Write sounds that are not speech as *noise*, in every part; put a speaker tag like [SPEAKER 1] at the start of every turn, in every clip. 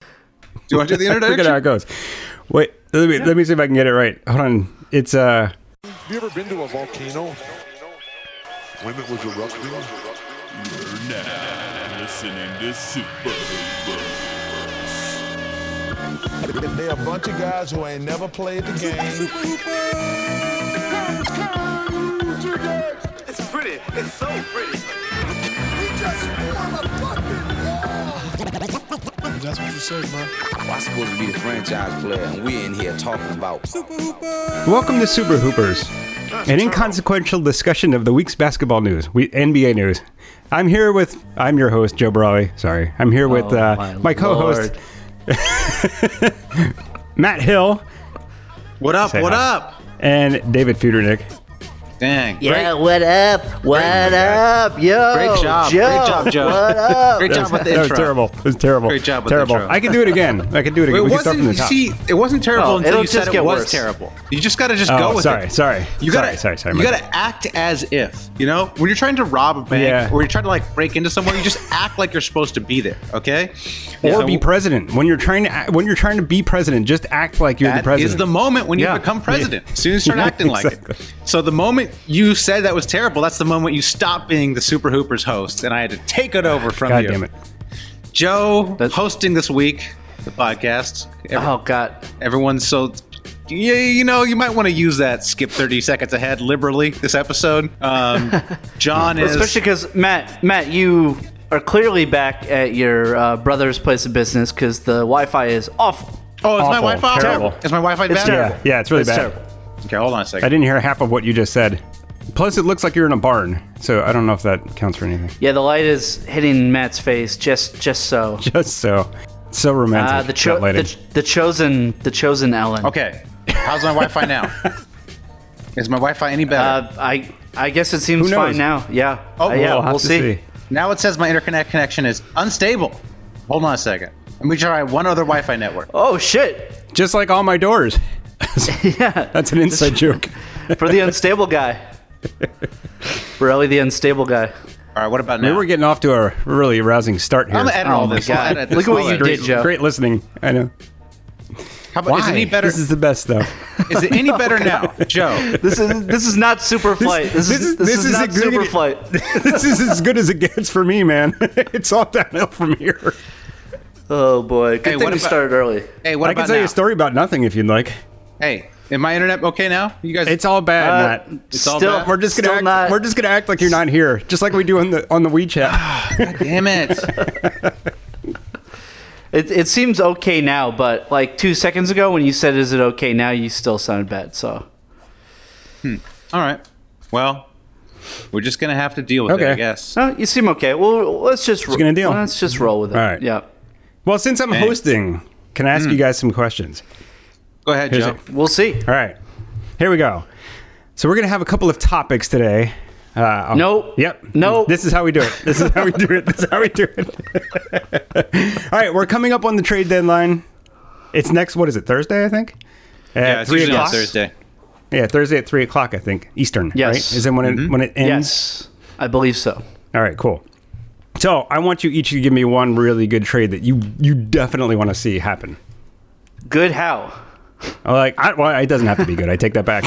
[SPEAKER 1] Do you want to do
[SPEAKER 2] *laughs*
[SPEAKER 1] the
[SPEAKER 2] I forget
[SPEAKER 1] introduction?
[SPEAKER 2] how it goes. Wait, let me, let me see if I can get it right. Hold on. It's uh,
[SPEAKER 3] You ever been to a volcano?
[SPEAKER 4] Women was erupting.
[SPEAKER 5] listening to Super
[SPEAKER 3] They're a bunch of guys who ain't never played the game.
[SPEAKER 6] It's pretty. It's so pretty.
[SPEAKER 7] I'm supposed to be the franchise player, and we're in here talking about
[SPEAKER 2] welcome to Super Hoopers, an inconsequential discussion of the week's basketball news, we, NBA news. I'm here with I'm your host Joe Brawley. Sorry, I'm here with
[SPEAKER 8] Oh,
[SPEAKER 2] uh, my,
[SPEAKER 8] my
[SPEAKER 2] co-host *laughs* Matt Hill
[SPEAKER 1] What up?
[SPEAKER 2] Say
[SPEAKER 1] what
[SPEAKER 2] hi.
[SPEAKER 1] up?
[SPEAKER 2] and David Feudernick.
[SPEAKER 1] Dang.
[SPEAKER 8] Yeah, what up? What up, yo?
[SPEAKER 1] Oh Great job.
[SPEAKER 8] Joe,
[SPEAKER 1] Great job, Joe.
[SPEAKER 8] What up?
[SPEAKER 1] Great job with the
[SPEAKER 2] that was
[SPEAKER 1] intro.
[SPEAKER 2] terrible. It was terrible.
[SPEAKER 1] Great job with the
[SPEAKER 2] terrible.
[SPEAKER 1] intro.
[SPEAKER 2] I can do it again. I can do it again.
[SPEAKER 1] It
[SPEAKER 2] we can start from the
[SPEAKER 1] wasn't.
[SPEAKER 2] top.
[SPEAKER 1] See, it wasn't terrible
[SPEAKER 8] No,
[SPEAKER 1] until
[SPEAKER 8] it'll
[SPEAKER 1] you said
[SPEAKER 8] just
[SPEAKER 1] it
[SPEAKER 8] get
[SPEAKER 1] was
[SPEAKER 8] worse.
[SPEAKER 1] terrible. You just got to just
[SPEAKER 2] Oh,
[SPEAKER 1] go with
[SPEAKER 2] sorry,
[SPEAKER 1] it.
[SPEAKER 2] sorry.
[SPEAKER 1] You gotta,
[SPEAKER 2] Sorry, sorry, sorry,
[SPEAKER 1] You
[SPEAKER 2] my
[SPEAKER 1] got to act as if. You know, when you're trying to rob a bank
[SPEAKER 2] Yeah.
[SPEAKER 1] or you're trying to like break into somewhere, you just act like you're supposed to be there. Okay.
[SPEAKER 2] Or
[SPEAKER 1] So
[SPEAKER 2] be president when you're trying to act, when you're trying to be president. Just act like you're the
[SPEAKER 1] That
[SPEAKER 2] president.
[SPEAKER 1] is the moment when
[SPEAKER 2] Yeah.
[SPEAKER 1] you become president. As soon as you start
[SPEAKER 2] *laughs* Yeah,
[SPEAKER 1] acting like
[SPEAKER 2] exactly.
[SPEAKER 1] it. So the moment you said that was terrible, that's the moment you stopped being the Super Hoopers host, and I had to take it over from
[SPEAKER 2] God
[SPEAKER 1] you.
[SPEAKER 2] damn it!
[SPEAKER 1] Joe
[SPEAKER 8] That's-
[SPEAKER 1] hosting this week the podcast. Every-
[SPEAKER 8] Oh God.
[SPEAKER 1] Everyone's so yeah, you know, you might want to use that skip thirty seconds ahead liberally this episode. Um,
[SPEAKER 8] *laughs*
[SPEAKER 1] John is
[SPEAKER 8] Especially because Matt, Matt, you are clearly back at your uh, brother's place of business because the Wi-Fi is awful.
[SPEAKER 1] oh, is my
[SPEAKER 2] awful,
[SPEAKER 1] Wi-Fi
[SPEAKER 2] terrible.
[SPEAKER 1] Is my Wi-Fi
[SPEAKER 8] It's
[SPEAKER 1] bad?
[SPEAKER 8] terrible.
[SPEAKER 2] Yeah, it's really
[SPEAKER 8] It's
[SPEAKER 2] bad.
[SPEAKER 8] terrible.
[SPEAKER 1] Okay, hold on a
[SPEAKER 2] I
[SPEAKER 1] second.
[SPEAKER 2] didn't hear half of what you just said. Plus, it looks like you're in a barn, so I don't know if that counts for anything.
[SPEAKER 8] Yeah, the light is hitting Matt's face just just so.
[SPEAKER 2] *laughs* Just so, so romantic.
[SPEAKER 8] Uh, the, cho-
[SPEAKER 2] that lady.
[SPEAKER 8] the, the chosen the chosen Ellen.
[SPEAKER 1] Okay, how's my Wi-Fi
[SPEAKER 2] *laughs*
[SPEAKER 1] now? is my Wi-Fi any better?
[SPEAKER 8] Uh, I I guess it seems
[SPEAKER 2] Who knows?
[SPEAKER 8] fine now. Yeah.
[SPEAKER 1] Oh,
[SPEAKER 8] Uh, yeah.
[SPEAKER 2] we'll have to
[SPEAKER 8] see.
[SPEAKER 1] Now it says my interconnect connection is unstable. Hold on a second. Let me try one other Wi-Fi network.
[SPEAKER 8] Oh shit!
[SPEAKER 2] Just like all my doors.
[SPEAKER 8] *laughs*
[SPEAKER 2] *laughs*
[SPEAKER 8] Yeah.
[SPEAKER 2] That's an
[SPEAKER 8] *laughs*
[SPEAKER 2] inside joke.
[SPEAKER 8] for the unstable guy. Really, the unstable guy.
[SPEAKER 1] All right, what about
[SPEAKER 2] We
[SPEAKER 1] now?
[SPEAKER 2] were getting off to a really rousing start here.
[SPEAKER 1] I'm gonna edit
[SPEAKER 8] Oh
[SPEAKER 1] all
[SPEAKER 8] my
[SPEAKER 1] this.
[SPEAKER 8] God.
[SPEAKER 1] I'll edit this.
[SPEAKER 8] Look at what
[SPEAKER 1] I'll
[SPEAKER 8] you
[SPEAKER 1] edit
[SPEAKER 8] did,
[SPEAKER 1] this.
[SPEAKER 8] Joe.
[SPEAKER 2] Great listening. I know.
[SPEAKER 1] How about, is it any better?
[SPEAKER 2] *laughs* This is the best stuff.
[SPEAKER 1] is it any
[SPEAKER 2] *laughs*
[SPEAKER 1] better now, Joe?
[SPEAKER 8] This is this is not super flight. This, is this, is, not
[SPEAKER 2] as good-
[SPEAKER 8] super flight.
[SPEAKER 2] *laughs* this is as good as it gets for me, man. *laughs* It's all downhill from here.
[SPEAKER 8] Oh boy! Good
[SPEAKER 1] Hey,
[SPEAKER 8] thing
[SPEAKER 1] what
[SPEAKER 8] we
[SPEAKER 1] about-
[SPEAKER 8] started early.
[SPEAKER 1] Hey, what
[SPEAKER 2] I
[SPEAKER 1] about
[SPEAKER 2] can tell you
[SPEAKER 1] now?
[SPEAKER 2] a story about nothing if you'd like.
[SPEAKER 1] Hey, is my internet okay now? You guys,
[SPEAKER 2] It's all bad,
[SPEAKER 8] Uh,
[SPEAKER 2] Matt.
[SPEAKER 1] It's all
[SPEAKER 8] still,
[SPEAKER 1] bad.
[SPEAKER 2] We're just gonna
[SPEAKER 8] still
[SPEAKER 2] act,
[SPEAKER 8] not.
[SPEAKER 2] we're just gonna act like you're not here, just like we do on the on the WeChat.
[SPEAKER 1] *laughs*
[SPEAKER 2] *laughs*
[SPEAKER 1] damn it.
[SPEAKER 8] It, it seems okay now, but like two seconds ago when you said "Is it okay now?" you still sounded bad. So
[SPEAKER 1] all right. Well, we're just gonna have to deal with it,
[SPEAKER 2] Okay.
[SPEAKER 1] I guess.
[SPEAKER 8] no, you seem okay. Well, let's just just
[SPEAKER 2] gonna deal.
[SPEAKER 8] Let's just roll with it.
[SPEAKER 2] All right.
[SPEAKER 8] Yeah.
[SPEAKER 2] well, since I'm hosting, can I ask you guys some questions?
[SPEAKER 1] Go ahead,
[SPEAKER 2] Here's
[SPEAKER 1] Joe.
[SPEAKER 2] it.
[SPEAKER 8] We'll see.
[SPEAKER 2] All right, here we go. So we're gonna have a couple of topics today. Uh, I'll-
[SPEAKER 8] Nope.
[SPEAKER 2] Yep.
[SPEAKER 8] Nope.
[SPEAKER 2] This is how we do it. This is how we do it. This is how we do it. *laughs* All right, we're coming up on the trade deadline. It's next. What is it? Thursday, I think. At
[SPEAKER 1] Yeah, it's usually on Thursday.
[SPEAKER 2] Yeah, Thursday at three o'clock, I think, Eastern.
[SPEAKER 8] Yes. Mm-hmm.
[SPEAKER 2] Right? Is it when it when it ends?
[SPEAKER 8] Yes, I believe so.
[SPEAKER 2] All right, cool. So I want you each to give me one really good trade that you you definitely want to see happen.
[SPEAKER 8] Good. How?
[SPEAKER 2] I'm Like, I, well, it doesn't have to be good. I take that back.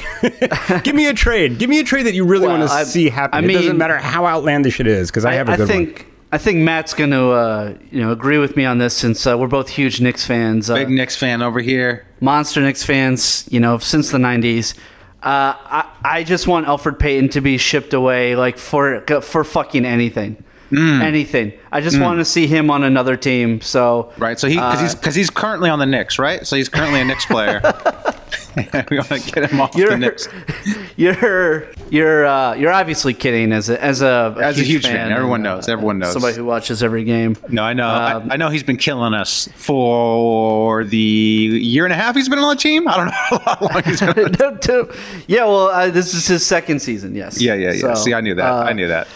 [SPEAKER 2] *laughs* give me a trade. Give me a trade that you really
[SPEAKER 8] Well,
[SPEAKER 2] want
[SPEAKER 8] I-
[SPEAKER 2] to see happen.
[SPEAKER 8] I
[SPEAKER 2] it doesn't
[SPEAKER 8] mean-
[SPEAKER 2] matter how outlandish it is, because I, have a good
[SPEAKER 8] think I think Matt's going to uh, you know agree with me on this since uh, we're both huge Knicks fans, uh,
[SPEAKER 1] Big Knicks fan over here.
[SPEAKER 8] monster Knicks fans. You know, since the '90s. Uh, I, I just want Alfred Payton to be shipped away, like for for fucking anything,
[SPEAKER 1] Mm.
[SPEAKER 8] anything. I just want to see him on another team. So
[SPEAKER 1] Right, so he because
[SPEAKER 8] Uh,
[SPEAKER 1] he's because he's currently on the Knicks, right? So he's currently a Knicks player.
[SPEAKER 8] *laughs*
[SPEAKER 1] *laughs* we want to get him off the
[SPEAKER 8] You're,
[SPEAKER 1] Knicks.
[SPEAKER 8] *laughs* you're you're uh, you're obviously kidding as a as a,
[SPEAKER 1] As a huge fan, everyone
[SPEAKER 8] and, uh,
[SPEAKER 1] knows, everyone knows.
[SPEAKER 8] somebody who watches every game. *laughs*
[SPEAKER 1] No, I know.
[SPEAKER 8] Um,
[SPEAKER 1] I, I know he's been killing us for the year and a half he's been on the team. I don't know *laughs* how long he's been.
[SPEAKER 8] *laughs*
[SPEAKER 1] On the team.
[SPEAKER 8] No, too. Yeah, well, uh, this is his second season. Yes.
[SPEAKER 1] Yeah, yeah, yeah.
[SPEAKER 8] So,
[SPEAKER 1] See, I knew that. I knew that.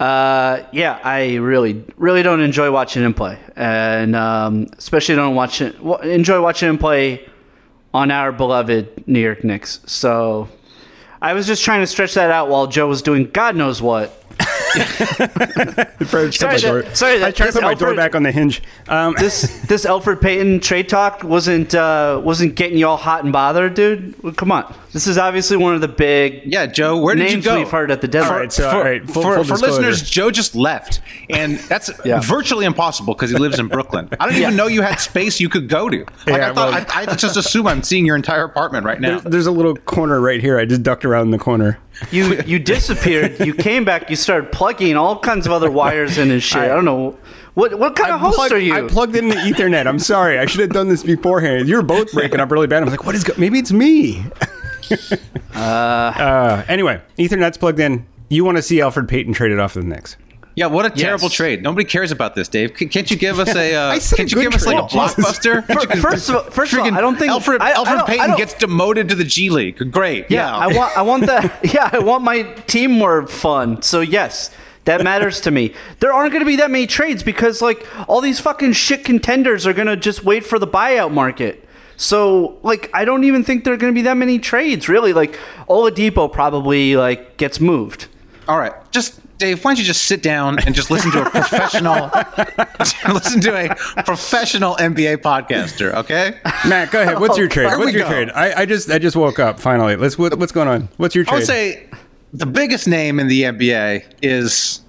[SPEAKER 8] Uh, yeah, I really, really don't enjoy watching him play, and um, especially don't watch it, wa- enjoy watching him play on our beloved New York Knicks. So, I was just trying to stretch that out while Joe was doing God knows what.
[SPEAKER 2] Sorry,
[SPEAKER 8] Sorry, that- sorry,
[SPEAKER 2] I tried
[SPEAKER 8] that-
[SPEAKER 2] to
[SPEAKER 8] this
[SPEAKER 2] put my door
[SPEAKER 8] Alfred-
[SPEAKER 2] back on the hinge. Um,
[SPEAKER 8] This this Alfred Payton trade talk wasn't uh, wasn't getting y'all hot and bothered, dude. Well, come on, this is obviously one of the big
[SPEAKER 1] Yeah, Joe, where did
[SPEAKER 8] names
[SPEAKER 1] you go?
[SPEAKER 8] we've heard at the deadline.
[SPEAKER 2] All right, so
[SPEAKER 1] for,
[SPEAKER 2] all right, full,
[SPEAKER 1] for-
[SPEAKER 2] full
[SPEAKER 1] for
[SPEAKER 2] disclosure.
[SPEAKER 1] listeners, Joe just left, and that's
[SPEAKER 8] *laughs* Yeah.
[SPEAKER 1] virtually impossible because he lives in Brooklyn. I don't
[SPEAKER 8] Yeah.
[SPEAKER 1] even know you had space you could go to. Like,
[SPEAKER 2] Yeah,
[SPEAKER 1] I thought
[SPEAKER 2] well-
[SPEAKER 1] I, I just assume I'm seeing your entire apartment right
[SPEAKER 2] *laughs*
[SPEAKER 1] now.
[SPEAKER 2] There's, there's a little corner right here. I just ducked around the corner.
[SPEAKER 8] You you disappeared. you came back. You started plugging all kinds of other wires in and shit. I, don't know what what kind of host
[SPEAKER 2] plugged,
[SPEAKER 8] are you?
[SPEAKER 2] I plugged in the Ethernet. I'm sorry. I should have done this beforehand. You're both breaking up really bad. I'm like, what is? Go- Maybe it's me. uh, anyway, Ethernet's plugged in. You want to see Alfred Payton traded off to the Knicks?
[SPEAKER 1] yeah, what a terrible
[SPEAKER 8] Yes.
[SPEAKER 1] trade. Nobody cares about this, Dave. C- can't you give us
[SPEAKER 8] *laughs*
[SPEAKER 1] a? Uh,
[SPEAKER 2] I said
[SPEAKER 1] can't
[SPEAKER 2] a
[SPEAKER 1] you give
[SPEAKER 2] good
[SPEAKER 1] us like a
[SPEAKER 2] trade. Jesus.
[SPEAKER 1] blockbuster? Can't you-
[SPEAKER 8] First of all- first of all,
[SPEAKER 1] Friggin'
[SPEAKER 8] I don't think-
[SPEAKER 1] Alfred
[SPEAKER 8] I- I
[SPEAKER 1] Alfred
[SPEAKER 8] don't- I
[SPEAKER 1] Payton
[SPEAKER 8] don't-
[SPEAKER 1] gets demoted to the G League. Great.
[SPEAKER 8] yeah,
[SPEAKER 1] Yeah,
[SPEAKER 8] I want I want that. *laughs* Yeah, I want my team more fun. So yes. That matters to me. There aren't going to be that many trades because, like, all these fucking shit contenders are going to just wait for the buyout market. So, like, I don't even think there are going to be that many trades, really. Like, Oladipo probably like gets moved.
[SPEAKER 1] All right, just Dave. Why don't you just sit down and just listen to a professional, *laughs* listen to a professional NBA podcaster?
[SPEAKER 8] *laughs*
[SPEAKER 1] Okay.
[SPEAKER 2] Matt, go ahead. What's your trade?
[SPEAKER 1] Here
[SPEAKER 2] What's
[SPEAKER 1] we
[SPEAKER 2] your
[SPEAKER 1] go.
[SPEAKER 2] trade? I, I just I just woke up finally. Let's what, what's going on? What's your
[SPEAKER 1] I
[SPEAKER 2] trade?
[SPEAKER 1] would say the biggest name in the NBA is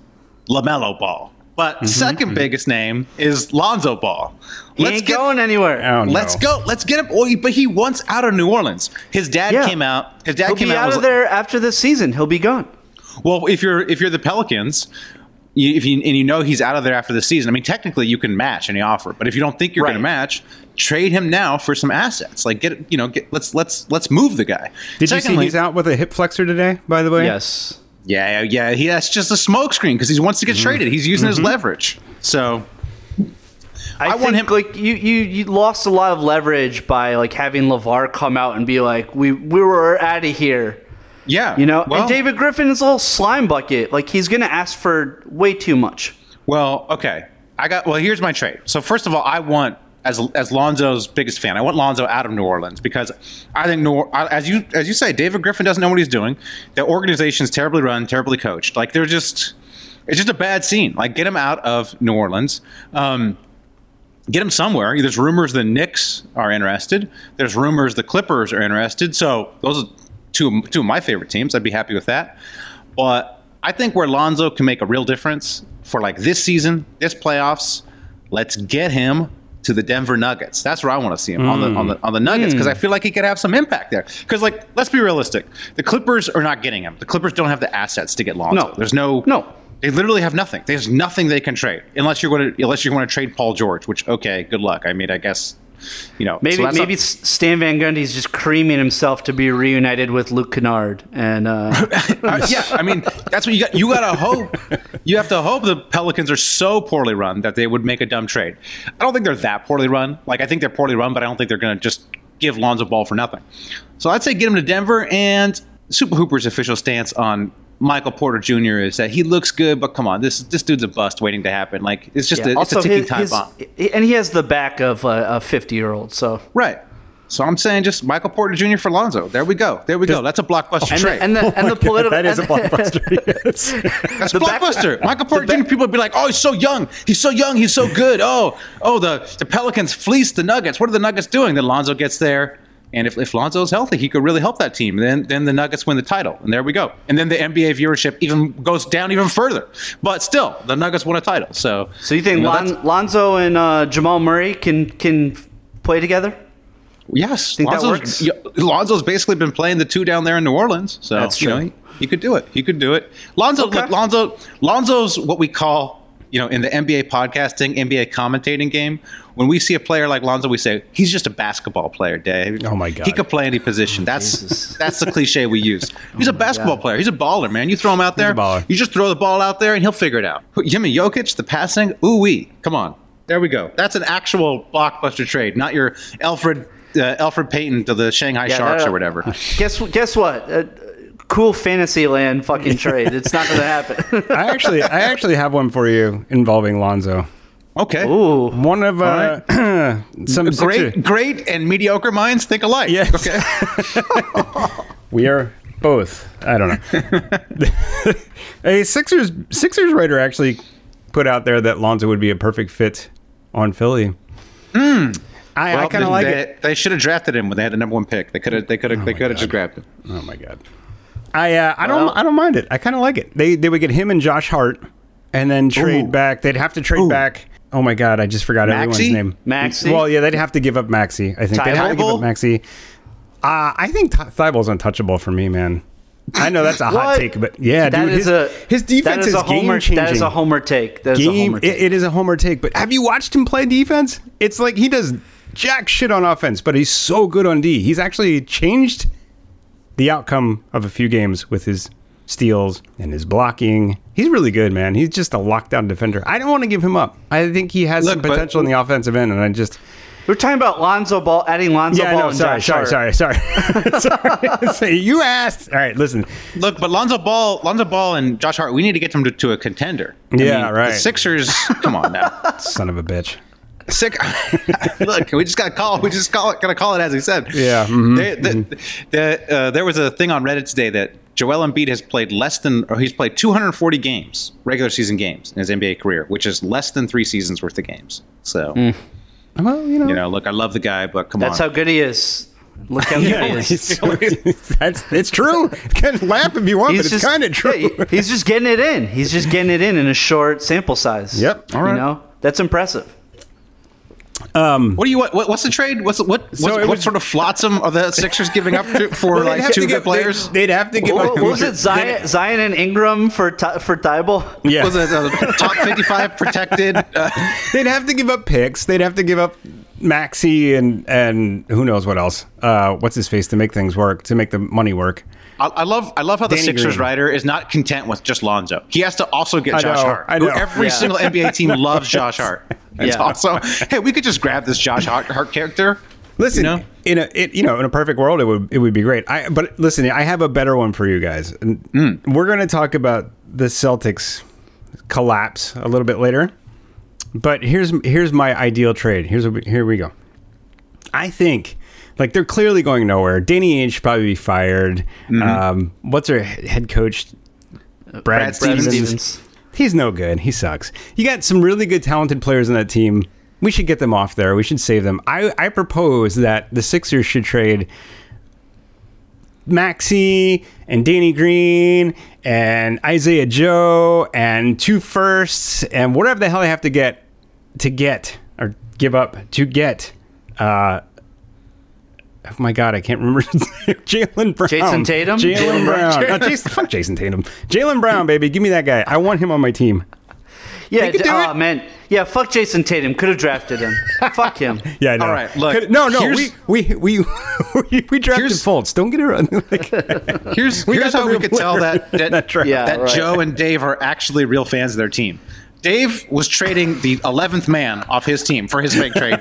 [SPEAKER 1] Lamelo Ball, but second biggest name is Lonzo Ball.
[SPEAKER 8] Mm-hmm, He ain't going anywhere.
[SPEAKER 2] I don't know.
[SPEAKER 1] Let's go. Let's get him. Oh, he- but he wants out of New Orleans. His dad
[SPEAKER 8] Yeah.
[SPEAKER 1] came out. His dad
[SPEAKER 8] He'll
[SPEAKER 1] came
[SPEAKER 8] be
[SPEAKER 1] out. and
[SPEAKER 8] out
[SPEAKER 1] was
[SPEAKER 8] of there after this season. He'll be gone.
[SPEAKER 1] Well, if you're if you're the Pelicans, you, if you and you know he's out of there after the season, I mean, technically you can match any offer, but if you don't think you're going
[SPEAKER 8] Right.
[SPEAKER 1] to match, trade him now for some assets. Like get you know get let's let's let's move the guy.
[SPEAKER 2] Did you see he's out with a hip flexor today? By the way, *laughs*
[SPEAKER 8] Yes.
[SPEAKER 1] Yeah, yeah, he that's just a smokescreen because he wants to get
[SPEAKER 8] Mm-hmm.
[SPEAKER 1] traded. He's using his leverage. So
[SPEAKER 8] I,
[SPEAKER 1] want
[SPEAKER 8] want
[SPEAKER 1] him-
[SPEAKER 8] him like you, you you lost a lot of leverage by like having LeVar come out and be like, We we were out of here.
[SPEAKER 1] yeah,
[SPEAKER 8] You know?
[SPEAKER 1] well-
[SPEAKER 8] and David Griffin is a little slime bucket. Like he's gonna ask for way too much.
[SPEAKER 1] Well, okay. I got well. Here's my trade. So first of all, I want as as Lonzo's biggest fan, I want Lonzo out of New Orleans because I think New Or- I- as you as you say, David Griffin doesn't know what he's doing. The organization's terribly run, terribly coached. Like they're just it's just a bad scene. Like get him out of New Orleans. Um, get him somewhere. There's rumors the Knicks are interested. There's rumors the Clippers are interested. So those are two two of my favorite teams. I'd be happy with that. But I think where Lonzo can make a real difference for like this season, this playoffs, let's get him to the Denver Nuggets. That's where I want to see him on the on the on the Nuggets
[SPEAKER 8] Hmm.
[SPEAKER 1] because I feel like he could have some impact there. Because like let's be realistic, the Clippers are not getting him. The Clippers don't have the assets to get Lonzo.
[SPEAKER 8] No.
[SPEAKER 1] There's no
[SPEAKER 8] No.
[SPEAKER 1] they literally have nothing. There's nothing they can trade unless you're going to unless you want to trade Paul George, which okay, good luck. I mean, I guess you know
[SPEAKER 8] Maybe
[SPEAKER 1] so that's
[SPEAKER 8] maybe
[SPEAKER 1] not-
[SPEAKER 8] S- Stan Van Gundy's just creaming himself to be reunited with Luke Kennard and uh,
[SPEAKER 1] *laughs* Uh, yeah. I mean, that's what you got. You got to hope. You have to hope the Pelicans are so poorly run that they would make a dumb trade. I don't think they're that poorly run. Like I think they're poorly run, but I don't think they're going to just give Lonzo Ball for nothing. So I'd say get him to Denver. And Super Hooper's official stance on Michael Porter Jr. is that he looks good, but come on, this this dude's a bust waiting to happen. Like *laughs* it's just a, it's a
[SPEAKER 8] also
[SPEAKER 1] ticking
[SPEAKER 8] his-
[SPEAKER 1] time
[SPEAKER 8] his-
[SPEAKER 1] bomb.
[SPEAKER 8] and he has the back of a, a fifty year old, so
[SPEAKER 1] Right. So I'm saying just Michael Porter Jr. for Lonzo. There we go. There we go. That's Oh a blockbuster
[SPEAKER 8] and
[SPEAKER 1] trade.
[SPEAKER 8] the, and
[SPEAKER 1] *laughs*
[SPEAKER 8] the, and the political
[SPEAKER 2] that is a
[SPEAKER 8] and- *laughs*
[SPEAKER 2] blockbuster. *laughs* yes.
[SPEAKER 1] That's
[SPEAKER 8] the back- *laughs*
[SPEAKER 1] blockbuster. Michael Porter Jr. People would be like, "Oh, he's so young. He's so young. He's so good. Oh, oh, the the Pelicans fleece the Nuggets. What are the Nuggets doing?" Then Lonzo gets there, and if if Lonzo's healthy, he could really help that team. Then then the Nuggets win the title, and there we go. And then the NBA viewership even goes down even further. But still, the Nuggets won a title. So
[SPEAKER 8] So you think
[SPEAKER 1] know,
[SPEAKER 8] Lon-
[SPEAKER 1] that's-
[SPEAKER 8] Lonzo and uh, Jamal Murray can can play together?
[SPEAKER 1] Yes,
[SPEAKER 8] Think that
[SPEAKER 1] Lonzo's,
[SPEAKER 8] works?
[SPEAKER 1] y- Lonzo's basically been playing the two down there in New Orleans, so
[SPEAKER 8] That's
[SPEAKER 1] you know,
[SPEAKER 8] true.
[SPEAKER 1] he, he could do it. He could do it. Lonzo,
[SPEAKER 8] Okay.
[SPEAKER 1] look, Lonzo, Lonzo's what we call, you know, in the NBA podcasting, NBA commentating game. When we see a player like Lonzo, we say he's just a basketball player. Dave.
[SPEAKER 2] Oh, my
[SPEAKER 1] he
[SPEAKER 2] God.
[SPEAKER 1] could play any
[SPEAKER 2] Oh,
[SPEAKER 1] position. That's *laughs*
[SPEAKER 8] Jesus.
[SPEAKER 1] that's the cliche
[SPEAKER 2] *laughs*
[SPEAKER 1] we use. He's a basketball player. He's a baller, man. You throw him out there,
[SPEAKER 2] a baller.
[SPEAKER 1] you just throw the ball out there, and he'll figure it out. Jimmy Jokic, the passing, ooh wee, come on. There we go. That's an actual blockbuster trade, not your Alfred uh, Alfred Payton to the Shanghai Sharks
[SPEAKER 8] that-
[SPEAKER 2] *laughs*
[SPEAKER 1] or whatever.
[SPEAKER 8] Guess guess what? Uh, cool fantasy land
[SPEAKER 2] *laughs*
[SPEAKER 8] fucking trade. It's not going to happen.
[SPEAKER 2] I actually I actually have one for you involving Lonzo.
[SPEAKER 1] Okay.
[SPEAKER 8] Ooh,
[SPEAKER 2] One of uh, *clears throat* some
[SPEAKER 1] Great,
[SPEAKER 2] Sixer-
[SPEAKER 1] great, and mediocre minds think alike.
[SPEAKER 2] Yes.
[SPEAKER 1] Okay.
[SPEAKER 2] We are both. I don't know. *laughs* a Sixers Sixers writer actually put out there that Lonzo would be a perfect fit on Philly. I, *laughs* I
[SPEAKER 1] Well,
[SPEAKER 2] kind of
[SPEAKER 1] they-
[SPEAKER 2] like
[SPEAKER 1] they,
[SPEAKER 2] it.
[SPEAKER 1] They should have drafted him when they had the number one pick. They could have. They could have. they could have just grabbed him.
[SPEAKER 2] Oh my god. I uh, I don't
[SPEAKER 8] Well-
[SPEAKER 2] I don't mind it. I kind of like it. They they would get him and Josh Hart, and then trade
[SPEAKER 1] Ooh.
[SPEAKER 2] back. They'd have to trade back. Oh my god, I just forgot
[SPEAKER 1] Maxey?
[SPEAKER 2] everyone's name.
[SPEAKER 8] Maxey?
[SPEAKER 2] Well, yeah, they'd have to give up Maxi. I think they'd have to give up
[SPEAKER 1] Thibault?
[SPEAKER 2] Maxi. Uh, I think Th- Thibault's untouchable for me, man. I know that's a hot
[SPEAKER 8] *laughs* What?
[SPEAKER 2] take, but yeah,
[SPEAKER 8] That
[SPEAKER 2] dude,
[SPEAKER 8] is
[SPEAKER 2] his,
[SPEAKER 8] a
[SPEAKER 2] his defense
[SPEAKER 8] that
[SPEAKER 2] is,
[SPEAKER 8] a homer.
[SPEAKER 2] game changing.
[SPEAKER 8] That is a homer take. That is a
[SPEAKER 2] Game,
[SPEAKER 8] homer
[SPEAKER 2] it,
[SPEAKER 8] take.
[SPEAKER 2] it is a homer take. But have you watched him play defense? It's like he does jack shit on offense, but he's so good on D. He's actually changed the outcome of a few games with his steals and his blocking. He's really good, man. He's just a lockdown defender. I don't want to give him up. I think he has
[SPEAKER 1] Look,
[SPEAKER 2] some
[SPEAKER 1] but-
[SPEAKER 2] potential in the offensive end, and I just
[SPEAKER 8] We're talking about Lonzo Ball adding Lonzo
[SPEAKER 2] yeah, I
[SPEAKER 8] Ball.
[SPEAKER 2] know.
[SPEAKER 8] and
[SPEAKER 2] Sorry,
[SPEAKER 8] Josh
[SPEAKER 2] sorry,
[SPEAKER 8] Hart.
[SPEAKER 2] sorry, sorry, *laughs* sorry, sorry. You asked. All right, listen.
[SPEAKER 1] Look, but Lonzo Ball, Lonzo Ball, and Josh Hart, we need to get them to, to a contender. I
[SPEAKER 2] Yeah, right.
[SPEAKER 1] The Sixers, come
[SPEAKER 2] *laughs*
[SPEAKER 1] on now.
[SPEAKER 2] Son of a bitch.
[SPEAKER 1] Sick. *laughs* Look, we just got to call. We just call it. Got to call it as he said.
[SPEAKER 2] Yeah, mhm,
[SPEAKER 1] They- the- the, uh, there was a thing on Reddit today that Joel Embiid has played less than, or he's played 240 games, regular season games in his NBA career, which is less than three seasons worth of games. So,
[SPEAKER 2] Well, you know.
[SPEAKER 1] you know, look, I love the guy, but come
[SPEAKER 8] That's how
[SPEAKER 1] on.
[SPEAKER 8] good he is.
[SPEAKER 2] *laughs*
[SPEAKER 8] Look how good he is.
[SPEAKER 2] It's, that's *laughs* it's true. Can laugh if you want, but it's kind of *laughs* true.
[SPEAKER 8] yeah, he's just getting it in. He's just getting it in in a short sample size.
[SPEAKER 2] Yep. All right.
[SPEAKER 8] You know
[SPEAKER 2] *laughs*
[SPEAKER 8] that's impressive.
[SPEAKER 1] what do you what, what's the trade? What's what what's,
[SPEAKER 2] So it
[SPEAKER 1] what
[SPEAKER 2] was-
[SPEAKER 1] sort of flotsam of the Sixers giving up to, for
[SPEAKER 2] Well, they'd
[SPEAKER 1] like
[SPEAKER 2] have to
[SPEAKER 1] two
[SPEAKER 2] give-
[SPEAKER 1] good players?
[SPEAKER 2] They'd, they'd have to give.
[SPEAKER 8] What,
[SPEAKER 2] up-
[SPEAKER 8] what was it? Zion, Zion and Ingram for Ty- for Thibault.
[SPEAKER 2] *laughs* Yeah,
[SPEAKER 1] Was it uh, top 55 protected? Uh,
[SPEAKER 2] they'd have to give up picks. They'd have to give up Maxi and and who knows what else. Uh, what's his face to make things work to make the money work.
[SPEAKER 1] I, I love I love how the
[SPEAKER 2] Danny
[SPEAKER 1] Sixers
[SPEAKER 2] Green.
[SPEAKER 1] writer is not content with just Lonzo. He has to also get
[SPEAKER 2] I
[SPEAKER 1] Josh
[SPEAKER 2] know,
[SPEAKER 1] Hart.
[SPEAKER 2] I know.
[SPEAKER 1] Who Every
[SPEAKER 8] Yeah.
[SPEAKER 1] single
[SPEAKER 2] *laughs*
[SPEAKER 1] NBA team loves Josh Hart. It's
[SPEAKER 8] Yeah.
[SPEAKER 1] also hey, we could just grab this Josh Hart, Hart character.
[SPEAKER 2] Listen,
[SPEAKER 1] You know?
[SPEAKER 2] in a it, you know in a perfect world, it would it would be great. I but listen, I have a better one for you guys. And
[SPEAKER 1] Mm.
[SPEAKER 2] We're going to talk about the Celtics collapse a little bit later, but here's here's my ideal trade. Here's what we, here we go. I think like they're clearly going nowhere. Danny Ainge should probably be fired. Um, what's her he- head coach? Brad,
[SPEAKER 1] Stevens.
[SPEAKER 8] Stevens.
[SPEAKER 2] He's no good. He sucks. You got some really good, talented players on that team. We should get them off there. We should save them. I, I propose that the Sixers should trade Maxi and Danny Green and Isaiah Joe and two firsts and whatever the hell they have to get to get or give up to get. Uh, oh my God, I can't *laughs* remember. Jalen Brown.
[SPEAKER 8] Jason Tatum?
[SPEAKER 2] Jalen
[SPEAKER 8] Jalen
[SPEAKER 2] Brown. No, Jason, fuck Jason Tatum. Jalen Brown, baby. Give me that guy. I want him on my team.
[SPEAKER 8] Yeah.
[SPEAKER 2] could do
[SPEAKER 8] oh
[SPEAKER 2] it.
[SPEAKER 8] man. Yeah. Fuck Jason Tatum. Could have
[SPEAKER 1] *laughs*
[SPEAKER 8] drafted him. fuck him.
[SPEAKER 2] Yeah, I know.
[SPEAKER 1] All right, look,
[SPEAKER 2] Could- no, no, we
[SPEAKER 1] here's-
[SPEAKER 2] we *laughs* we we, we drafted
[SPEAKER 1] Here's-
[SPEAKER 2] Fultz. Don't get it wrong. *laughs* Like,
[SPEAKER 1] Here's
[SPEAKER 2] We got
[SPEAKER 1] here's
[SPEAKER 2] the
[SPEAKER 1] how we
[SPEAKER 2] real
[SPEAKER 1] could tell
[SPEAKER 2] player.
[SPEAKER 1] that
[SPEAKER 2] *laughs*
[SPEAKER 1] that,
[SPEAKER 2] That's right.
[SPEAKER 8] Yeah,
[SPEAKER 1] that
[SPEAKER 8] right.
[SPEAKER 1] Joe and Dave are actually real fans of their team. Dave was trading the eleventh man off his team for his
[SPEAKER 2] *laughs*
[SPEAKER 1] fake trade,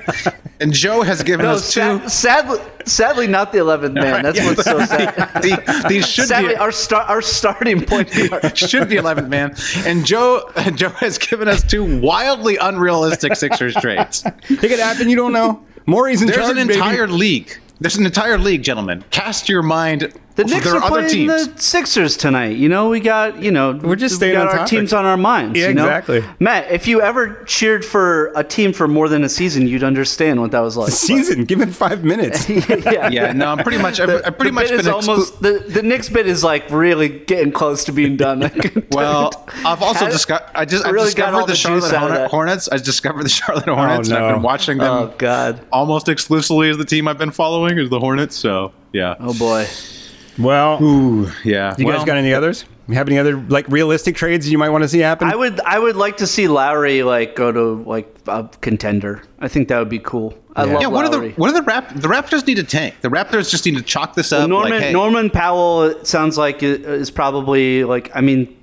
[SPEAKER 1] and Joe has given
[SPEAKER 8] No.
[SPEAKER 1] us two.
[SPEAKER 8] Sad, sadly, sadly, not the 11th man. That's
[SPEAKER 1] *laughs*
[SPEAKER 8] what's so sad.
[SPEAKER 1] The- these should
[SPEAKER 8] Sadly,
[SPEAKER 1] be
[SPEAKER 8] our star,
[SPEAKER 1] *laughs*
[SPEAKER 8] our starting point guard.
[SPEAKER 1] should be 11th man. And Joe *laughs* Joe has given us two wildly unrealistic Sixers
[SPEAKER 8] *laughs*
[SPEAKER 1] trades.
[SPEAKER 2] it could happen. You don't know. Maury's in
[SPEAKER 1] There's
[SPEAKER 2] charge,
[SPEAKER 1] an
[SPEAKER 2] baby.
[SPEAKER 1] entire league. There's an entire league, gentlemen. Cast your mind.
[SPEAKER 8] The Knicks
[SPEAKER 1] there
[SPEAKER 8] are
[SPEAKER 1] are other
[SPEAKER 8] playing
[SPEAKER 1] teams.
[SPEAKER 8] the Sixers tonight. You know, we got you know we're
[SPEAKER 2] just
[SPEAKER 8] we
[SPEAKER 2] staying
[SPEAKER 8] got
[SPEAKER 2] on
[SPEAKER 8] our
[SPEAKER 2] topic.
[SPEAKER 8] teams on our minds.
[SPEAKER 2] Yeah,
[SPEAKER 8] you know?
[SPEAKER 2] exactly.
[SPEAKER 8] Matt, if you ever cheered for a team for more than a season, you'd understand what that was like.
[SPEAKER 2] season. Give him five minutes.
[SPEAKER 1] *laughs* *laughs*
[SPEAKER 8] yeah,
[SPEAKER 1] yeah, no, I'm pretty much. I've, I've pretty
[SPEAKER 8] *laughs* the
[SPEAKER 1] much
[SPEAKER 8] bit
[SPEAKER 1] been
[SPEAKER 8] is
[SPEAKER 1] exclu-
[SPEAKER 8] almost the the Knicks bit is like really getting close to being done.
[SPEAKER 1] *laughs* *laughs*
[SPEAKER 8] *laughs*
[SPEAKER 1] Well, I've also
[SPEAKER 8] I-
[SPEAKER 1] discovered. I just
[SPEAKER 8] I
[SPEAKER 1] I've
[SPEAKER 8] really got all
[SPEAKER 1] discovered the,
[SPEAKER 8] the juice
[SPEAKER 1] Charlotte
[SPEAKER 8] out of
[SPEAKER 1] Hornet-
[SPEAKER 8] that.
[SPEAKER 1] Hornets. I discovered the Charlotte Hornets, and
[SPEAKER 2] no.
[SPEAKER 1] I've been watching them.
[SPEAKER 8] oh god,
[SPEAKER 1] Almost exclusively as the team I've been following is the Hornets. So yeah,
[SPEAKER 8] oh boy.
[SPEAKER 2] well,
[SPEAKER 1] yeah.
[SPEAKER 2] you guys got any others? You have any other like realistic trades you might want to see happen?
[SPEAKER 8] I would I would like to see Lowry like go to like a contender. I think that would be cool. I love
[SPEAKER 1] Yeah, what are the
[SPEAKER 8] Lowry.
[SPEAKER 1] what are the rap? The Raptors need a tank. The Raptors just need to chalk this up.
[SPEAKER 8] Norman
[SPEAKER 1] like, hey,
[SPEAKER 8] Norman Powell it sounds like i- is probably like I mean,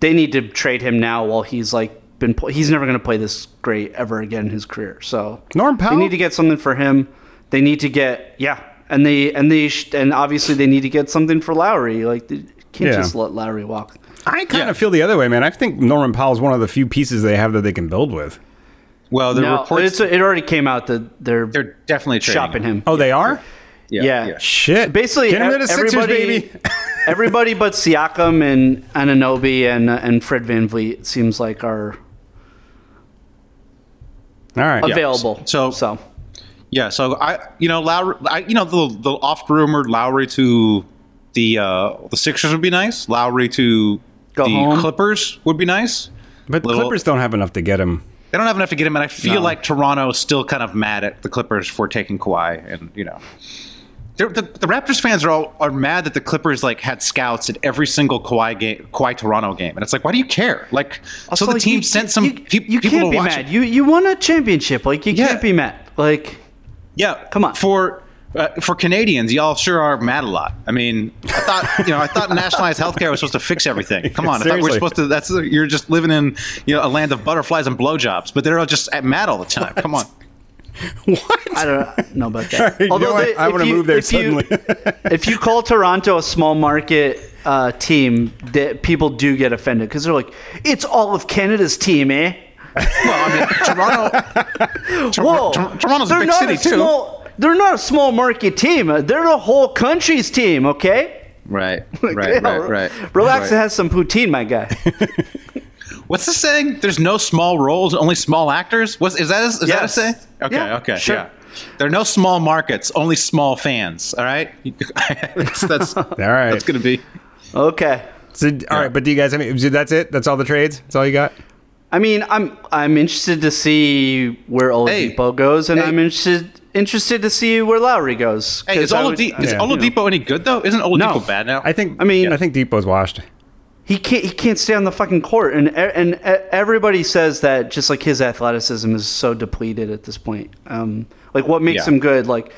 [SPEAKER 8] they need to trade him now while he's like been pl- he's never going to play this great ever again in his career. So
[SPEAKER 2] Norm Powell?
[SPEAKER 8] they need to get something for him. They need to get yeah, and they and they sh- and obviously they need to get something for Lowry. Like they can't
[SPEAKER 2] Yeah.
[SPEAKER 8] just let Lowry walk.
[SPEAKER 2] I kind
[SPEAKER 1] Yeah.
[SPEAKER 2] of feel the other way, man. I think Norman Powell is one of the few pieces they have that they can build with.
[SPEAKER 1] Well, the
[SPEAKER 8] no,
[SPEAKER 1] reports
[SPEAKER 8] it's, it already came out that they're
[SPEAKER 1] they're definitely trading
[SPEAKER 8] shopping him.
[SPEAKER 2] Oh, they are.
[SPEAKER 8] yeah.
[SPEAKER 2] Shit.
[SPEAKER 8] Basically,
[SPEAKER 2] get him
[SPEAKER 8] ev-
[SPEAKER 2] to the Sixers,
[SPEAKER 8] *laughs* everybody-
[SPEAKER 2] baby.
[SPEAKER 8] Everybody but Siakam and Ananobi and and Fred Van Vliet seems like are
[SPEAKER 2] All right.
[SPEAKER 1] Yeah.
[SPEAKER 8] available.
[SPEAKER 1] So-
[SPEAKER 8] so
[SPEAKER 1] Yeah, so I, you know, Lowry, I, you know, the, the oft rumored Lowry to the uh, the Sixers would be nice. Lowry to
[SPEAKER 8] Go
[SPEAKER 1] the
[SPEAKER 8] home.
[SPEAKER 1] Clippers would be nice.
[SPEAKER 2] But
[SPEAKER 1] Little-
[SPEAKER 2] Clippers don't have enough to get him. *laughs*
[SPEAKER 1] They don't have enough to get him, and I feel
[SPEAKER 8] No.
[SPEAKER 1] like Toronto is still kind of mad at the Clippers for taking Kawhi, and you know, They're- the, the Raptors fans are all are mad that the Clippers like had scouts at every single Kawhi game, Kawhi Toronto game, and it's like, why do you care? Like, so
[SPEAKER 8] Also,
[SPEAKER 1] the team
[SPEAKER 8] you-
[SPEAKER 1] sent some
[SPEAKER 8] you,
[SPEAKER 1] peop-
[SPEAKER 8] you
[SPEAKER 1] people
[SPEAKER 8] can't
[SPEAKER 1] to
[SPEAKER 8] be
[SPEAKER 1] watch. it.
[SPEAKER 8] mad. You you won a championship. Like you
[SPEAKER 1] Yeah.
[SPEAKER 8] can't be mad. Like
[SPEAKER 1] Yeah,
[SPEAKER 8] Come on.
[SPEAKER 1] For uh, for Canadians, y'all sure are mad a lot. I mean, I thought you know, I thought nationalized healthcare was supposed to fix
[SPEAKER 8] *laughs*
[SPEAKER 1] everything. Come on, I thought we
[SPEAKER 2] Seriously.
[SPEAKER 1] were supposed to. That's you're just living in you know a land of butterflies and blowjobs, but they're all just at mad all the time. Come on.
[SPEAKER 8] I don't know about
[SPEAKER 2] *laughs*
[SPEAKER 8] that.
[SPEAKER 2] You know what?
[SPEAKER 8] they-
[SPEAKER 2] I
[SPEAKER 8] if
[SPEAKER 2] wanna
[SPEAKER 8] you-
[SPEAKER 2] move there
[SPEAKER 8] if you-
[SPEAKER 2] suddenly. *laughs*
[SPEAKER 8] if you call Toronto a small market uh, team, that people do get offended because they're like, it's all of Canada's team, eh?
[SPEAKER 1] Well, I mean, Toronto.
[SPEAKER 8] *laughs*
[SPEAKER 1] Tor-
[SPEAKER 8] Whoa,
[SPEAKER 1] Tor- Toronto's a
[SPEAKER 8] They're
[SPEAKER 1] big
[SPEAKER 8] not
[SPEAKER 1] city too.
[SPEAKER 8] Small, they're not a small market team. They're the whole country's team. Okay.
[SPEAKER 1] Right,
[SPEAKER 8] *laughs* Like, yeah, Relax. It has some poutine,
[SPEAKER 1] *laughs*
[SPEAKER 8] my guy.
[SPEAKER 1] What's the saying? There's no small roles, only small actors. What's is that? Is
[SPEAKER 8] Yes.
[SPEAKER 1] that a saying? Okay,
[SPEAKER 8] Yeah,
[SPEAKER 1] okay,
[SPEAKER 8] sure.
[SPEAKER 1] yeah. There are no small markets, only small fans. All right, *laughs* that's
[SPEAKER 8] *laughs*
[SPEAKER 1] that's all
[SPEAKER 2] right.
[SPEAKER 1] That's gonna be.
[SPEAKER 8] Okay.
[SPEAKER 2] So, all right, but do you guys? I mean, that's it. That's all the trades. That's all you got.
[SPEAKER 8] I mean, I'm I'm interested to see where
[SPEAKER 1] Hey.
[SPEAKER 8] Oladipo goes, and
[SPEAKER 1] Hey.
[SPEAKER 8] I'm interested interested to see where Lowry goes.
[SPEAKER 1] Hey,
[SPEAKER 8] 'Cause
[SPEAKER 1] is,
[SPEAKER 8] I
[SPEAKER 1] Olad-
[SPEAKER 8] would-
[SPEAKER 1] is
[SPEAKER 2] yeah.
[SPEAKER 1] Oladipo any good though? Isn't Oladipo bad now?
[SPEAKER 2] I think.
[SPEAKER 8] I mean-
[SPEAKER 2] I think Depot's washed.
[SPEAKER 8] he can't he can't stay on the fucking court, and e- and e- everybody says that just like his athleticism is so depleted at this point. Um, like what makes
[SPEAKER 1] Yeah.
[SPEAKER 8] him good? Like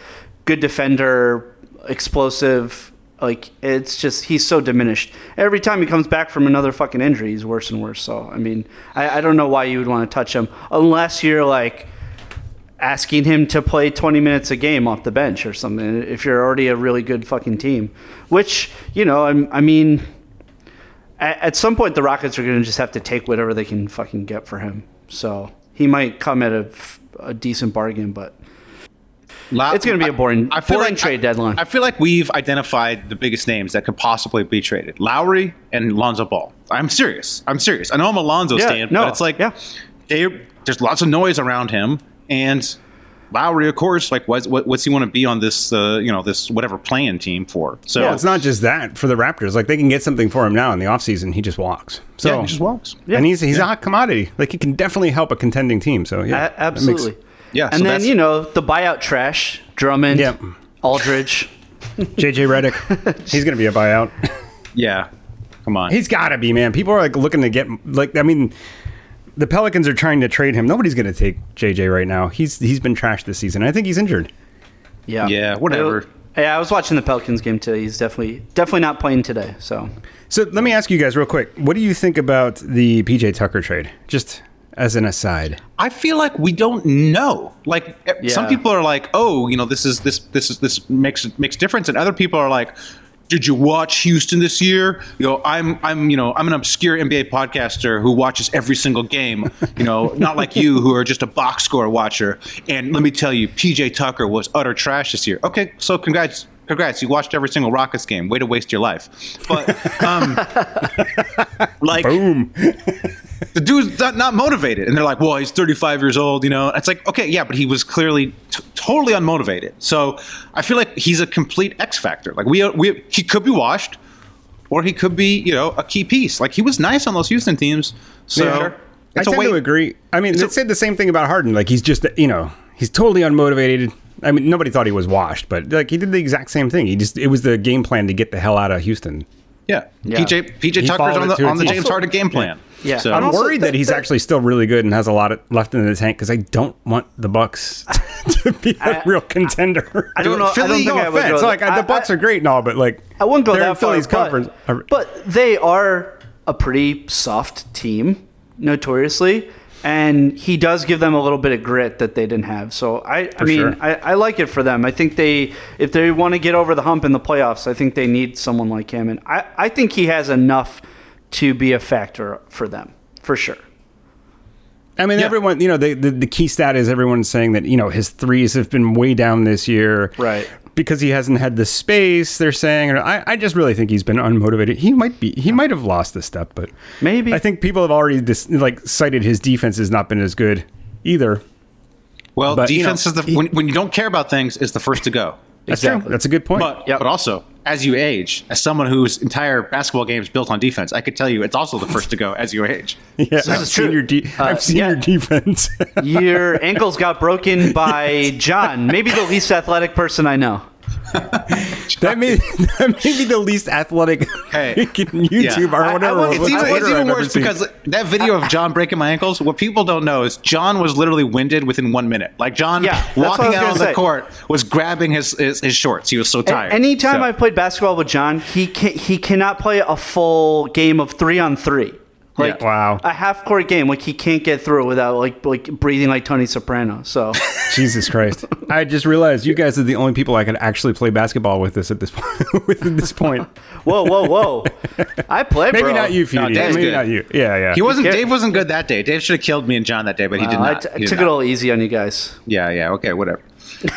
[SPEAKER 8] good defender, explosive. Like it's just he's so diminished. Every time he comes back from another fucking injury, he's worse and worse. So I mean, I, I don't know why you would want to touch him unless you're like asking him to play 20 minutes a game off the bench or something if you're already a really good fucking team which you know I'm, i mean at, at some point the rockets are going to just have to take whatever they can fucking get for him so he might come at a, f- a decent bargain but
[SPEAKER 1] La-
[SPEAKER 8] It's gonna be a boring- boring
[SPEAKER 1] like,
[SPEAKER 8] trade
[SPEAKER 1] I-
[SPEAKER 8] deadline.
[SPEAKER 1] I feel like we've identified the biggest names that could possibly be traded: Lowry and Lonzo Ball. I'm serious. I'm serious. I know I'm a Lonzo
[SPEAKER 8] Yeah,
[SPEAKER 1] stand,
[SPEAKER 8] no,
[SPEAKER 1] but it's like
[SPEAKER 8] yeah.
[SPEAKER 1] they, there's lots of noise around him, and Lowry, of course, like what's, what, what's he want to be on this, uh, you know, this whatever playing team for? So
[SPEAKER 2] Well, it's not just that for the Raptors. Like they can get something for him now in the offseason. He just walks. So
[SPEAKER 1] Yeah, he just walks.
[SPEAKER 2] And he's he's a hot commodity. Like he can definitely help a contending team. So yeah,
[SPEAKER 8] a-
[SPEAKER 2] that makes-
[SPEAKER 8] absolutely
[SPEAKER 1] Yeah,
[SPEAKER 8] and
[SPEAKER 1] so
[SPEAKER 8] then
[SPEAKER 1] that's-
[SPEAKER 8] you know the buyout trash drummond
[SPEAKER 2] Yep.
[SPEAKER 8] aldridge
[SPEAKER 2] JJ Redick, *laughs* he's gonna be a buyout.
[SPEAKER 1] Yeah, come on.
[SPEAKER 2] He's gotta be man. People are like looking to get like I mean, the Pelicans are trying to trade him. Nobody's gonna take JJ right now. He's he's been trashed this season. I think he's injured.
[SPEAKER 8] yeah
[SPEAKER 1] Yeah, whatever.
[SPEAKER 8] yeah i was watching the pelicans game today he's definitely definitely not playing today so
[SPEAKER 2] So let me ask you guys real quick. What do you think about the PJ Tucker trade? Just as an aside.
[SPEAKER 1] I feel like we don't know. Like eh, some
[SPEAKER 8] Yeah.
[SPEAKER 1] people are like, "Oh, you know, this is this this is this makes makes difference," and other people are like, "Did you watch Houston this year?" You know, I'm I'm you know I'm an obscure NBA podcaster who watches every single game. You know, not like you who are just a box score watcher. And let me tell you, PJ Tucker was utter trash this year. Okay, so congrats. Congrats! You watched every single Rockets game. Way to waste your life. But um, like,
[SPEAKER 2] Boom.
[SPEAKER 1] *laughs* the dude's not, not motivated and they're like well he's 35 years old you know it's like okay yeah but he was clearly t- totally unmotivated so i feel like he's a complete x factor like we, we he could be washed or he could be you know a key piece like he was nice on those houston teams so
[SPEAKER 2] Yeah. I
[SPEAKER 1] it's a
[SPEAKER 2] tend
[SPEAKER 1] wait-
[SPEAKER 2] to agree. I mean,
[SPEAKER 1] it's
[SPEAKER 2] they
[SPEAKER 1] a-
[SPEAKER 2] said the same thing about Harden. Like he's just, you know, he's totally unmotivated. I mean, nobody thought he was washed, but like he did the exact same thing. He just, it was the game plan to get the hell out of Houston.
[SPEAKER 1] yeah.
[SPEAKER 8] Yeah.
[SPEAKER 1] pj pj
[SPEAKER 2] He
[SPEAKER 1] tucker's
[SPEAKER 2] followed
[SPEAKER 1] on
[SPEAKER 2] it to
[SPEAKER 1] the
[SPEAKER 2] a
[SPEAKER 1] on the
[SPEAKER 2] T.
[SPEAKER 1] james
[SPEAKER 2] Also-
[SPEAKER 1] harden game plan
[SPEAKER 8] Yeah.
[SPEAKER 1] so
[SPEAKER 8] And
[SPEAKER 2] I'm
[SPEAKER 8] also
[SPEAKER 2] worried that,
[SPEAKER 8] that-
[SPEAKER 2] he's
[SPEAKER 8] that-
[SPEAKER 2] actually still really good and has a lot of, left in the tank because I don't want the Bucks *laughs* to be a
[SPEAKER 8] I-
[SPEAKER 2] real contender.
[SPEAKER 8] I don't know- I don't
[SPEAKER 2] Philly,
[SPEAKER 8] think
[SPEAKER 2] no
[SPEAKER 8] I would
[SPEAKER 2] offense.
[SPEAKER 8] go-
[SPEAKER 2] like I, the
[SPEAKER 8] I-
[SPEAKER 2] Bucks
[SPEAKER 8] I-
[SPEAKER 2] are great and all, but like
[SPEAKER 8] I wouldn't go
[SPEAKER 2] they're
[SPEAKER 8] that
[SPEAKER 2] in Philly's
[SPEAKER 8] far,
[SPEAKER 2] conference. Uh,
[SPEAKER 8] But, but they are a pretty soft team, notoriously, and he does give them a little bit of grit that they didn't have. So I, I mean,
[SPEAKER 2] sure.
[SPEAKER 8] I, I like it for them. I think they, if they want to get over the hump in the playoffs, I think they need someone like him, and I, I think he has enough to be a factor for them for sure.
[SPEAKER 2] I mean, everyone, you know, the, the the key stat is everyone's saying that you know his threes have been way down this year.
[SPEAKER 8] Right.
[SPEAKER 2] because he hasn't had the space. They're saying, or I, I just really think he's been unmotivated. He might be, he might have lost the step, but
[SPEAKER 8] Maybe.
[SPEAKER 2] I think people have already dis- like cited his defense has not been as good either.
[SPEAKER 1] Well,
[SPEAKER 2] But, you
[SPEAKER 1] defense
[SPEAKER 2] know,
[SPEAKER 1] is the when, when you don't care about things is the first to go.
[SPEAKER 2] That's
[SPEAKER 8] Exactly.
[SPEAKER 2] true. That's a good point.
[SPEAKER 1] But
[SPEAKER 8] Yep.
[SPEAKER 1] but also, as you age, as someone whose entire basketball game is built on defense, I could tell you it's also the first to go as you
[SPEAKER 8] *laughs*
[SPEAKER 1] age.
[SPEAKER 2] yeah,
[SPEAKER 8] this
[SPEAKER 2] I've
[SPEAKER 8] is
[SPEAKER 2] seen
[SPEAKER 8] true.
[SPEAKER 2] your de-
[SPEAKER 8] Uh,
[SPEAKER 2] I've seen
[SPEAKER 8] yeah.
[SPEAKER 2] your defense.
[SPEAKER 8] Your ankles got broken by John, maybe the least athletic person I know.
[SPEAKER 2] *laughs* that may that may be the least athletic
[SPEAKER 1] Hey.
[SPEAKER 2] *laughs* freaking YouTube
[SPEAKER 1] Yeah. I-
[SPEAKER 2] or
[SPEAKER 1] I
[SPEAKER 2] whatever.
[SPEAKER 1] want- it's even,
[SPEAKER 2] Twitter
[SPEAKER 1] it's even
[SPEAKER 2] I've ever
[SPEAKER 1] worse
[SPEAKER 2] seen.
[SPEAKER 1] because that video of John breaking my ankles. What people don't know is John was literally winded within one minute. Like John
[SPEAKER 8] Yeah, that's what I was
[SPEAKER 1] walking out
[SPEAKER 8] gonna
[SPEAKER 1] on the
[SPEAKER 8] say.
[SPEAKER 1] court was grabbing his his, his shorts. He was so
[SPEAKER 8] A-
[SPEAKER 1] tired.
[SPEAKER 8] Anytime
[SPEAKER 1] So-
[SPEAKER 8] I've played basketball with John, he can, he cannot play a full game of three on three. Like
[SPEAKER 2] Yeah. Wow.
[SPEAKER 8] a half court game, like he can't get through without like like breathing like Tony Soprano.
[SPEAKER 2] *laughs*
[SPEAKER 8] So
[SPEAKER 2] Jesus Christ! I just realized you guys are the only people I could actually play basketball with this at this *laughs* point. with at this point,
[SPEAKER 8] whoa whoa whoa, I play.
[SPEAKER 2] maybe
[SPEAKER 8] bro.
[SPEAKER 2] not you, Feudy.
[SPEAKER 1] Dave's
[SPEAKER 2] maybe
[SPEAKER 1] good.
[SPEAKER 2] not you. Yeah, yeah.
[SPEAKER 1] He wasn't.
[SPEAKER 8] Get-
[SPEAKER 1] Dave wasn't good that day. Dave should have killed me and John that day, but he did
[SPEAKER 8] I
[SPEAKER 1] not.
[SPEAKER 8] t-
[SPEAKER 1] He did
[SPEAKER 8] took
[SPEAKER 1] not.
[SPEAKER 8] it all easy on you guys.
[SPEAKER 1] Yeah, yeah. Okay,
[SPEAKER 8] *laughs*
[SPEAKER 1] whatever.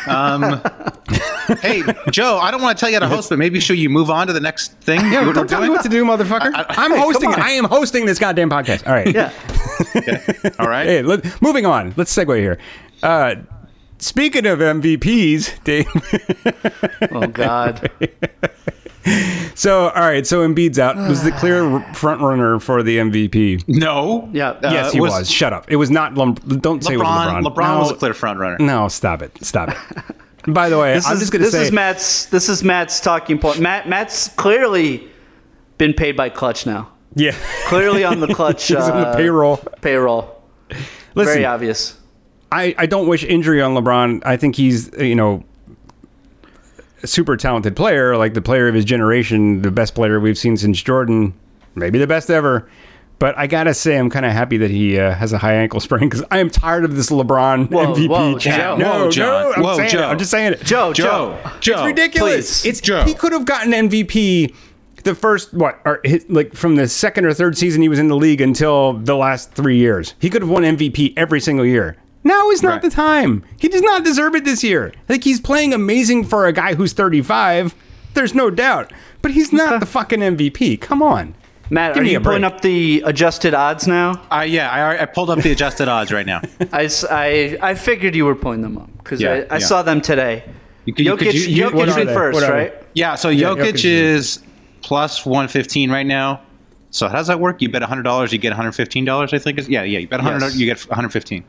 [SPEAKER 1] Um, *laughs* hey, Joe, I don't want to tell you how to host, but maybe should you move on to the next thing?
[SPEAKER 2] Yeah,
[SPEAKER 1] we're
[SPEAKER 2] don't tell me
[SPEAKER 1] doing?
[SPEAKER 2] what to do, motherfucker. I, am
[SPEAKER 8] Hey, come
[SPEAKER 2] hosting.
[SPEAKER 8] on.
[SPEAKER 2] I am hosting this goddamn podcast. All right.
[SPEAKER 8] Yeah,
[SPEAKER 1] All right.
[SPEAKER 2] Hey, let, moving on. Let's segue here. Uh, speaking of MVPs, Dave. *laughs*
[SPEAKER 8] oh god,
[SPEAKER 2] So, all right. So Embiid's out. Was the clear r- front runner for the MVP?
[SPEAKER 1] No.
[SPEAKER 8] Yeah.
[SPEAKER 2] yes, he Uh, was, Shut up. It was not. Lem- don't say it was
[SPEAKER 1] uh, LeBron.
[SPEAKER 2] LeBron.
[SPEAKER 1] LeBron was a clear front runner.
[SPEAKER 2] No, stop it. Stop it. By the way,
[SPEAKER 8] this
[SPEAKER 2] I'm
[SPEAKER 8] is
[SPEAKER 2] just going to
[SPEAKER 8] this
[SPEAKER 2] say
[SPEAKER 8] is Matt's this is Matt's talking point. Matt Matt's clearly been paid by Clutch now.
[SPEAKER 2] Yeah.
[SPEAKER 8] Clearly
[SPEAKER 2] *laughs*
[SPEAKER 8] on the Clutch.
[SPEAKER 2] He's on the
[SPEAKER 8] uh,
[SPEAKER 2] payroll.
[SPEAKER 8] Payroll.
[SPEAKER 2] Listen,
[SPEAKER 8] Very obvious.
[SPEAKER 2] I, I don't wish injury on LeBron. I think he's, you know, a super talented player, like the player of his generation, the best player we've seen since Jordan, maybe the best ever. But I got to say, I'm kind of happy that he uh, has a high ankle sprain because I am tired of this LeBron
[SPEAKER 8] Whoa,
[SPEAKER 2] MVP.
[SPEAKER 8] whoa,
[SPEAKER 2] chat.
[SPEAKER 8] Joe.
[SPEAKER 2] No,
[SPEAKER 1] Whoa, John.
[SPEAKER 2] no, I'm,
[SPEAKER 1] Whoa,
[SPEAKER 2] saying it.
[SPEAKER 1] Joe.
[SPEAKER 2] I'm just saying it.
[SPEAKER 8] Joe,
[SPEAKER 1] Oh, Joe.
[SPEAKER 8] Joe.
[SPEAKER 1] Joe.
[SPEAKER 2] It's ridiculous.
[SPEAKER 8] Oh, please.
[SPEAKER 2] It's
[SPEAKER 1] Joe.
[SPEAKER 2] he could have gotten MVP the first what or hit, like from the second or third season he was in the league until the last three years. He could have won MVP every single year. Now is not
[SPEAKER 1] Right.
[SPEAKER 2] the time. He does not deserve it this year. Like he's playing amazing for a guy who's 35. There's no doubt, but he's not the fucking MVP. Come on,
[SPEAKER 8] Matt,
[SPEAKER 2] Give
[SPEAKER 8] are
[SPEAKER 2] me
[SPEAKER 8] you
[SPEAKER 2] a break.
[SPEAKER 8] pulling up the adjusted odds now?
[SPEAKER 1] I yeah, I, already- I pulled up the adjusted odds right now.
[SPEAKER 8] I, s- I- I figured you were pulling them up because
[SPEAKER 1] Yeah,
[SPEAKER 8] I, I
[SPEAKER 1] yeah.
[SPEAKER 8] saw them today.
[SPEAKER 1] You could- you
[SPEAKER 8] Jokic,
[SPEAKER 1] could- you- you-
[SPEAKER 2] what
[SPEAKER 8] Jokic
[SPEAKER 2] are
[SPEAKER 8] in
[SPEAKER 2] they?
[SPEAKER 8] first,
[SPEAKER 2] What are
[SPEAKER 8] right?
[SPEAKER 1] Yeah, so
[SPEAKER 2] Jokic
[SPEAKER 1] Jokic
[SPEAKER 2] is-
[SPEAKER 1] is plus 115 right now. So how does that work? You bet $100, you get $115, I think. is- Yeah, yeah, you bet 100
[SPEAKER 8] Yes.
[SPEAKER 1] you get 115.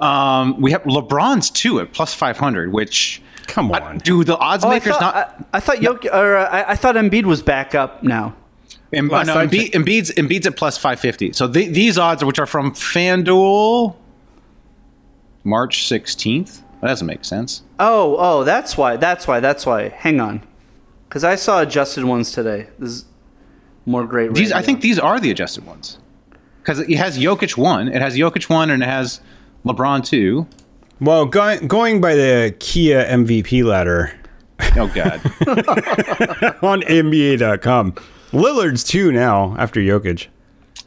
[SPEAKER 1] Um, we have LeBron's too at plus 500, which
[SPEAKER 2] Come
[SPEAKER 1] I-
[SPEAKER 2] on.
[SPEAKER 1] dude, the odds
[SPEAKER 8] Oh, I
[SPEAKER 1] makers
[SPEAKER 8] thought,
[SPEAKER 1] not
[SPEAKER 8] I, I thought Jokic, or uh, I, I thought Embiid was back up now.
[SPEAKER 1] Em-
[SPEAKER 2] Last
[SPEAKER 1] no,
[SPEAKER 2] time-
[SPEAKER 1] Embiid, Embiid's, Embiid's at plus 550. So the, these odds, which are from FanDuel, March 16th. That doesn't make sense.
[SPEAKER 8] Oh, oh, that's why. That's why. That's why. Hang on, because I saw adjusted ones today. This is more great.
[SPEAKER 1] These, I
[SPEAKER 8] radio.
[SPEAKER 1] think these are the adjusted ones. Because it has Jokic 1. It has Jokic 1 and it has LeBron 2.
[SPEAKER 2] Well, going going by the Kia MVP ladder
[SPEAKER 1] Oh,
[SPEAKER 2] *laughs*
[SPEAKER 1] God.
[SPEAKER 2] on NBA.com, Lillard's two now after Jokic.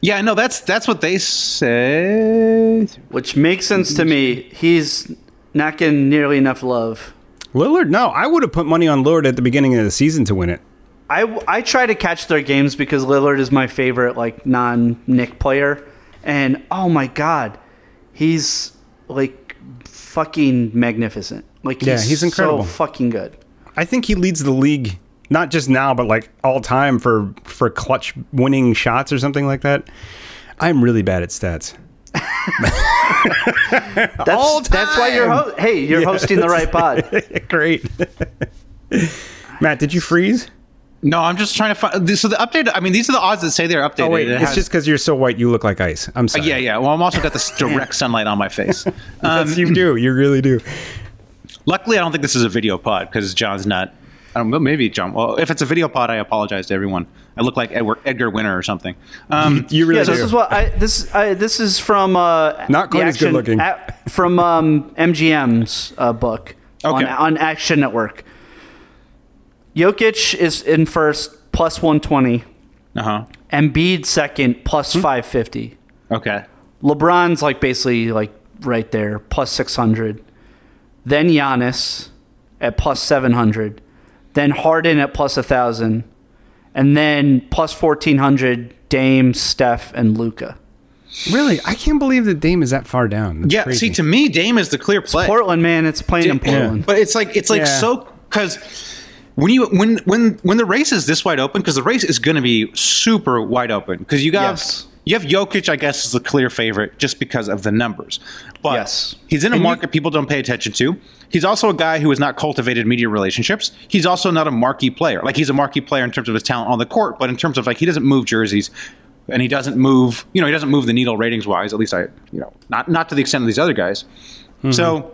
[SPEAKER 1] yeah, no, that's that's what they say.
[SPEAKER 8] which makes sense to me. He's not getting nearly enough love.
[SPEAKER 2] Lillard? No, I would have put money on Lillard at the beginning of the season to win it.
[SPEAKER 8] I, I try to catch their games because Lillard is my favorite like non Nick player, and oh my god, he's like fucking magnificent. Like he's,
[SPEAKER 2] Yeah, he's incredible.
[SPEAKER 8] so fucking good.
[SPEAKER 2] I think he leads the league not just now but like all time for for clutch winning shots or something like that. I'm really bad at stats. *laughs*
[SPEAKER 8] That's that's why you're ho- hey you're hosting the right
[SPEAKER 2] *laughs*
[SPEAKER 8] pod.
[SPEAKER 2] Great. Matt, did you freeze?
[SPEAKER 1] No, I'm just trying to find. So the update, I mean, these are the odds that say they're updated.
[SPEAKER 2] Oh wait,
[SPEAKER 1] It
[SPEAKER 2] it's
[SPEAKER 1] has-
[SPEAKER 2] just because you're so white you look like ice. I'm sorry.
[SPEAKER 1] Uh, Yeah, yeah. Well, I'm also got this direct sunlight on
[SPEAKER 2] *laughs*
[SPEAKER 1] my face. Um,
[SPEAKER 2] Yes, you do. You really do.
[SPEAKER 1] Luckily, I don't think this is a video pod because John's not. I don't know, maybe John. Well, if it's a video pod, I apologize to everyone. I look like Edward, Edgar Winter or something. Um,
[SPEAKER 2] *laughs* You really
[SPEAKER 8] Yeah,
[SPEAKER 2] do.
[SPEAKER 8] this is what I this I, this is from uh,
[SPEAKER 2] Not
[SPEAKER 8] the
[SPEAKER 2] quite as
[SPEAKER 8] Action-
[SPEAKER 2] good-looking.
[SPEAKER 8] a- from um, MGM's uh, book on,
[SPEAKER 1] Okay.
[SPEAKER 8] on Action Network. Jokic is in first plus one twenty.
[SPEAKER 1] uh huh.
[SPEAKER 8] Embiid second plus
[SPEAKER 1] Hmm?
[SPEAKER 8] 550.
[SPEAKER 1] Okay.
[SPEAKER 8] LeBron's like basically like right there plus 600. Then Giannis, at plus 700, then Harden at plus 1,000, and then plus 1,400 Dame, Steph, and Luca.
[SPEAKER 2] Really, I can't believe that Dame is that far down. That's
[SPEAKER 1] Yeah,
[SPEAKER 2] crazy.
[SPEAKER 1] see, to me, Dame is the clear play.
[SPEAKER 8] Portland, man, it's playing in
[SPEAKER 1] Yeah.
[SPEAKER 8] Portland.
[SPEAKER 1] But it's like it's like
[SPEAKER 2] Yeah.
[SPEAKER 1] so because when you when when when the race is this wide open because the race is going to be super wide open because you have
[SPEAKER 8] Yes.
[SPEAKER 1] you have Jokic I guess is the clear favorite just because of the numbers. But
[SPEAKER 8] Yes.
[SPEAKER 1] he's in a market people don't pay attention to. He's also a guy who has not cultivated media relationships. He's also not a marquee player. Like he's a marquee player in terms of his talent on the court, but in terms of like he doesn't move jerseys. And he doesn't move, you know, he doesn't move the needle ratings wise. At least I, you know, not not to the extent of these other guys.
[SPEAKER 8] Mm-hmm.
[SPEAKER 1] So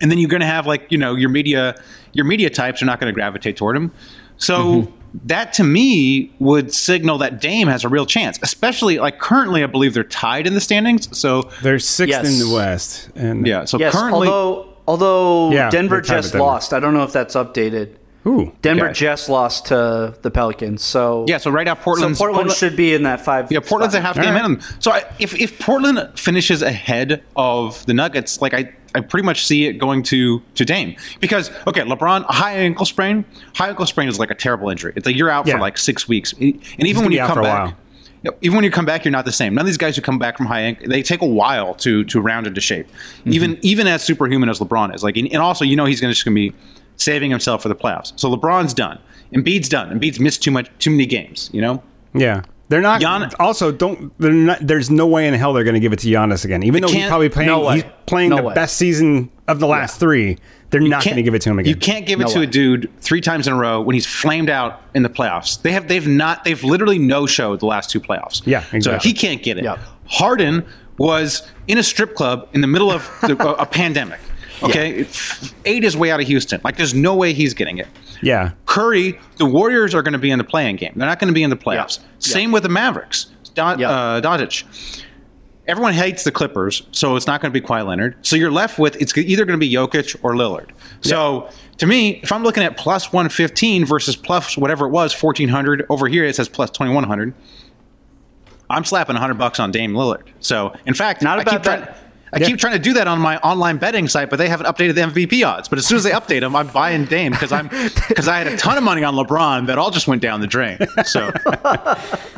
[SPEAKER 1] and then you're going to have like you know your media your media types are not going to gravitate toward him so
[SPEAKER 8] Mm-hmm.
[SPEAKER 1] that to me would signal that dame has a real chance especially like currently i believe they're tied in the standings so
[SPEAKER 2] they're sixth
[SPEAKER 8] Yes.
[SPEAKER 2] in the West, and
[SPEAKER 1] yeah so
[SPEAKER 8] Yes,
[SPEAKER 1] currently
[SPEAKER 8] although although
[SPEAKER 2] Yeah,
[SPEAKER 8] Denver
[SPEAKER 2] they're tied with
[SPEAKER 8] just
[SPEAKER 2] Denver.
[SPEAKER 8] lost. I don't know if that's updated.
[SPEAKER 2] ooh,
[SPEAKER 8] Denver
[SPEAKER 1] Okay.
[SPEAKER 8] just lost to the Pelicans, so
[SPEAKER 1] yeah so right now
[SPEAKER 8] so
[SPEAKER 1] portland's,
[SPEAKER 8] Portland
[SPEAKER 1] Portland-
[SPEAKER 8] should be in that five.
[SPEAKER 1] yeah portland's a half
[SPEAKER 8] spot.
[SPEAKER 1] game
[SPEAKER 2] All right.
[SPEAKER 1] in on them. so I, if, if portland finishes ahead of the nuggets like i I pretty much see it going to to Dame because okay, LeBron a high ankle sprain. High ankle sprain is like a terrible injury. It's like you're out
[SPEAKER 2] Yeah.
[SPEAKER 1] for like six weeks, E, and even
[SPEAKER 2] gonna
[SPEAKER 1] when
[SPEAKER 2] be
[SPEAKER 1] you
[SPEAKER 2] out
[SPEAKER 1] come
[SPEAKER 2] for a
[SPEAKER 1] back,
[SPEAKER 2] while.
[SPEAKER 1] Yep. Even when you come back, you're not the same. None of these guys who come back from high end, they take a while to to round into shape.
[SPEAKER 2] Mm-hmm.
[SPEAKER 1] Even even as superhuman as LeBron is, like, and, and also you know he's going to just going to be saving himself for the playoffs. So LeBron's done, Embiid's done, Embiid's missed too much, too many games. You know,
[SPEAKER 2] yeah. They're not.
[SPEAKER 1] Gian-
[SPEAKER 2] also, don't. They're not. There's no way in hell they're going to give it to Giannis again. Even though he's
[SPEAKER 1] can't-
[SPEAKER 2] probably playing.
[SPEAKER 8] no way.
[SPEAKER 2] he's playing
[SPEAKER 8] No
[SPEAKER 2] the
[SPEAKER 8] way.
[SPEAKER 2] best season of the last three. They're not
[SPEAKER 1] Can't-
[SPEAKER 2] going to give it to him again.
[SPEAKER 1] You can't give it
[SPEAKER 8] No
[SPEAKER 1] to
[SPEAKER 8] way.
[SPEAKER 1] a dude three times in a row when he's flamed out in the playoffs. They have they've not they've literally no showed the last two playoffs.
[SPEAKER 2] Yeah,
[SPEAKER 1] so
[SPEAKER 2] exactly.
[SPEAKER 1] he can't get it.
[SPEAKER 8] Yeah.
[SPEAKER 1] Harden was in a strip club in the middle of
[SPEAKER 8] *laughs*
[SPEAKER 1] the, a, a pandemic. Okay, eight is way out of Houston. Like there's no way he's getting it.
[SPEAKER 2] Yeah.
[SPEAKER 1] Curry, the Warriors are going to be in the playing game. They're not going to be in the playoffs. Same with the Mavericks. Don,
[SPEAKER 8] Yeah.
[SPEAKER 1] uh, Doncic. Everyone hates the Clippers, so it's not going to be Kawhi Leonard. So you're left with it's either going to be Jokic or Lillard. So to me, if I'm looking at plus 115 versus plus whatever it was, 1400 over here, it says plus 2100. I'm slapping 100 bucks on Dame Lillard. So in fact,
[SPEAKER 8] Not a
[SPEAKER 1] I
[SPEAKER 8] bad
[SPEAKER 1] keep trying.
[SPEAKER 8] bet.
[SPEAKER 1] I keep trying to do that on my online betting site, but they haven't updated the MVP odds. But as soon as they update them, I'm buying Dame because I'm because I had a ton of money on LeBron that all just went down the drain.
[SPEAKER 8] *laughs*
[SPEAKER 1] So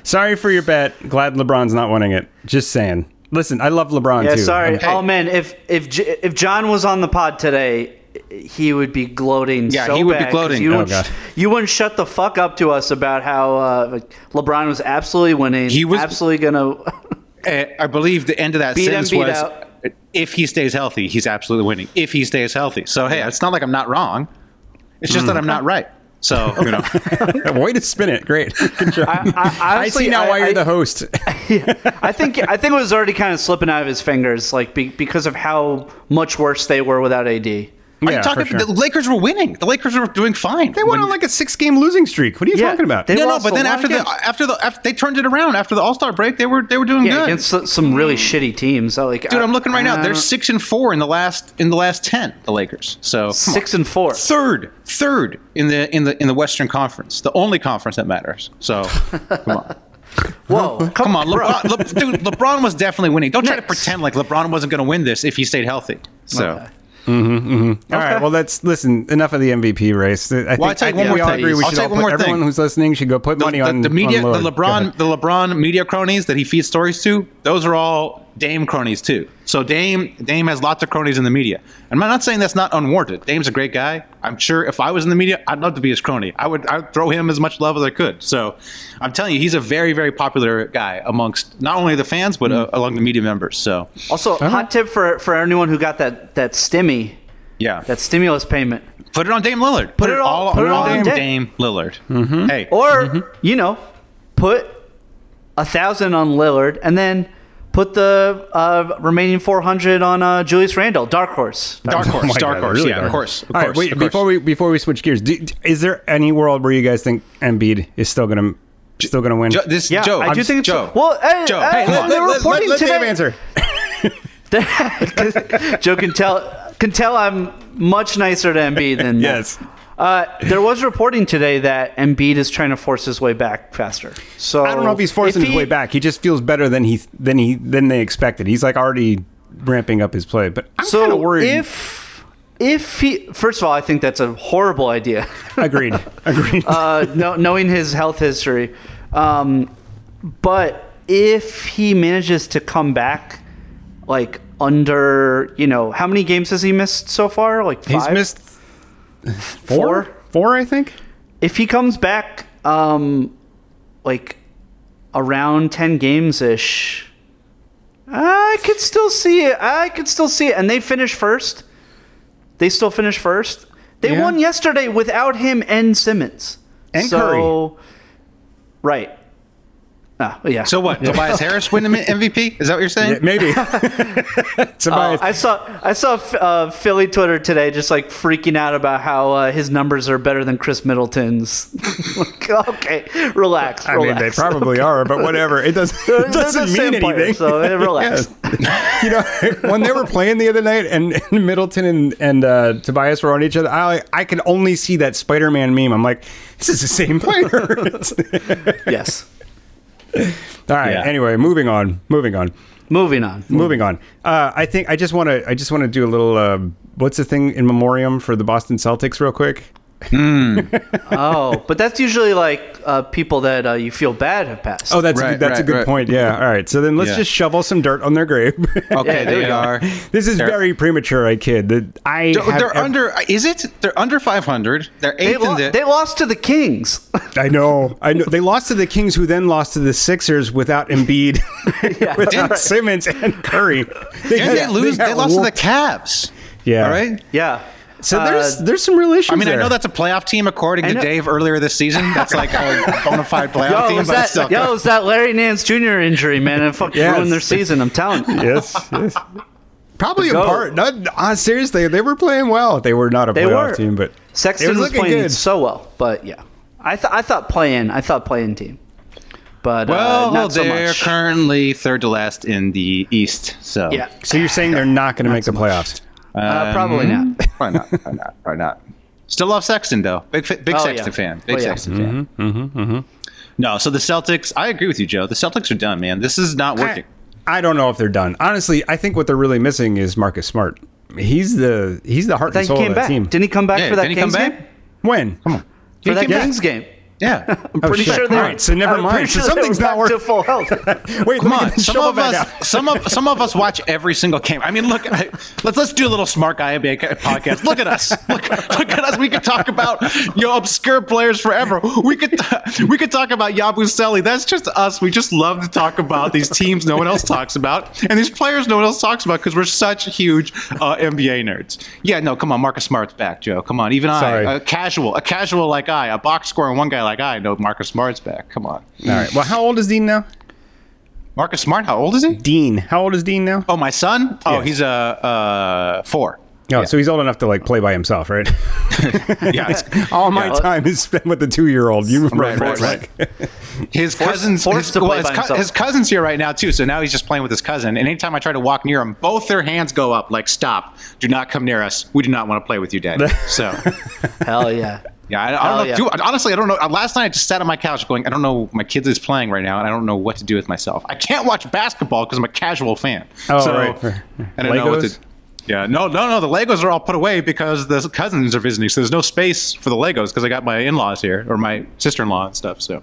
[SPEAKER 2] Sorry for your bet. Glad LeBron's not winning it. Just saying. Listen, I love LeBron
[SPEAKER 8] Yeah,
[SPEAKER 2] too.
[SPEAKER 8] sorry.
[SPEAKER 1] Hey.
[SPEAKER 8] Oh man, if if J- if John was on the pod today, he would be gloating.
[SPEAKER 1] Yeah,
[SPEAKER 8] so
[SPEAKER 1] he would be
[SPEAKER 8] bad 'cause
[SPEAKER 1] gloating.
[SPEAKER 8] You
[SPEAKER 1] Oh,
[SPEAKER 8] wouldn't,
[SPEAKER 2] God.
[SPEAKER 8] you wouldn't shut the fuck up to us about how uh, LeBron was absolutely winning.
[SPEAKER 1] He was-
[SPEAKER 8] absolutely gonna. *laughs*
[SPEAKER 1] uh, I believe the end of that
[SPEAKER 8] Beat him,
[SPEAKER 1] sentence
[SPEAKER 8] beat
[SPEAKER 1] was
[SPEAKER 8] out.
[SPEAKER 1] if he stays healthy, he's absolutely winning. If he stays healthy, so hey, it's not like I'm not wrong. It's just that I'm not right. So you know,
[SPEAKER 2] *laughs* Way to spin it. Great. Good
[SPEAKER 1] *laughs*
[SPEAKER 2] job.
[SPEAKER 8] I, I,
[SPEAKER 2] *laughs* I
[SPEAKER 8] honestly,
[SPEAKER 2] see now
[SPEAKER 8] I-
[SPEAKER 2] why you're
[SPEAKER 8] I-
[SPEAKER 2] the host.
[SPEAKER 8] *laughs*
[SPEAKER 2] *laughs*
[SPEAKER 8] I think I think it was already kind of slipping out of his fingers, like be, because of how much worse they were without AD.
[SPEAKER 1] Are you talking? The Lakers were winning. The Lakers were doing fine.
[SPEAKER 2] They went
[SPEAKER 1] When-
[SPEAKER 2] on like a six-game losing streak. What are you
[SPEAKER 8] Yeah,
[SPEAKER 2] talking about?
[SPEAKER 8] they
[SPEAKER 1] no, no.
[SPEAKER 8] lost
[SPEAKER 1] But
[SPEAKER 8] a
[SPEAKER 1] then
[SPEAKER 8] lot of
[SPEAKER 1] after the,
[SPEAKER 8] games.
[SPEAKER 1] after the after they turned it around after the All Star break, they were they were doing
[SPEAKER 8] Yeah,
[SPEAKER 1] good Mm.
[SPEAKER 8] against Uh, so- some really shitty teams. So, Like,
[SPEAKER 1] Dude, I'm looking right now.
[SPEAKER 8] I
[SPEAKER 1] They're
[SPEAKER 8] don't-
[SPEAKER 1] six and four in the last in the last ten. The Lakers. So come on.
[SPEAKER 8] six and four.
[SPEAKER 1] third, third in the in the in the Western Conference, the only conference that matters.
[SPEAKER 8] *laughs*
[SPEAKER 1] So come on,
[SPEAKER 8] Whoa, come,
[SPEAKER 1] come on, LeBron, Le, dude, LeBron was definitely winning. Don't try to
[SPEAKER 8] Next.
[SPEAKER 1] pretend like LeBron wasn't going to win this if he stayed healthy. So
[SPEAKER 8] Okay.
[SPEAKER 2] All right. Well, that's listen. Enough of the MVP race. I think,
[SPEAKER 1] I'll tell you
[SPEAKER 2] I think
[SPEAKER 1] one more
[SPEAKER 2] we all
[SPEAKER 1] thing.
[SPEAKER 2] agree. We
[SPEAKER 1] I'll
[SPEAKER 2] should
[SPEAKER 1] tell
[SPEAKER 2] all
[SPEAKER 1] you one
[SPEAKER 2] put,
[SPEAKER 1] more
[SPEAKER 2] everyone
[SPEAKER 1] thing.
[SPEAKER 2] who's listening should go put
[SPEAKER 1] the,
[SPEAKER 2] money
[SPEAKER 1] the-
[SPEAKER 2] on
[SPEAKER 1] the media,
[SPEAKER 2] on
[SPEAKER 1] the
[SPEAKER 2] Lillard. Go
[SPEAKER 1] LeBron,
[SPEAKER 2] ahead.
[SPEAKER 1] the LeBron media cronies that he feeds stories to. Those are all Dame cronies too. So Dame, Dame has lots of cronies in the media. And I'm not saying that's not unwarranted. Dame's a great guy. I'm sure if I was in the media, I'd love to be his crony. I would, I'd throw him as much love as I could. So I'm telling you, he's a very, very popular guy amongst not only the fans but uh, along the media members. So
[SPEAKER 8] Also, hot tip for for anyone who got that that stimmy,
[SPEAKER 1] yeah,
[SPEAKER 8] that stimulus payment,
[SPEAKER 1] put it on Dame Lillard. Put,
[SPEAKER 8] it all- put it all on
[SPEAKER 1] Dame, Mm-hmm.
[SPEAKER 8] Dame.
[SPEAKER 1] Lillard. Hey,
[SPEAKER 8] or
[SPEAKER 2] Mm-hmm.
[SPEAKER 8] you know, put a thousand on Lillard, and then put the uh, remaining four hundred on uh, Julius Randle, dark horse.
[SPEAKER 1] dark
[SPEAKER 2] Oh
[SPEAKER 1] horse,
[SPEAKER 2] my
[SPEAKER 1] dark
[SPEAKER 2] God,
[SPEAKER 1] horse.
[SPEAKER 2] really
[SPEAKER 1] yeah,
[SPEAKER 2] dark.
[SPEAKER 1] of course. Of
[SPEAKER 2] All right,
[SPEAKER 1] course,
[SPEAKER 2] wait,
[SPEAKER 1] of course.
[SPEAKER 2] before we before we switch gears, do, d- is there any world where you guys think Embiid is still gonna still gonna win?
[SPEAKER 1] Joe, this
[SPEAKER 8] Yeah,
[SPEAKER 1] Joe.
[SPEAKER 8] I do
[SPEAKER 1] I'm-
[SPEAKER 8] think it's-
[SPEAKER 1] Joe.
[SPEAKER 8] well, hey,
[SPEAKER 1] Joe,
[SPEAKER 8] hey,
[SPEAKER 1] come
[SPEAKER 8] let-
[SPEAKER 1] on.
[SPEAKER 8] let- let- reporting
[SPEAKER 2] let, let Dave
[SPEAKER 8] today-
[SPEAKER 2] answer.
[SPEAKER 8] *laughs*
[SPEAKER 2] *laughs*
[SPEAKER 8] Joe can tell can tell I'm much nicer to Embiid than
[SPEAKER 2] Yes.
[SPEAKER 8] Uh, there was reporting today that Embiid is trying to force his way back faster. So
[SPEAKER 2] I don't know if he's forcing
[SPEAKER 8] if
[SPEAKER 2] his
[SPEAKER 8] he-
[SPEAKER 2] way back. He just feels better than he than he than they expected. He's like already ramping up his play. But I'm
[SPEAKER 8] So
[SPEAKER 2] kind of worried.
[SPEAKER 8] if If he, first of all, I think that's a horrible idea. *laughs*
[SPEAKER 2] Agreed. Agreed.
[SPEAKER 8] uh, no, knowing his health history, um, but if he manages to come back, like under, you know, how many games has he missed so far? Like five.
[SPEAKER 2] He's missed four?
[SPEAKER 8] Four?
[SPEAKER 2] Four, I think.
[SPEAKER 8] if he comes back um like around 10 games ish i could still see it i could still see it and they finish first they still finish first they
[SPEAKER 2] Yeah.
[SPEAKER 8] won yesterday without him and simmons
[SPEAKER 2] And
[SPEAKER 8] so, right Ah, yeah
[SPEAKER 1] So what? Tobias Harris win the *laughs* MVP? Is that what you're saying?
[SPEAKER 2] Yeah, maybe. *laughs* Tobias.
[SPEAKER 8] Uh, I saw I saw uh, Philly Twitter today just like freaking out about how uh, his numbers are better than Chris Middleton's. *laughs* Like, okay, relax.
[SPEAKER 2] I mean, they
[SPEAKER 8] Oh, relax.
[SPEAKER 2] probably are, but whatever. It doesn't,
[SPEAKER 8] They're-
[SPEAKER 2] it
[SPEAKER 8] they're the
[SPEAKER 2] doesn't mean
[SPEAKER 8] same player,
[SPEAKER 2] anything.
[SPEAKER 8] so, eh, relax.
[SPEAKER 2] Yeah. *laughs* You know, when they were playing the other night and, and Middleton and, and uh, Tobias were on each other, I I could only see that Spider Man meme. I'm like, this is the same player. *laughs*
[SPEAKER 8] yes.
[SPEAKER 2] All right.
[SPEAKER 1] Yeah.
[SPEAKER 2] Anyway, moving on. Moving on.
[SPEAKER 8] Moving on.
[SPEAKER 2] Moving on. Uh, I think I just want to. I just want to do a little. Uh, what's the thing in memoriam for the Boston Celtics, real quick?
[SPEAKER 8] Oh, but that's usually like uh, people that uh, you feel bad have passed.
[SPEAKER 2] Oh, that's a,
[SPEAKER 1] Right,
[SPEAKER 2] good- that's a
[SPEAKER 1] right,
[SPEAKER 2] good
[SPEAKER 1] right.
[SPEAKER 2] point. Yeah. All right. So then let's
[SPEAKER 1] Yeah.
[SPEAKER 2] just shovel some dirt on their grave. *laughs*
[SPEAKER 1] Okay,
[SPEAKER 8] Yeah, there
[SPEAKER 1] they
[SPEAKER 8] you go.
[SPEAKER 1] are.
[SPEAKER 2] this is
[SPEAKER 1] They're-
[SPEAKER 2] very premature, I kid. That I
[SPEAKER 1] They're,
[SPEAKER 2] have
[SPEAKER 1] they're
[SPEAKER 2] ev-
[SPEAKER 1] under. Is it? They're under 500. They're
[SPEAKER 8] they,
[SPEAKER 1] eighth
[SPEAKER 8] lo-
[SPEAKER 1] in the.
[SPEAKER 8] they lost to the Kings. *laughs*
[SPEAKER 2] I know. I know. They lost to the Kings, who then lost to the Sixers without Embiid, *laughs* without Simmons and Curry. They,
[SPEAKER 1] didn't they lose? They,
[SPEAKER 2] got
[SPEAKER 1] lost to the
[SPEAKER 2] whooped.
[SPEAKER 1] Cavs.
[SPEAKER 2] Yeah.
[SPEAKER 1] All right.
[SPEAKER 8] yeah.
[SPEAKER 2] So
[SPEAKER 8] Uh,
[SPEAKER 2] there's there's some real issues.
[SPEAKER 1] I mean, I
[SPEAKER 2] there.
[SPEAKER 1] know that's a playoff team according
[SPEAKER 8] I
[SPEAKER 1] to
[SPEAKER 8] know-
[SPEAKER 1] Dave earlier this season. That's like *laughs* a bona fide playoff
[SPEAKER 8] Yo,
[SPEAKER 1] team,
[SPEAKER 8] it was
[SPEAKER 1] but it's
[SPEAKER 8] that,
[SPEAKER 1] still.
[SPEAKER 8] yo, it was that Larry Nance Jr. injury, man. It fucking
[SPEAKER 2] Yes.
[SPEAKER 8] ruined their season,
[SPEAKER 2] *laughs*
[SPEAKER 8] I'm telling
[SPEAKER 2] *laughs*
[SPEAKER 8] you.
[SPEAKER 2] yes, yes. Probably in
[SPEAKER 8] Go.
[SPEAKER 2] part. Not uh, seriously, they were playing well. They were not a
[SPEAKER 8] They
[SPEAKER 2] playoff
[SPEAKER 8] were.
[SPEAKER 2] team, but
[SPEAKER 8] Sexton
[SPEAKER 2] it was
[SPEAKER 8] was,
[SPEAKER 2] looking
[SPEAKER 8] playing
[SPEAKER 2] good.
[SPEAKER 8] so well, but yeah. I, th- I thought play-in. I thought play-in team. But uh,
[SPEAKER 1] Well,
[SPEAKER 8] not so
[SPEAKER 1] they're
[SPEAKER 8] much.
[SPEAKER 1] currently third to last in the East. So
[SPEAKER 8] yeah.
[SPEAKER 2] so you're saying they're not going to make the playoffs?
[SPEAKER 8] Uh, probably not.
[SPEAKER 1] why not? *laughs* Why not? Why not? Still love Sexton though. Big fa- big
[SPEAKER 8] Oh,
[SPEAKER 1] Sexton
[SPEAKER 8] yeah.
[SPEAKER 1] fan. Big
[SPEAKER 8] Oh, yeah.
[SPEAKER 1] Sexton fan. Mm-hmm, No, so the Celtics. I agree with you, Joe. The Celtics are done, man. This is not working.
[SPEAKER 2] I don't know if they're done. Honestly, I think what they're really missing is Marcus Smart. He's the he's the heart
[SPEAKER 8] Then
[SPEAKER 2] and
[SPEAKER 8] he
[SPEAKER 2] soul
[SPEAKER 8] came
[SPEAKER 2] of that
[SPEAKER 8] back.
[SPEAKER 2] uh, team.
[SPEAKER 8] Didn't he come back
[SPEAKER 1] Yeah,
[SPEAKER 8] for that
[SPEAKER 1] didn't he come
[SPEAKER 8] Kings game?
[SPEAKER 1] back?
[SPEAKER 2] when? Come on.
[SPEAKER 8] For that
[SPEAKER 2] came back.
[SPEAKER 8] Kings game. *laughs*
[SPEAKER 1] Yeah, I'm
[SPEAKER 2] Oh,
[SPEAKER 1] pretty
[SPEAKER 2] shit.
[SPEAKER 1] sure.
[SPEAKER 2] All right, so never
[SPEAKER 8] I'm
[SPEAKER 2] mind.
[SPEAKER 8] pretty
[SPEAKER 2] So
[SPEAKER 8] sure they
[SPEAKER 2] something's
[SPEAKER 8] were
[SPEAKER 2] not
[SPEAKER 8] *laughs* back
[SPEAKER 2] working.
[SPEAKER 8] to full
[SPEAKER 2] *laughs*
[SPEAKER 8] health.
[SPEAKER 2] *laughs* Wait, let
[SPEAKER 1] Come
[SPEAKER 2] me
[SPEAKER 1] on,
[SPEAKER 2] get the
[SPEAKER 1] some
[SPEAKER 2] shovel
[SPEAKER 1] of
[SPEAKER 2] back
[SPEAKER 1] us,
[SPEAKER 2] out.
[SPEAKER 1] some of some of us watch every single game. I mean, look, I, let's let's do a little smart guy NBA podcast. Look at *laughs* us, look, look at us. We could talk about you know, obscure players forever. We could we could talk about Yabusele. That's just us. We just love to talk about these teams no one else talks about and these players no one else talks about because we're such huge uh, NBA nerds. Yeah, no, come on, Marcus Smart's back, Joe. Come on, even
[SPEAKER 2] Sorry.
[SPEAKER 1] I, a casual, a casual like I, a box score and one guy like I know Marcus Smart's back. Come on,
[SPEAKER 2] All right. Well, how old is Dean now?
[SPEAKER 1] Marcus Smart, how old is he?
[SPEAKER 2] Dean. How old is Dean now?
[SPEAKER 1] Oh, my son? Oh,
[SPEAKER 2] Yeah.
[SPEAKER 1] he's a uh, uh, four.
[SPEAKER 2] Oh, so he's old enough to like play by himself, right?
[SPEAKER 1] Yeah,
[SPEAKER 2] *laughs*
[SPEAKER 1] it's-
[SPEAKER 2] All my
[SPEAKER 8] Yeah.
[SPEAKER 2] time is spent with the two-year-old. You remember
[SPEAKER 1] Right, right,
[SPEAKER 2] Forrest.
[SPEAKER 1] right. his cousins.
[SPEAKER 8] forced
[SPEAKER 1] his,
[SPEAKER 8] to play
[SPEAKER 1] well, his,
[SPEAKER 8] by
[SPEAKER 1] cou-
[SPEAKER 8] himself.
[SPEAKER 1] his cousin's here right now too, so now he's just playing with his cousin. And anytime I try to walk near him, both their hands go up, like "Stop! Do not come near us. We do not want to play with you,
[SPEAKER 8] *laughs*
[SPEAKER 1] Daddy." So,
[SPEAKER 8] Hell yeah.
[SPEAKER 1] yeah, I, I
[SPEAKER 8] Hell
[SPEAKER 1] don't know.
[SPEAKER 8] yeah.
[SPEAKER 1] Dude, honestly, I don't know. Last night I just sat on my couch going, "I don't know. My kids is playing right now, and I don't know what to do with myself. I can't watch basketball because I'm a casual fan.
[SPEAKER 2] Oh,
[SPEAKER 1] so,
[SPEAKER 2] right.
[SPEAKER 1] I don't know what
[SPEAKER 2] Legos?
[SPEAKER 1] to." Yeah, no, no, no. The Legos are all put away because the cousins are visiting, so there's no space for the Legos because I got my in-laws here or my sister-in-law and stuff. So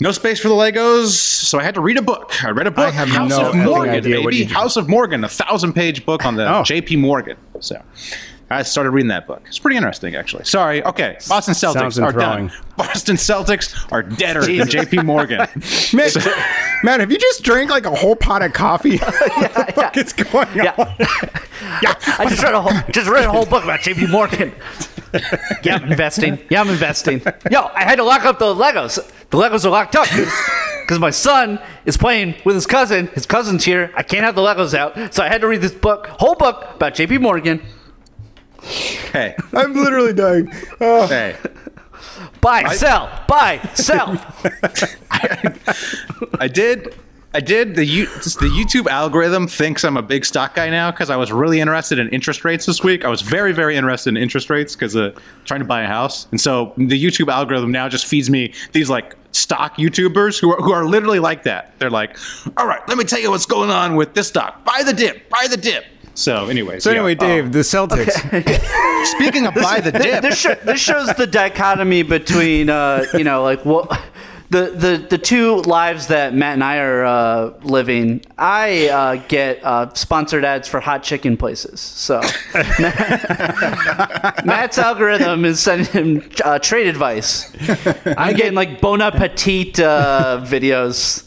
[SPEAKER 1] no space for the Legos. So I had to read a book. I read a book.
[SPEAKER 2] have
[SPEAKER 1] House
[SPEAKER 2] no
[SPEAKER 1] of
[SPEAKER 2] effing
[SPEAKER 1] Morgan,
[SPEAKER 2] idea what
[SPEAKER 1] baby.
[SPEAKER 2] you did.
[SPEAKER 1] House of Morgan, a thousand-page book on the
[SPEAKER 2] Oh.
[SPEAKER 1] J.P. Morgan. So I started reading that book. It's pretty interesting, actually. Sorry. Okay, Boston
[SPEAKER 2] Sounds
[SPEAKER 1] Celtics are
[SPEAKER 2] enthralling.
[SPEAKER 1] done. Boston Celtics are deader than
[SPEAKER 8] Jesus.
[SPEAKER 1] J.P.
[SPEAKER 2] *laughs*
[SPEAKER 1] Morgan.
[SPEAKER 2] Matt, Matt, have you just drank like a whole pot of coffee? *laughs* what the fuck is going
[SPEAKER 8] Yeah.
[SPEAKER 2] on?
[SPEAKER 8] I just read a whole just read a whole book about JP Morgan. Yeah, I'm investing. Yeah, I'm investing. Yo, I had to lock up the Legos. The Legos are locked up because my son is playing with his cousin. His cousin's here. I can't have the Legos out, so I had to read this book, whole book about JP Morgan.
[SPEAKER 1] hey,
[SPEAKER 2] I'm literally dying. Oh,
[SPEAKER 1] hey.
[SPEAKER 8] Buy, sell, *laughs* buy, sell.
[SPEAKER 1] I did. I did. The you the YouTube algorithm thinks I'm a big stock guy now because I was really interested in interest rates this week. I was very, very interested in interest rates because uh, trying to buy a house, and so the YouTube algorithm now just feeds me these like stock YouTubers who are who are literally like that. They're like, "All right, let me tell you what's going on with this stock. Buy the dip. Buy the dip." So anyway,
[SPEAKER 2] So anyway, Dave, the Celtics.
[SPEAKER 1] speaking of by
[SPEAKER 2] *laughs*
[SPEAKER 1] the dip,
[SPEAKER 8] this, sho- this shows the dichotomy between uh, you know like what the, the the two lives that Matt and I are uh, living. I uh, get uh, sponsored ads for hot chicken places, so *laughs* Matt- Matt's algorithm is sending him uh, trade advice. I'm getting like Bon Appetit uh, videos.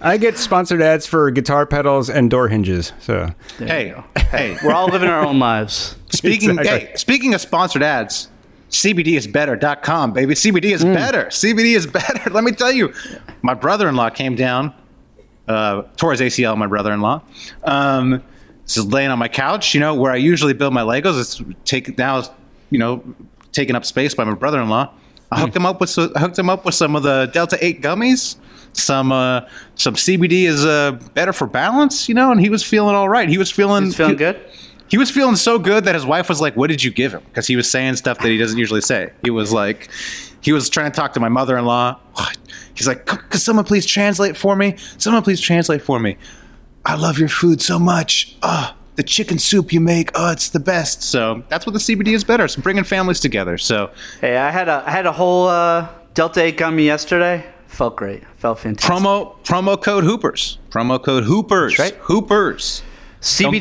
[SPEAKER 2] I get sponsored ads for guitar pedals and door hinges. So
[SPEAKER 1] hey, hey,
[SPEAKER 8] We're all living our own lives.
[SPEAKER 1] speaking
[SPEAKER 2] Exactly.
[SPEAKER 1] hey, speaking of sponsored ads, CBDisbetter.com, baby. CBD
[SPEAKER 8] Mm.
[SPEAKER 1] is better. CBD is better. *laughs* Let me tell you, my brother-in-law came down, uh, tore his ACL. My brother-in-law. Um, just laying on my couch, you know, where I usually build my Legos. It's take now, it's, you know, taking up space by my brother-in-law. I
[SPEAKER 8] Mm.
[SPEAKER 1] hooked him up with so- I hooked him up with some of the Delta Eight gummies. Some uh, some CBD is uh, better for balance, you know, and he was feeling all right. He was feeling
[SPEAKER 8] It's feeling
[SPEAKER 1] he-
[SPEAKER 8] good.
[SPEAKER 1] he was feeling so good that his wife was like, "What did you give him?" Because he was saying stuff that he doesn't usually say. He was like, he was trying to talk to my mother-in-law. He's like, "C- "Could someone please translate for me? Someone please translate for me. I love your food so much. Ah, the chicken soup you make. Oh, it's the best." So that's what the CBD is better. It's bringing families together. So
[SPEAKER 8] Hey, I had a I had a whole uh, Delta Eight gummy yesterday. Felt great. Felt fantastic.
[SPEAKER 1] promo promo code Hoopers. Promo code Hoopers.
[SPEAKER 8] That's right.
[SPEAKER 1] Hoopers. Don't-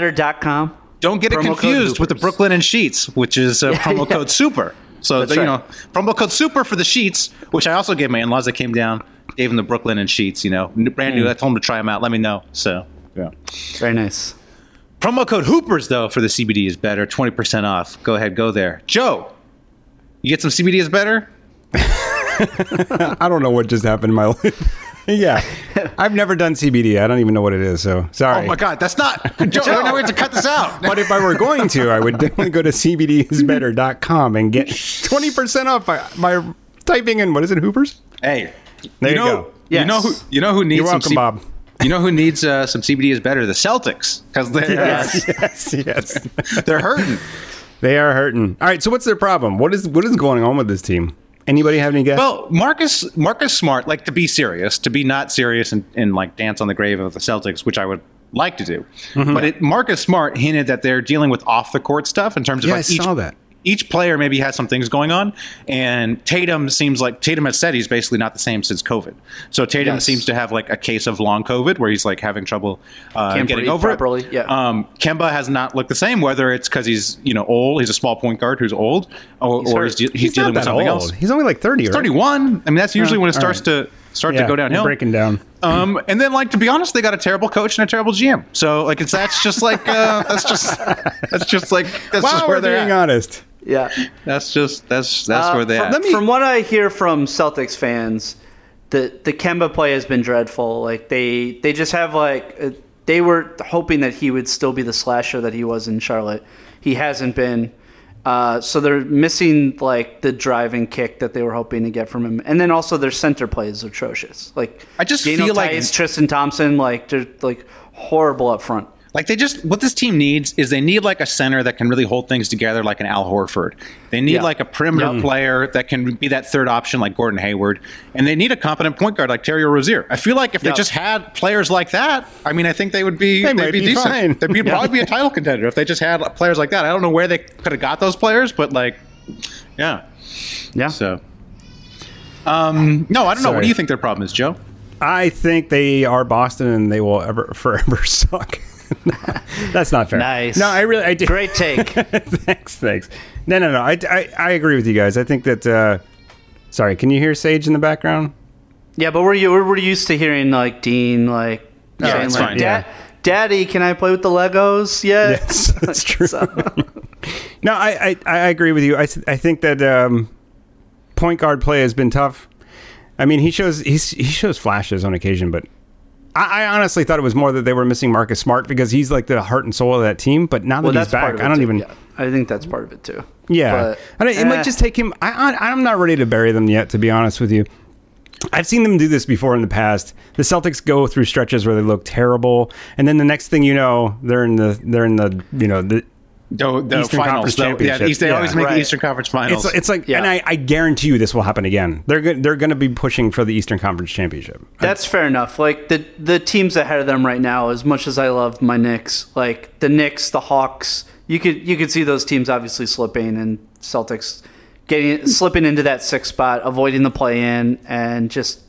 [SPEAKER 8] CBDisbetter.com.
[SPEAKER 1] Don't get it
[SPEAKER 8] Promo code
[SPEAKER 1] confused with the
[SPEAKER 8] Hoopers.
[SPEAKER 1] Brooklyn and Sheets, which
[SPEAKER 2] *laughs*
[SPEAKER 1] is uh, promo code Super. So
[SPEAKER 8] That's
[SPEAKER 1] you
[SPEAKER 8] right.
[SPEAKER 1] know, promo code Super for the sheets, which I also gave my in-laws that came down, gave them the Brooklyn and Sheets. You know, n- brand
[SPEAKER 2] Hmm.
[SPEAKER 1] new. I told them to try them out. Let me know. So yeah,
[SPEAKER 8] Very nice.
[SPEAKER 1] promo code Hoopers though for the CBD is better, twenty percent off. Go ahead, go there, Joe. You get some CBD is better.
[SPEAKER 2] I don't know what just happened in my *laughs* life. yeah, I've never done CBD. I don't even know what it is. So sorry.
[SPEAKER 1] Oh my God, that's not *laughs* Joe. Now we have to cut this out.
[SPEAKER 2] But if I were going to, I would definitely go to cbdisbetter.com and
[SPEAKER 1] *laughs*
[SPEAKER 2] get 20% off by, by typing in, what is it, Hoopers?
[SPEAKER 1] Hey,
[SPEAKER 2] There you
[SPEAKER 1] know,
[SPEAKER 2] go.
[SPEAKER 1] You know who
[SPEAKER 8] Yes.
[SPEAKER 1] you know who needs
[SPEAKER 2] You're
[SPEAKER 1] some
[SPEAKER 2] welcome, Bob.
[SPEAKER 1] You know who needs uh, some CBD is better? The Celtics, because they're uh,
[SPEAKER 2] Yes, *laughs* yes, yes.
[SPEAKER 1] they're hurting.
[SPEAKER 2] they are hurting. All right, so what's their problem? What is what is going on with this team? Anybody have any guess?
[SPEAKER 1] Well, Marcus Marcus Smart, like to be serious, to be not serious and, and like dance on the grave of the Celtics, which I would like to do. But it, Marcus Smart hinted that they're dealing with off the court stuff in terms of
[SPEAKER 2] Yeah,
[SPEAKER 1] like
[SPEAKER 2] I
[SPEAKER 1] each,
[SPEAKER 2] saw that.
[SPEAKER 1] each player maybe has some things going on. And Tatum seems like Tatum has said he's basically not the same since COVID. So Tatum
[SPEAKER 8] Yes.
[SPEAKER 1] seems to have like a case of long COVID where he's like having trouble uh,
[SPEAKER 8] Can't
[SPEAKER 1] getting
[SPEAKER 8] breathe
[SPEAKER 1] over it.
[SPEAKER 8] properly, yeah.
[SPEAKER 1] Um, Kemba has not looked the same. Whether it's because he's you know old, he's a small point guard who's old, or he's, or
[SPEAKER 8] hurt.
[SPEAKER 1] he's, de- he's
[SPEAKER 2] not
[SPEAKER 1] dealing with
[SPEAKER 2] that
[SPEAKER 1] something
[SPEAKER 2] old.
[SPEAKER 1] else.
[SPEAKER 2] He's only like 30, right?
[SPEAKER 1] 31. I mean, that's usually when it
[SPEAKER 2] Uh, all
[SPEAKER 1] starts to start to
[SPEAKER 2] Yeah,
[SPEAKER 1] go downhill.
[SPEAKER 2] Breaking down.
[SPEAKER 1] Um, and then, like to be honest, they got a terrible coach and a terrible GM. So, like, it's that's just like uh, that's just that's just like that's
[SPEAKER 2] Wow,
[SPEAKER 1] just
[SPEAKER 2] we're
[SPEAKER 1] where they're
[SPEAKER 2] being
[SPEAKER 1] at.
[SPEAKER 2] honest.
[SPEAKER 8] Yeah.
[SPEAKER 1] That's just that's that's where they're at.
[SPEAKER 8] from, from what I hear from Celtics fans, the the Kemba play has been dreadful. Like they they just have like uh, they were hoping that he would still be the slasher that he was in Charlotte. He hasn't been. Uh, so they're missing like the drive and kick that they were hoping to get from him, and then also their center play is atrocious. Like
[SPEAKER 1] I just
[SPEAKER 8] Daniel
[SPEAKER 1] feel like-
[SPEAKER 8] Tice, Tristan Thompson, like they're like horrible up front.
[SPEAKER 1] Like they just what this team needs is they need like a center that can really hold things together, like an Al Horford. They need
[SPEAKER 8] Yeah.
[SPEAKER 1] like a perimeter
[SPEAKER 8] Yep.
[SPEAKER 1] player that can be that third option, like Gordon Hayward, and they need a competent point guard like Terry Rozier. I feel like if
[SPEAKER 8] Yep.
[SPEAKER 1] they just had players like that, I mean, I think they would be
[SPEAKER 2] They
[SPEAKER 1] they
[SPEAKER 2] might
[SPEAKER 1] would be,
[SPEAKER 2] be
[SPEAKER 1] decent.
[SPEAKER 2] fine. *laughs*
[SPEAKER 1] They'd be, probably be a title contender if they just had players like that. I don't know where they could have got those players, but like, yeah.
[SPEAKER 8] Yeah.
[SPEAKER 1] So, um, no, I don't know. What
[SPEAKER 2] Sorry.
[SPEAKER 1] do you think their problem is, Joe?
[SPEAKER 2] I think they are Boston and they will ever *laughs* forever suck. *laughs* That's not fair.
[SPEAKER 8] Nice.
[SPEAKER 2] No, I really I do.
[SPEAKER 8] Great
[SPEAKER 2] *laughs*
[SPEAKER 8] take.
[SPEAKER 2] thanks, thanks. No, no, no. I, I, I agree with you guys. I think that. Uh, sorry, can you hear Sage in the background?
[SPEAKER 8] Yeah, but we're you we're, we're used to hearing like Dean like
[SPEAKER 1] Yeah,
[SPEAKER 8] saying
[SPEAKER 1] it's
[SPEAKER 8] like
[SPEAKER 1] fine.
[SPEAKER 8] "Da-
[SPEAKER 2] Yeah.
[SPEAKER 8] Daddy, can I play with the Legos *laughs* yet?
[SPEAKER 2] Yes, *laughs* that's true. no, I, I, I agree with you. I, s- I think that um, point guard play has been tough. I mean, he shows he's, he shows flashes on occasion, but I, I honestly thought it was more that they were missing Marcus Smart because he's like the heart and soul of that team. But now that
[SPEAKER 8] Well,
[SPEAKER 2] he's
[SPEAKER 8] that's
[SPEAKER 2] back,
[SPEAKER 8] part of it.
[SPEAKER 2] I don't
[SPEAKER 8] too.
[SPEAKER 2] even.
[SPEAKER 8] Yeah. I think that's part of it too.
[SPEAKER 2] Yeah, I
[SPEAKER 8] but,
[SPEAKER 2] don't, it might
[SPEAKER 8] eh,
[SPEAKER 2] just take him. I, I, I'm not ready to bury them yet, to be honest with you. I've seen them do this before in the past. The Celtics go through stretches where they look terrible, and then the next thing you know, they're in the they're in the you know the
[SPEAKER 1] The, the
[SPEAKER 2] Eastern
[SPEAKER 1] finals.
[SPEAKER 2] Conference
[SPEAKER 1] though. yeah,
[SPEAKER 2] Championship.
[SPEAKER 1] they always
[SPEAKER 2] Yeah.
[SPEAKER 1] make
[SPEAKER 2] Right.
[SPEAKER 1] the Eastern Conference finals.
[SPEAKER 2] It's, it's like,
[SPEAKER 8] Yeah.
[SPEAKER 2] and I, I guarantee you this will happen again. They're go- they're going to be pushing for the Eastern Conference Championship.
[SPEAKER 8] That's fair enough. Like the the teams ahead of them right now, as much as I love my Knicks, like the Knicks, the Hawks, you could you could see those teams obviously slipping and Celtics getting slipping into that sixth spot, avoiding the play in, and just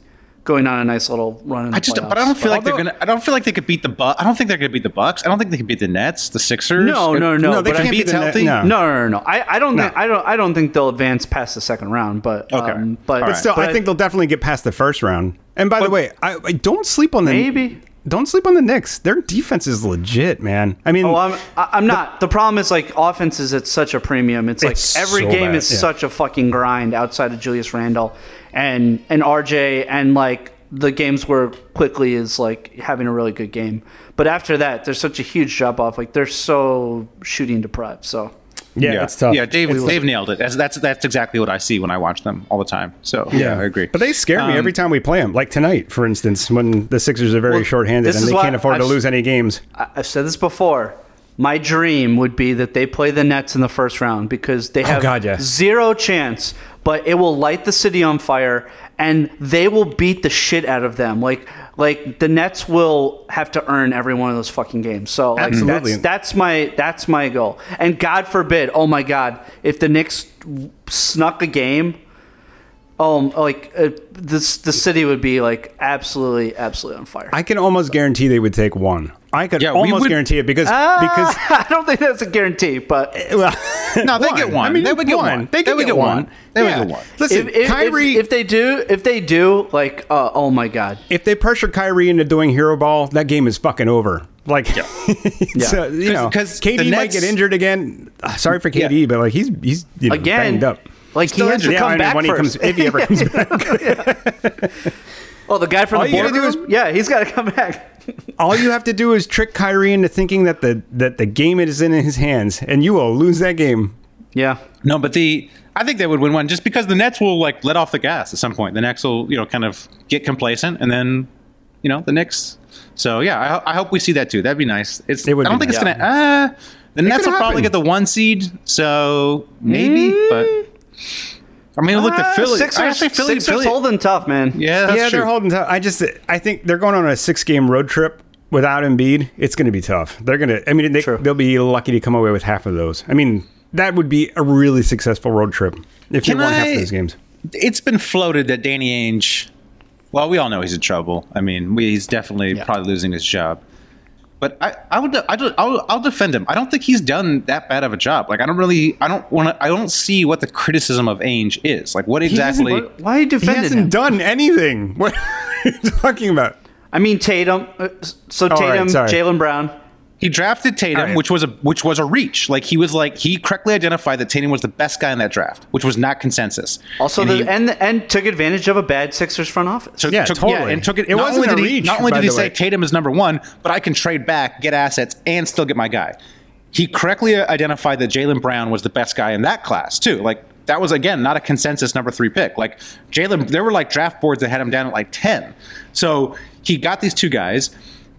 [SPEAKER 8] going on a nice little run. In the
[SPEAKER 1] I just,
[SPEAKER 8] playoffs.
[SPEAKER 1] but I don't feel like they're
[SPEAKER 2] Although-
[SPEAKER 1] gonna. I don't feel like they could beat the Buck. I don't think they're gonna beat the Bucks. I don't think they could beat the Nets, the Sixers.
[SPEAKER 8] No,
[SPEAKER 1] It-
[SPEAKER 8] no, no,
[SPEAKER 1] they
[SPEAKER 8] but I
[SPEAKER 1] can't
[SPEAKER 2] beat
[SPEAKER 1] beat
[SPEAKER 2] the Net-
[SPEAKER 1] healthy.
[SPEAKER 2] no.
[SPEAKER 8] No, no, no, no. I, I don't
[SPEAKER 2] No.
[SPEAKER 8] think I don't I don't think they'll advance past the second round. But
[SPEAKER 1] Okay.
[SPEAKER 8] um, but,
[SPEAKER 1] But
[SPEAKER 2] But still, I think they'll definitely get past the first round. And by the way, I, I don't sleep on the
[SPEAKER 8] Maybe.
[SPEAKER 2] Don't sleep on the Knicks. Their defense is legit, man. I mean,
[SPEAKER 8] Oh, I'm, I- I'm not. The problem is like offense is at such a premium. It's like
[SPEAKER 2] It's
[SPEAKER 8] every
[SPEAKER 2] so
[SPEAKER 8] game
[SPEAKER 2] bad,
[SPEAKER 8] is
[SPEAKER 2] yeah.
[SPEAKER 8] such a fucking grind outside of Julius Randle and and RJ and like the games where quickly is like having a really good game. But after that, there's such a huge drop off. Like they're so shooting deprived. So
[SPEAKER 2] yeah,
[SPEAKER 1] Yeah,
[SPEAKER 2] it's tough.
[SPEAKER 1] Yeah, Dave, Dave nailed it. That's, that's that's exactly what I see when I watch them all the time. So yeah, I agree.
[SPEAKER 2] But they scare me
[SPEAKER 1] Um,
[SPEAKER 2] every time we play them. Like tonight, for instance, when the Sixers are very
[SPEAKER 8] Well,
[SPEAKER 2] shorthanded
[SPEAKER 8] this
[SPEAKER 2] and
[SPEAKER 8] is
[SPEAKER 2] they
[SPEAKER 8] why
[SPEAKER 2] can't afford
[SPEAKER 8] I
[SPEAKER 2] to
[SPEAKER 8] s-
[SPEAKER 2] lose any games.
[SPEAKER 8] I, I've said this before. My dream would be that they play the Nets in the first round because they have
[SPEAKER 2] Oh, God, yeah.
[SPEAKER 8] zero chance, but it will light the city on fire and they will beat the shit out of them. Like like the Nets will have to earn every one of those fucking games. So like,
[SPEAKER 2] Absolutely.
[SPEAKER 8] that's, that's my that's my goal. And God forbid, oh my God, if the Knicks snuck a game, oh like uh, this the city would be like absolutely absolutely on fire.
[SPEAKER 2] I can almost guarantee they would take one. I could
[SPEAKER 1] Yeah, we
[SPEAKER 2] almost
[SPEAKER 1] would- Ah!
[SPEAKER 2] guarantee it because
[SPEAKER 8] *laughs* I don't think that's a guarantee, but
[SPEAKER 2] because well,
[SPEAKER 1] no, they get one.
[SPEAKER 2] I mean,
[SPEAKER 1] they would get one.
[SPEAKER 2] They, could
[SPEAKER 1] would
[SPEAKER 2] get one.
[SPEAKER 1] They
[SPEAKER 2] Yeah.
[SPEAKER 1] would get one.
[SPEAKER 2] Listen,
[SPEAKER 8] if, if,
[SPEAKER 2] Kyrie.
[SPEAKER 8] if, if they do, if they do, like, uh, oh my god,
[SPEAKER 2] if they pressure Kyrie into doing hero ball, that game is fucking over. Like, *laughs* it's,
[SPEAKER 8] Yeah.
[SPEAKER 2] uh, you know,
[SPEAKER 1] 'Cause- 'cause
[SPEAKER 2] KD
[SPEAKER 1] the
[SPEAKER 2] might
[SPEAKER 1] Nets-
[SPEAKER 2] get injured again. Ah, Sorry for KD,
[SPEAKER 1] Yeah.
[SPEAKER 2] but like he's he's you know,
[SPEAKER 8] again,
[SPEAKER 2] banged up.
[SPEAKER 8] like he
[SPEAKER 1] Still
[SPEAKER 8] has
[SPEAKER 1] injured.
[SPEAKER 8] to
[SPEAKER 2] Yeah, I
[SPEAKER 8] come
[SPEAKER 2] mean,
[SPEAKER 8] back
[SPEAKER 2] when he comes,
[SPEAKER 8] first.
[SPEAKER 2] if he ever comes back.
[SPEAKER 8] oh, the guy from
[SPEAKER 2] All
[SPEAKER 8] the
[SPEAKER 2] you gotta do
[SPEAKER 8] boardroom,
[SPEAKER 2] is-
[SPEAKER 8] yeah, he's got to come back. *laughs*
[SPEAKER 2] All you have to do is trick Kyrie into thinking that the that the game is in his hands, and you will lose that game.
[SPEAKER 8] yeah,
[SPEAKER 1] No, but the I think they would win one just because the Nets will like let off the gas at some point. The Nets will you know kind of get complacent and then you know the Knicks. So yeah, I, ho- I hope we see that too. That'd be nice. It's
[SPEAKER 2] It would
[SPEAKER 1] I don't
[SPEAKER 2] be
[SPEAKER 1] think it's
[SPEAKER 2] nice.
[SPEAKER 1] gonna. Uh, the Nets
[SPEAKER 2] could
[SPEAKER 1] will probably
[SPEAKER 2] happen.
[SPEAKER 1] get the one seed. So maybe, but
[SPEAKER 2] Mm.
[SPEAKER 1] I mean, look, the
[SPEAKER 8] Ah,
[SPEAKER 1] Philly.
[SPEAKER 8] Sixers,
[SPEAKER 1] actually, Philly,
[SPEAKER 8] Sixers
[SPEAKER 1] Philly.
[SPEAKER 8] holding tough, man.
[SPEAKER 1] Yeah, that's
[SPEAKER 2] yeah,
[SPEAKER 1] true.
[SPEAKER 2] they're holding tough. I just I think they're going on a six game road trip without Embiid. It's going to be tough. They're going to. I mean, they,
[SPEAKER 8] True.
[SPEAKER 2] they'll be lucky to come away with half of those. I mean, that would be a really successful road trip if
[SPEAKER 1] Can
[SPEAKER 2] you won half
[SPEAKER 1] I-
[SPEAKER 2] of those games.
[SPEAKER 1] it's been floated that Danny Ainge. Well, we all know he's in trouble. I mean, we, he's definitely probably losing his job. But I, I would, I do, I'll, I'll defend him. I don't think he's done that bad of a job. Like, I don't really, I don't want to, I don't see what the criticism of Ainge is. Like, what exactly?
[SPEAKER 8] What- Why are you
[SPEAKER 2] He
[SPEAKER 8] defending
[SPEAKER 2] hasn't
[SPEAKER 8] him?
[SPEAKER 2] done anything. *laughs* What are you talking about?
[SPEAKER 8] I mean, Tatum. uh, So
[SPEAKER 2] right,
[SPEAKER 8] Tatum,
[SPEAKER 2] sorry.
[SPEAKER 8] Jalen Brown.
[SPEAKER 1] He drafted Tatum,
[SPEAKER 2] All right.
[SPEAKER 1] which was a which was a reach. Like he was like he correctly identified that Tatum was the best guy in that draft, which was not consensus.
[SPEAKER 8] Also,
[SPEAKER 1] And
[SPEAKER 8] the,
[SPEAKER 1] he-
[SPEAKER 8] and and took advantage of a bad Sixers front office.
[SPEAKER 1] took,
[SPEAKER 2] Yeah,
[SPEAKER 1] took-
[SPEAKER 2] totally.
[SPEAKER 1] and took it.
[SPEAKER 2] It
[SPEAKER 1] not
[SPEAKER 2] wasn't
[SPEAKER 1] only did
[SPEAKER 2] a
[SPEAKER 1] he,
[SPEAKER 2] reach,
[SPEAKER 1] Not only
[SPEAKER 2] by
[SPEAKER 1] did he
[SPEAKER 2] the
[SPEAKER 1] say
[SPEAKER 2] way.
[SPEAKER 1] Tatum is number one, but I can trade back, get assets, and still get my guy. He correctly identified that Jalen Brown was the best guy in that class too. Like that was again not a consensus number three pick. Like Jalen, there were like draft boards that had him down at like ten. So he got these two guys.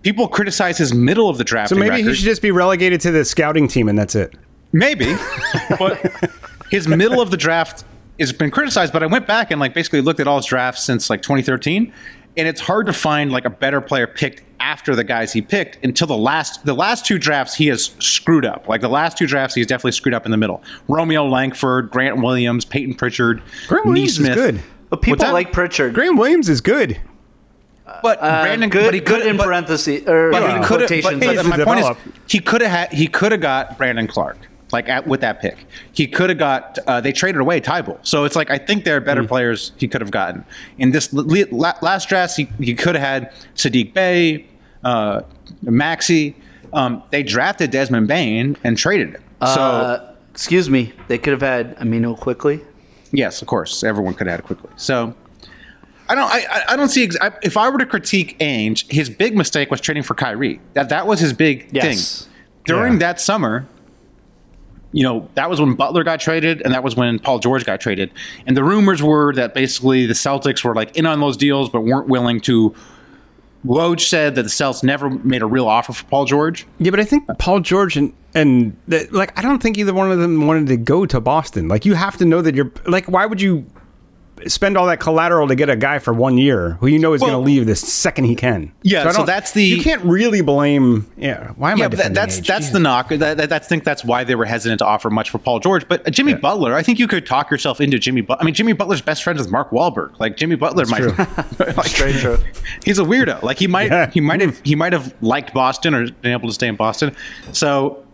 [SPEAKER 1] People criticize his middle of the draft.
[SPEAKER 2] So maybe he should just be relegated to the scouting team, and that's it.
[SPEAKER 1] Maybe, *laughs* but his middle of the draft has been criticized. But I went back and like basically looked at all his drafts since like 2013, and it's hard to find like a better player picked after the guys he picked until the last the last two drafts he has screwed up. Like the last two drafts he's definitely screwed up in the middle. Romeo Langford, Grant Williams, Peyton Pritchard,
[SPEAKER 2] Grant Williams is
[SPEAKER 1] Neesmith.
[SPEAKER 2] good.
[SPEAKER 8] But people
[SPEAKER 1] What's that?
[SPEAKER 8] like Pritchard.
[SPEAKER 2] Graham Williams is good.
[SPEAKER 1] but
[SPEAKER 8] Uh,
[SPEAKER 1] Brandon,
[SPEAKER 8] good,
[SPEAKER 1] but he
[SPEAKER 8] good
[SPEAKER 1] couldn't-
[SPEAKER 8] in
[SPEAKER 1] but-
[SPEAKER 8] parentheses or
[SPEAKER 1] But
[SPEAKER 8] in
[SPEAKER 1] he could have.
[SPEAKER 8] quotations.
[SPEAKER 1] But,
[SPEAKER 2] He
[SPEAKER 1] but
[SPEAKER 2] needs
[SPEAKER 1] my
[SPEAKER 2] to
[SPEAKER 1] point is,
[SPEAKER 2] develop.
[SPEAKER 1] he could have had. He could have got Brandon Clark like at, with that pick. He could have got. Uh, they traded away Tybull, so it's like I think there are better players he could have gotten in this l- le- la- last draft. He, he could have had Sadiq Bey, uh, Maxi. Um, they drafted Desmond Bain and traded him. So
[SPEAKER 8] Uh, excuse me. They could have had Amino quickly.
[SPEAKER 1] Yes, of course. Everyone could have had it quickly. So I don't. I, I- I don't see. Ex- I, if I were to critique Ainge, his big mistake was trading for Kyrie. That that was his big
[SPEAKER 8] Yes.
[SPEAKER 1] thing. During
[SPEAKER 2] Yeah.
[SPEAKER 1] that summer, you know, that was when Butler got traded, and that was when Paul George got traded. And the rumors were that basically the Celtics were like in on those deals, but weren't willing to Woj said that the Celtics never made a real offer for Paul George.
[SPEAKER 2] Yeah, but I think Paul George and and the, like I don't think either one of them wanted to go to Boston. Like you have to know that you're like why would you spend all that collateral to get a guy for one year who you know is
[SPEAKER 1] Well-
[SPEAKER 2] going to leave the second he can?
[SPEAKER 1] Yeah,
[SPEAKER 2] I
[SPEAKER 1] so
[SPEAKER 2] don't-
[SPEAKER 1] that's the-
[SPEAKER 2] you can't really blame. Yeah, why am I?
[SPEAKER 1] Yeah, but that,
[SPEAKER 2] defending
[SPEAKER 1] that's
[SPEAKER 2] age?
[SPEAKER 1] that's the knock. That, that, that's- I think that's why they were hesitant to offer much for Paul George. But uh, Jimmy Butler, I think you could talk yourself into Jimmy. But I mean, Jimmy Butler's best friend is Mark Wahlberg. Like Jimmy Butler might, *laughs* like,
[SPEAKER 9] Straight truth.
[SPEAKER 1] he's a weirdo. Like he might
[SPEAKER 2] Yeah.
[SPEAKER 1] he might have he might have liked Boston or been able to stay in Boston. So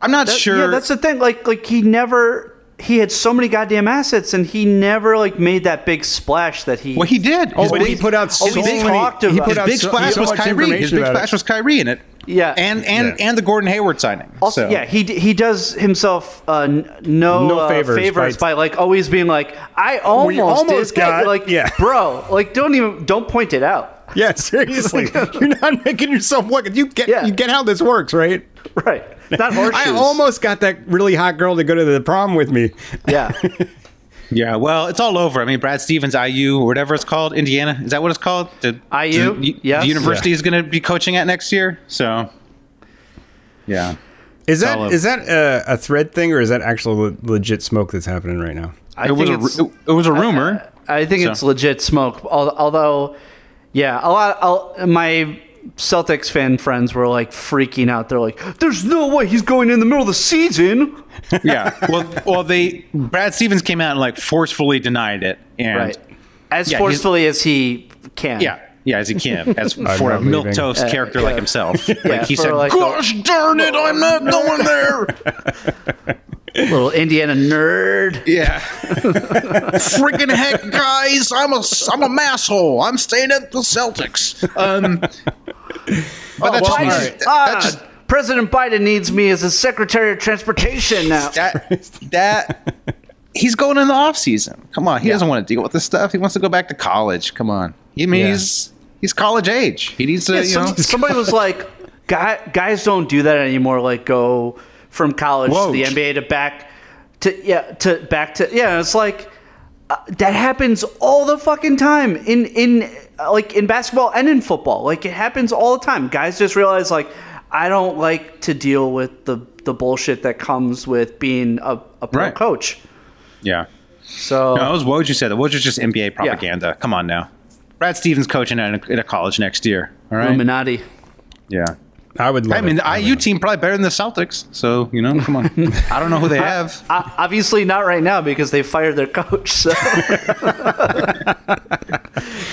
[SPEAKER 1] I'm not sure.
[SPEAKER 8] Yeah, that's the thing. Like, like he never. He had so many goddamn assets, and he never like made that big splash that he.
[SPEAKER 1] well, he did.
[SPEAKER 2] Oh,
[SPEAKER 1] His
[SPEAKER 2] but
[SPEAKER 1] big-
[SPEAKER 2] he put out so
[SPEAKER 8] Oh, we
[SPEAKER 2] many.
[SPEAKER 8] talked about
[SPEAKER 2] he
[SPEAKER 8] it.
[SPEAKER 2] put
[SPEAKER 1] his
[SPEAKER 2] out
[SPEAKER 1] big
[SPEAKER 2] so,
[SPEAKER 1] splash
[SPEAKER 2] so
[SPEAKER 1] was
[SPEAKER 2] much
[SPEAKER 1] Kyrie. His
[SPEAKER 2] information
[SPEAKER 1] big
[SPEAKER 2] about it.
[SPEAKER 1] splash was Kyrie in it.
[SPEAKER 8] Yeah.
[SPEAKER 1] and and
[SPEAKER 2] Yeah.
[SPEAKER 1] and the Gordon Hayward signing.
[SPEAKER 8] Also,
[SPEAKER 1] So-
[SPEAKER 8] yeah, he d- he does himself uh, n- no,
[SPEAKER 2] No
[SPEAKER 8] uh,
[SPEAKER 2] favors
[SPEAKER 8] favors,
[SPEAKER 2] by-
[SPEAKER 8] by, like always being like, I almost,
[SPEAKER 2] almost
[SPEAKER 8] did that."
[SPEAKER 2] got-
[SPEAKER 8] like,
[SPEAKER 2] yeah.
[SPEAKER 8] bro, like don't even don't point it out,
[SPEAKER 2] Yeah,
[SPEAKER 1] *laughs*
[SPEAKER 2] seriously, you're not making yourself look. You get
[SPEAKER 8] Yeah.
[SPEAKER 2] you get how this works, right?
[SPEAKER 8] right? It's Not horseshoes.
[SPEAKER 2] I almost got that really hot girl to go to the prom with me.
[SPEAKER 8] yeah.
[SPEAKER 1] Yeah, well, it's all over. I mean, Brad Stevens, IU, or whatever it's called, Indiana. Is that what it's called? The,
[SPEAKER 8] IU?
[SPEAKER 1] The,
[SPEAKER 8] Yes.
[SPEAKER 1] the university is going to be coaching at next year. So, yeah.
[SPEAKER 2] Is
[SPEAKER 1] all
[SPEAKER 2] that
[SPEAKER 1] over.
[SPEAKER 2] is that a, a thread thing or is that actual le- legit smoke that's happening right now?
[SPEAKER 8] I
[SPEAKER 1] it was a
[SPEAKER 8] think it's-
[SPEAKER 1] ru- it, was a
[SPEAKER 8] *laughs*
[SPEAKER 1] rumor.
[SPEAKER 8] I think
[SPEAKER 1] So-
[SPEAKER 8] it's legit smoke. Al- Although, yeah, a lot. I'll, my Celtics fan friends were like freaking out. They're like, "There's no way he's going in the middle of the season."
[SPEAKER 1] yeah. Well, well, they Brad Stevens came out and like forcefully denied it, and
[SPEAKER 8] Right. As
[SPEAKER 1] Yeah, he's-
[SPEAKER 8] forcefully as he can. *laughs*
[SPEAKER 1] yeah, yeah, as he can, as for a
[SPEAKER 2] not leaving.
[SPEAKER 1] milk toast character like
[SPEAKER 8] *laughs*
[SPEAKER 1] himself, like he
[SPEAKER 8] Uh, for
[SPEAKER 1] said,
[SPEAKER 8] like the-
[SPEAKER 1] "Gosh darn it, I'm not
[SPEAKER 8] *laughs*
[SPEAKER 1] going there."
[SPEAKER 8] Little Indiana nerd.
[SPEAKER 1] *laughs* Yeah. Freaking heck, guys! I'm a I'm a masshole. I'm staying at the Celtics. *laughs* Um, but that's
[SPEAKER 2] well,
[SPEAKER 1] just me.
[SPEAKER 2] all right.
[SPEAKER 1] That-
[SPEAKER 8] Ah,
[SPEAKER 1] that's just-
[SPEAKER 8] President Biden needs me as his Secretary of Transportation now.
[SPEAKER 1] that that he's going in the off season. Come on, he doesn't want to deal with this stuff. He wants to go back to college. Come on. I mean,
[SPEAKER 2] Yeah.
[SPEAKER 1] he's he's college age. He needs to, *laughs* you
[SPEAKER 8] Some-
[SPEAKER 1] know.
[SPEAKER 8] somebody was like, "Guy- guys don't do that anymore. Like go from college
[SPEAKER 1] Whoa.
[SPEAKER 8] to the NBA to back to yeah to back to yeah. It's like uh, that happens all the fucking time in in uh, like in basketball and in football. Like it happens all the time. Guys just realize like I don't like to deal with the the bullshit that comes with being a, a pro
[SPEAKER 1] Right.
[SPEAKER 8] coach.
[SPEAKER 1] Yeah.
[SPEAKER 8] So
[SPEAKER 1] No, it was Woj who said that. Woj is just NBA propaganda. Come on now. Brad Stevens coaching at a, at a college next year. All right.
[SPEAKER 8] Illuminati.
[SPEAKER 1] Yeah.
[SPEAKER 2] I would love
[SPEAKER 1] I mean,
[SPEAKER 2] it.
[SPEAKER 1] the IU team probably better than the Celtics. So you know,
[SPEAKER 2] *laughs*
[SPEAKER 1] come on. I don't know who they have.
[SPEAKER 8] Uh, obviously not right now because they fired their coach. So *laughs*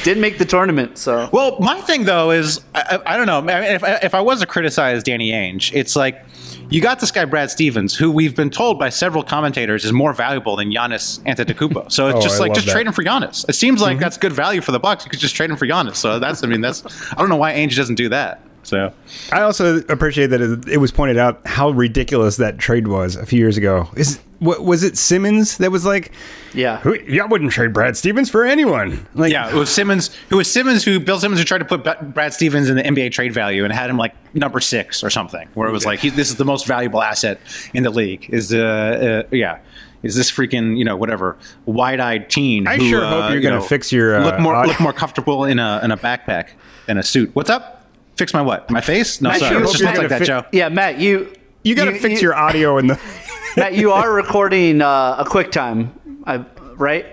[SPEAKER 8] didn't make the tournament. So
[SPEAKER 1] Well, my thing though is I, I I don't know. I mean, if, if I was to criticize Danny Ainge, it's like you got this guy Brad Stevens, who we've been told by several commentators is more valuable than Giannis Antetokounmpo. So
[SPEAKER 2] *laughs*
[SPEAKER 1] it's
[SPEAKER 2] Oh,
[SPEAKER 1] just
[SPEAKER 2] I
[SPEAKER 1] like
[SPEAKER 2] love
[SPEAKER 1] just
[SPEAKER 2] that. Mm-hmm.
[SPEAKER 1] trade him for Giannis. It seems like that's good value for the Bucks. You could just trade him for Giannis. So that's I mean that's I don't know why Ainge doesn't do that. So
[SPEAKER 2] I also appreciate that it, it was pointed out how ridiculous that trade was a few years ago. Is what was it Simmons that was like,
[SPEAKER 8] yeah,
[SPEAKER 2] who, yeah, I wouldn't trade Brad Stevens for anyone. Like,
[SPEAKER 1] yeah, it was Simmons who was Simmons who Bill Simmons who tried to put Ba- Brad Stevens in the NBA trade value and had him like number six or something, where it was like he, this is the most valuable asset in the league. Is uh, uh yeah. Is this freaking you know whatever wide-eyed teen?
[SPEAKER 2] I
[SPEAKER 1] who,
[SPEAKER 2] sure
[SPEAKER 1] uh,
[SPEAKER 2] hope you're
[SPEAKER 1] you
[SPEAKER 2] gonna
[SPEAKER 1] know,
[SPEAKER 2] fix your, uh,
[SPEAKER 1] look more
[SPEAKER 2] audio-
[SPEAKER 1] look more comfortable in a in a backpack than a suit. What's up? Fix my what? My face? No,
[SPEAKER 8] I
[SPEAKER 1] sorry,
[SPEAKER 8] sure
[SPEAKER 1] it's
[SPEAKER 8] hope
[SPEAKER 1] just
[SPEAKER 8] you're
[SPEAKER 1] looks like
[SPEAKER 2] gonna
[SPEAKER 1] that,
[SPEAKER 2] fi-
[SPEAKER 1] Joe.
[SPEAKER 8] yeah, Matt, you
[SPEAKER 2] you got to fix your audio in the.
[SPEAKER 8] *laughs* Matt. You are recording uh, a quick time, I, right?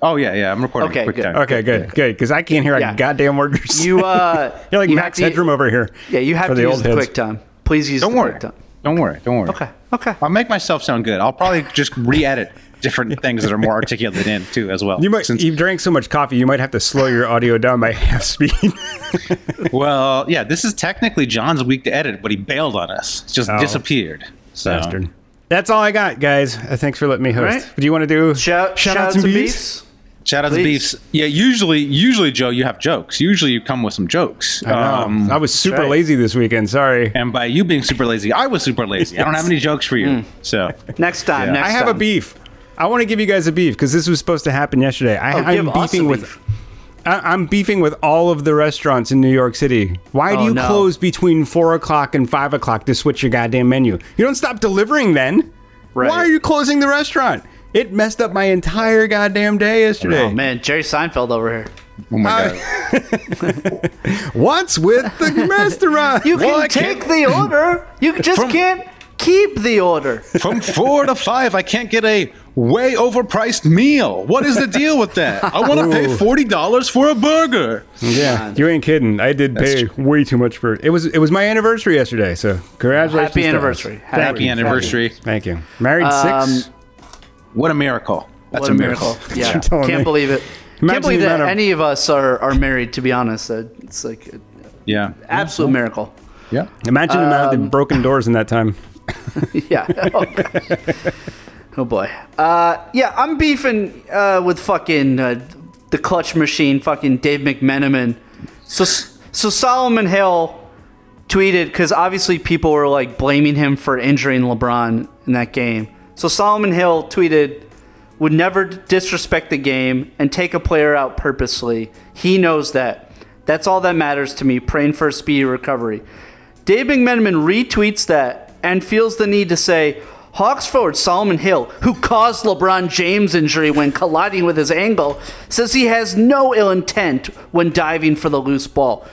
[SPEAKER 1] Oh yeah, yeah. I'm recording.
[SPEAKER 8] Okay,
[SPEAKER 1] quick
[SPEAKER 8] good.
[SPEAKER 1] time.
[SPEAKER 2] Okay,
[SPEAKER 8] *laughs*
[SPEAKER 2] good, good, because I can't hear
[SPEAKER 8] Yeah.
[SPEAKER 2] a goddamn word you're saying. *laughs*
[SPEAKER 8] You uh,
[SPEAKER 2] You're like
[SPEAKER 8] you have
[SPEAKER 2] Max
[SPEAKER 8] to-
[SPEAKER 2] Headroom over here.
[SPEAKER 8] Yeah, you have
[SPEAKER 2] for
[SPEAKER 8] to use the
[SPEAKER 2] heads.
[SPEAKER 8] quick time. Please use
[SPEAKER 1] Don't
[SPEAKER 8] the
[SPEAKER 1] worry.
[SPEAKER 8] quick time.
[SPEAKER 1] Don't worry. Don't worry.
[SPEAKER 8] Okay, okay.
[SPEAKER 1] I'll make myself sound good. I'll probably just re-edit
[SPEAKER 2] *laughs*
[SPEAKER 1] different things that are more articulate in too as well.
[SPEAKER 2] You might.
[SPEAKER 1] Since-
[SPEAKER 2] you've drank so much coffee, you might have to slow your audio down by *laughs* half speed.
[SPEAKER 1] well, yeah, this is technically John's week to edit, but he bailed on us. It's just
[SPEAKER 2] Oh.
[SPEAKER 1] disappeared. So.
[SPEAKER 2] Bastard. That's all I got, guys. Uh, Thanks for letting me host.
[SPEAKER 8] right.
[SPEAKER 2] Do you want to do
[SPEAKER 8] Shout, shout, out to Beats.
[SPEAKER 1] Shout out to
[SPEAKER 8] Please.
[SPEAKER 1] Beefs. Yeah, usually, usually Joe, you have jokes. Usually, you come with some jokes. Um,
[SPEAKER 2] I was super lazy this weekend. Sorry.
[SPEAKER 1] and by you being super lazy, I was super lazy. I don't have any jokes for you. So
[SPEAKER 8] Next time.
[SPEAKER 1] Yeah.
[SPEAKER 8] Next
[SPEAKER 2] I have a
[SPEAKER 8] time.
[SPEAKER 2] beef. I want to give you guys a beef because this was supposed to happen yesterday. I,
[SPEAKER 8] Oh,
[SPEAKER 2] I'm
[SPEAKER 8] give us a
[SPEAKER 2] beefing with.
[SPEAKER 8] beef.
[SPEAKER 2] I, I'm beefing with all of the restaurants in New York City. Why do
[SPEAKER 8] Oh,
[SPEAKER 2] you
[SPEAKER 8] no.
[SPEAKER 2] close between four o'clock and five o'clock to switch your goddamn menu? You don't stop delivering then.
[SPEAKER 8] Right.
[SPEAKER 2] Why are you closing the restaurant? It messed up my entire goddamn day yesterday.
[SPEAKER 8] Oh man, Jerry Seinfeld over here.
[SPEAKER 1] Oh my god.
[SPEAKER 2] What's with the
[SPEAKER 8] *laughs*
[SPEAKER 2] restaurant?
[SPEAKER 8] You can
[SPEAKER 1] Well, I
[SPEAKER 8] take
[SPEAKER 1] can't-
[SPEAKER 8] the order. You just
[SPEAKER 1] From-
[SPEAKER 8] can't keep the order.
[SPEAKER 1] From four to five, I can't get a way overpriced meal. What is the deal with that? I want to pay forty dollars for a burger.
[SPEAKER 2] yeah, you ain't kidding. I did pay way too much for it. It was it was my anniversary yesterday, so congratulations.
[SPEAKER 8] Happy
[SPEAKER 2] to us.
[SPEAKER 8] anniversary. Um,
[SPEAKER 2] Thank
[SPEAKER 1] Happy
[SPEAKER 2] you.
[SPEAKER 1] anniversary!
[SPEAKER 2] Thank you. Married six.
[SPEAKER 1] What a miracle! That's
[SPEAKER 8] what a miracle. Yeah.
[SPEAKER 2] You're telling
[SPEAKER 8] Can't
[SPEAKER 2] me.
[SPEAKER 8] believe it.
[SPEAKER 2] Imagine
[SPEAKER 8] Can't believe
[SPEAKER 2] the
[SPEAKER 8] that
[SPEAKER 2] amount of-
[SPEAKER 8] any of us are, are married, to be honest. Uh, It's like an
[SPEAKER 2] Mm-hmm.
[SPEAKER 1] Yeah,
[SPEAKER 8] absolute miracle. *laughs*
[SPEAKER 1] yeah.
[SPEAKER 2] Imagine the amount
[SPEAKER 8] um,
[SPEAKER 2] of broken doors in that time. *laughs*
[SPEAKER 8] Yeah. Oh, God. Oh, boy. Uh, yeah, I'm beefing uh, with fucking uh, the clutch machine, fucking Dave McMenamin. So, so Solomon Hill tweeted because obviously people were like blaming him for injuring LeBron in that game. So Solomon Hill tweeted, "Would never disrespect the game and take a player out purposely. He knows that. That's all that matters to me. Praying for a speedy recovery." Dave McMenamin retweets that and feels the need to say. Hawks forward Solomon Hill, who caused LeBron James' injury when colliding with his ankle, says he has no ill intent when diving for the loose ball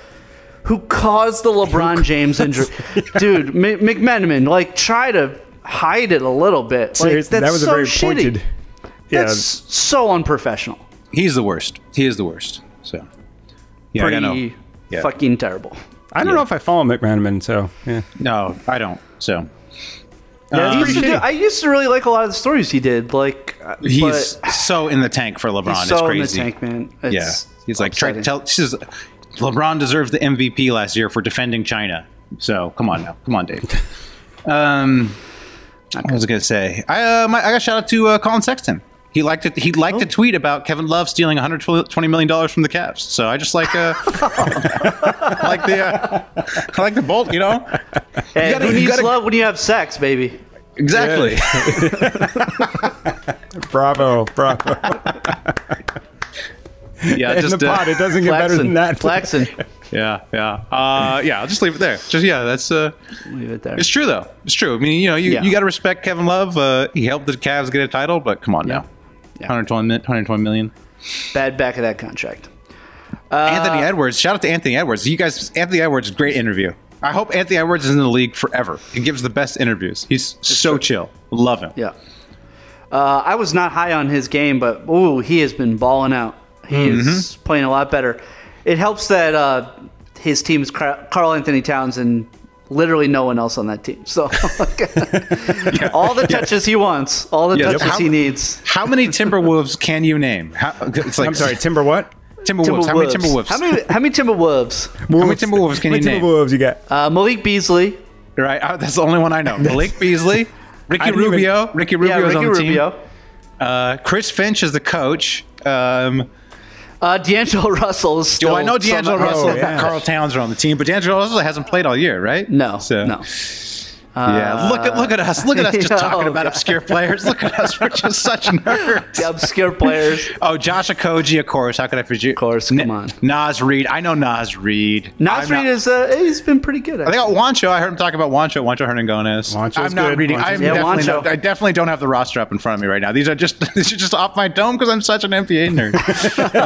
[SPEAKER 8] who caused the LeBron
[SPEAKER 2] *laughs*
[SPEAKER 8] James injury. Dude, M- McMenamin, like, try to hide it a little bit. Like,
[SPEAKER 2] Seriously,
[SPEAKER 8] that's
[SPEAKER 2] that was
[SPEAKER 8] so
[SPEAKER 2] a very
[SPEAKER 8] shitty.
[SPEAKER 2] pointed. Yeah,
[SPEAKER 8] That's so unprofessional.
[SPEAKER 1] He's the worst. He is the worst. So, yeah, I know.
[SPEAKER 8] Pretty
[SPEAKER 1] Yeah.
[SPEAKER 8] fucking terrible.
[SPEAKER 2] I don't know if I follow McManaman, so yeah.
[SPEAKER 1] No, I don't. So
[SPEAKER 2] Yeah,
[SPEAKER 8] I
[SPEAKER 2] it's
[SPEAKER 8] used, to
[SPEAKER 2] pretty
[SPEAKER 8] do-
[SPEAKER 2] shitty.
[SPEAKER 8] I used to really like a lot of the stories he did. Like, uh,
[SPEAKER 1] he's
[SPEAKER 8] but
[SPEAKER 1] so in the tank for LeBron.
[SPEAKER 8] he's so
[SPEAKER 1] it's crazy.
[SPEAKER 8] in the tank, man. It's
[SPEAKER 1] yeah, he's like try to
[SPEAKER 8] upsetting.
[SPEAKER 1] tell. This is LeBron deserves the MVP last year for defending China. So come on now, come
[SPEAKER 2] *laughs*
[SPEAKER 1] on, Dave. Um, I was I gonna say I uh, my, I got shout out to uh, Colin Sexton. He liked it. He
[SPEAKER 2] Oh.
[SPEAKER 1] liked a tweet about Kevin Love stealing 120 million dollars from the Cavs. So I just like
[SPEAKER 2] *laughs*
[SPEAKER 1] uh, I like the uh, I like the bolt. You know,
[SPEAKER 8] Hey,
[SPEAKER 1] gotta-
[SPEAKER 8] who
[SPEAKER 1] you
[SPEAKER 8] needs
[SPEAKER 1] gotta-
[SPEAKER 8] love when you have sex, baby?
[SPEAKER 1] exactly.
[SPEAKER 2] Bravo,
[SPEAKER 8] *laughs*
[SPEAKER 2] bravo.
[SPEAKER 1] *laughs* Yeah,
[SPEAKER 2] in
[SPEAKER 1] just
[SPEAKER 2] the
[SPEAKER 1] uh,
[SPEAKER 2] pot, it doesn't get better than
[SPEAKER 8] Flaxen.
[SPEAKER 2] that. *laughs*
[SPEAKER 1] *laughs*
[SPEAKER 8] Flaxen.
[SPEAKER 1] yeah, yeah, uh, yeah. I'll just leave it there. Just yeah, that's uh,
[SPEAKER 8] Leave it there.
[SPEAKER 1] It's true though. It's true. I mean, you know, you,
[SPEAKER 8] Yeah.
[SPEAKER 1] you got to respect Kevin Love. Uh, he helped the Cavs get a title, but come on now,
[SPEAKER 8] Yeah.
[SPEAKER 1] 120, mi- 120 million.
[SPEAKER 8] Bad back of that contract. Uh,
[SPEAKER 1] Anthony Edwards. Shout out to Anthony Edwards. You guys, Anthony Edwards, great interview. I hope Anthony Edwards is in the league forever. He gives the best interviews. He's so chill. Love him.
[SPEAKER 8] Yeah. Uh, I was not high on his game, but ooh, he has been balling out. He
[SPEAKER 1] Mm-hmm.
[SPEAKER 8] is playing a lot better. It helps that uh, his team is Carl Anthony Towns and literally no one else on that team. So *laughs* all the touches he wants, all the
[SPEAKER 1] Yeah.
[SPEAKER 8] touches
[SPEAKER 1] How-
[SPEAKER 8] he needs.
[SPEAKER 1] How many
[SPEAKER 8] *laughs*
[SPEAKER 1] Timberwolves can you name? How, it's like
[SPEAKER 2] I'm sorry, Timber what?
[SPEAKER 1] Timberwolves. How many Timberwolves?
[SPEAKER 8] How many? How many Timberwolves?
[SPEAKER 2] How
[SPEAKER 1] many Timberwolves can you name?
[SPEAKER 2] Timberwolves you got? *laughs*
[SPEAKER 8] Uh, Malik Beasley.
[SPEAKER 1] Right. Oh, that's the only one I
[SPEAKER 8] *laughs*
[SPEAKER 1] know. Malik Beasley,
[SPEAKER 2] I
[SPEAKER 1] Ricky
[SPEAKER 2] didn't even-
[SPEAKER 1] Rubio. Ricky Rubio's
[SPEAKER 8] Yeah,
[SPEAKER 1] on
[SPEAKER 8] Ricky
[SPEAKER 1] the team.
[SPEAKER 8] Rubio.
[SPEAKER 1] Uh, Chris Finch is the coach. Um,
[SPEAKER 8] Uh, D'Angelo *laughs* Russell is
[SPEAKER 1] Do
[SPEAKER 8] still.
[SPEAKER 1] I know D'Angelo
[SPEAKER 8] somehow-
[SPEAKER 1] Russell
[SPEAKER 2] Oh, yeah.
[SPEAKER 1] and Carl Towns are on the team? But D'Angelo Russell hasn't played all year, right?
[SPEAKER 8] No,
[SPEAKER 1] Oh, So,
[SPEAKER 8] no.
[SPEAKER 1] yeah, look at look at us. Look at
[SPEAKER 8] *laughs*
[SPEAKER 1] us just
[SPEAKER 8] yeah,
[SPEAKER 1] talking
[SPEAKER 8] oh,
[SPEAKER 1] about
[SPEAKER 8] God.
[SPEAKER 1] obscure players. Look at us. We're just
[SPEAKER 8] *laughs*
[SPEAKER 1] such nerds.
[SPEAKER 8] The obscure players.
[SPEAKER 1] Oh, Josh Okoji, of course. How could I forget? Of
[SPEAKER 8] course, come on.
[SPEAKER 1] Nas Reed. I know Nas Reed. *laughs*
[SPEAKER 8] Nas
[SPEAKER 1] I'm
[SPEAKER 8] Reed
[SPEAKER 1] not-
[SPEAKER 8] is. Uh, he's been pretty good.
[SPEAKER 1] I got Wancho. I heard him talk about Wancho. Wancho Hernandez.
[SPEAKER 2] Wancho's
[SPEAKER 1] I'm not
[SPEAKER 2] good.
[SPEAKER 1] reading.
[SPEAKER 2] Wancho's
[SPEAKER 1] I'm
[SPEAKER 2] good.
[SPEAKER 8] Yeah,
[SPEAKER 1] definitely
[SPEAKER 8] Wancho.
[SPEAKER 1] not- I definitely don't have the roster up in front of me right now. These are just *laughs* these are just off my dome because I'm such an NBA nerd.
[SPEAKER 2] It's coming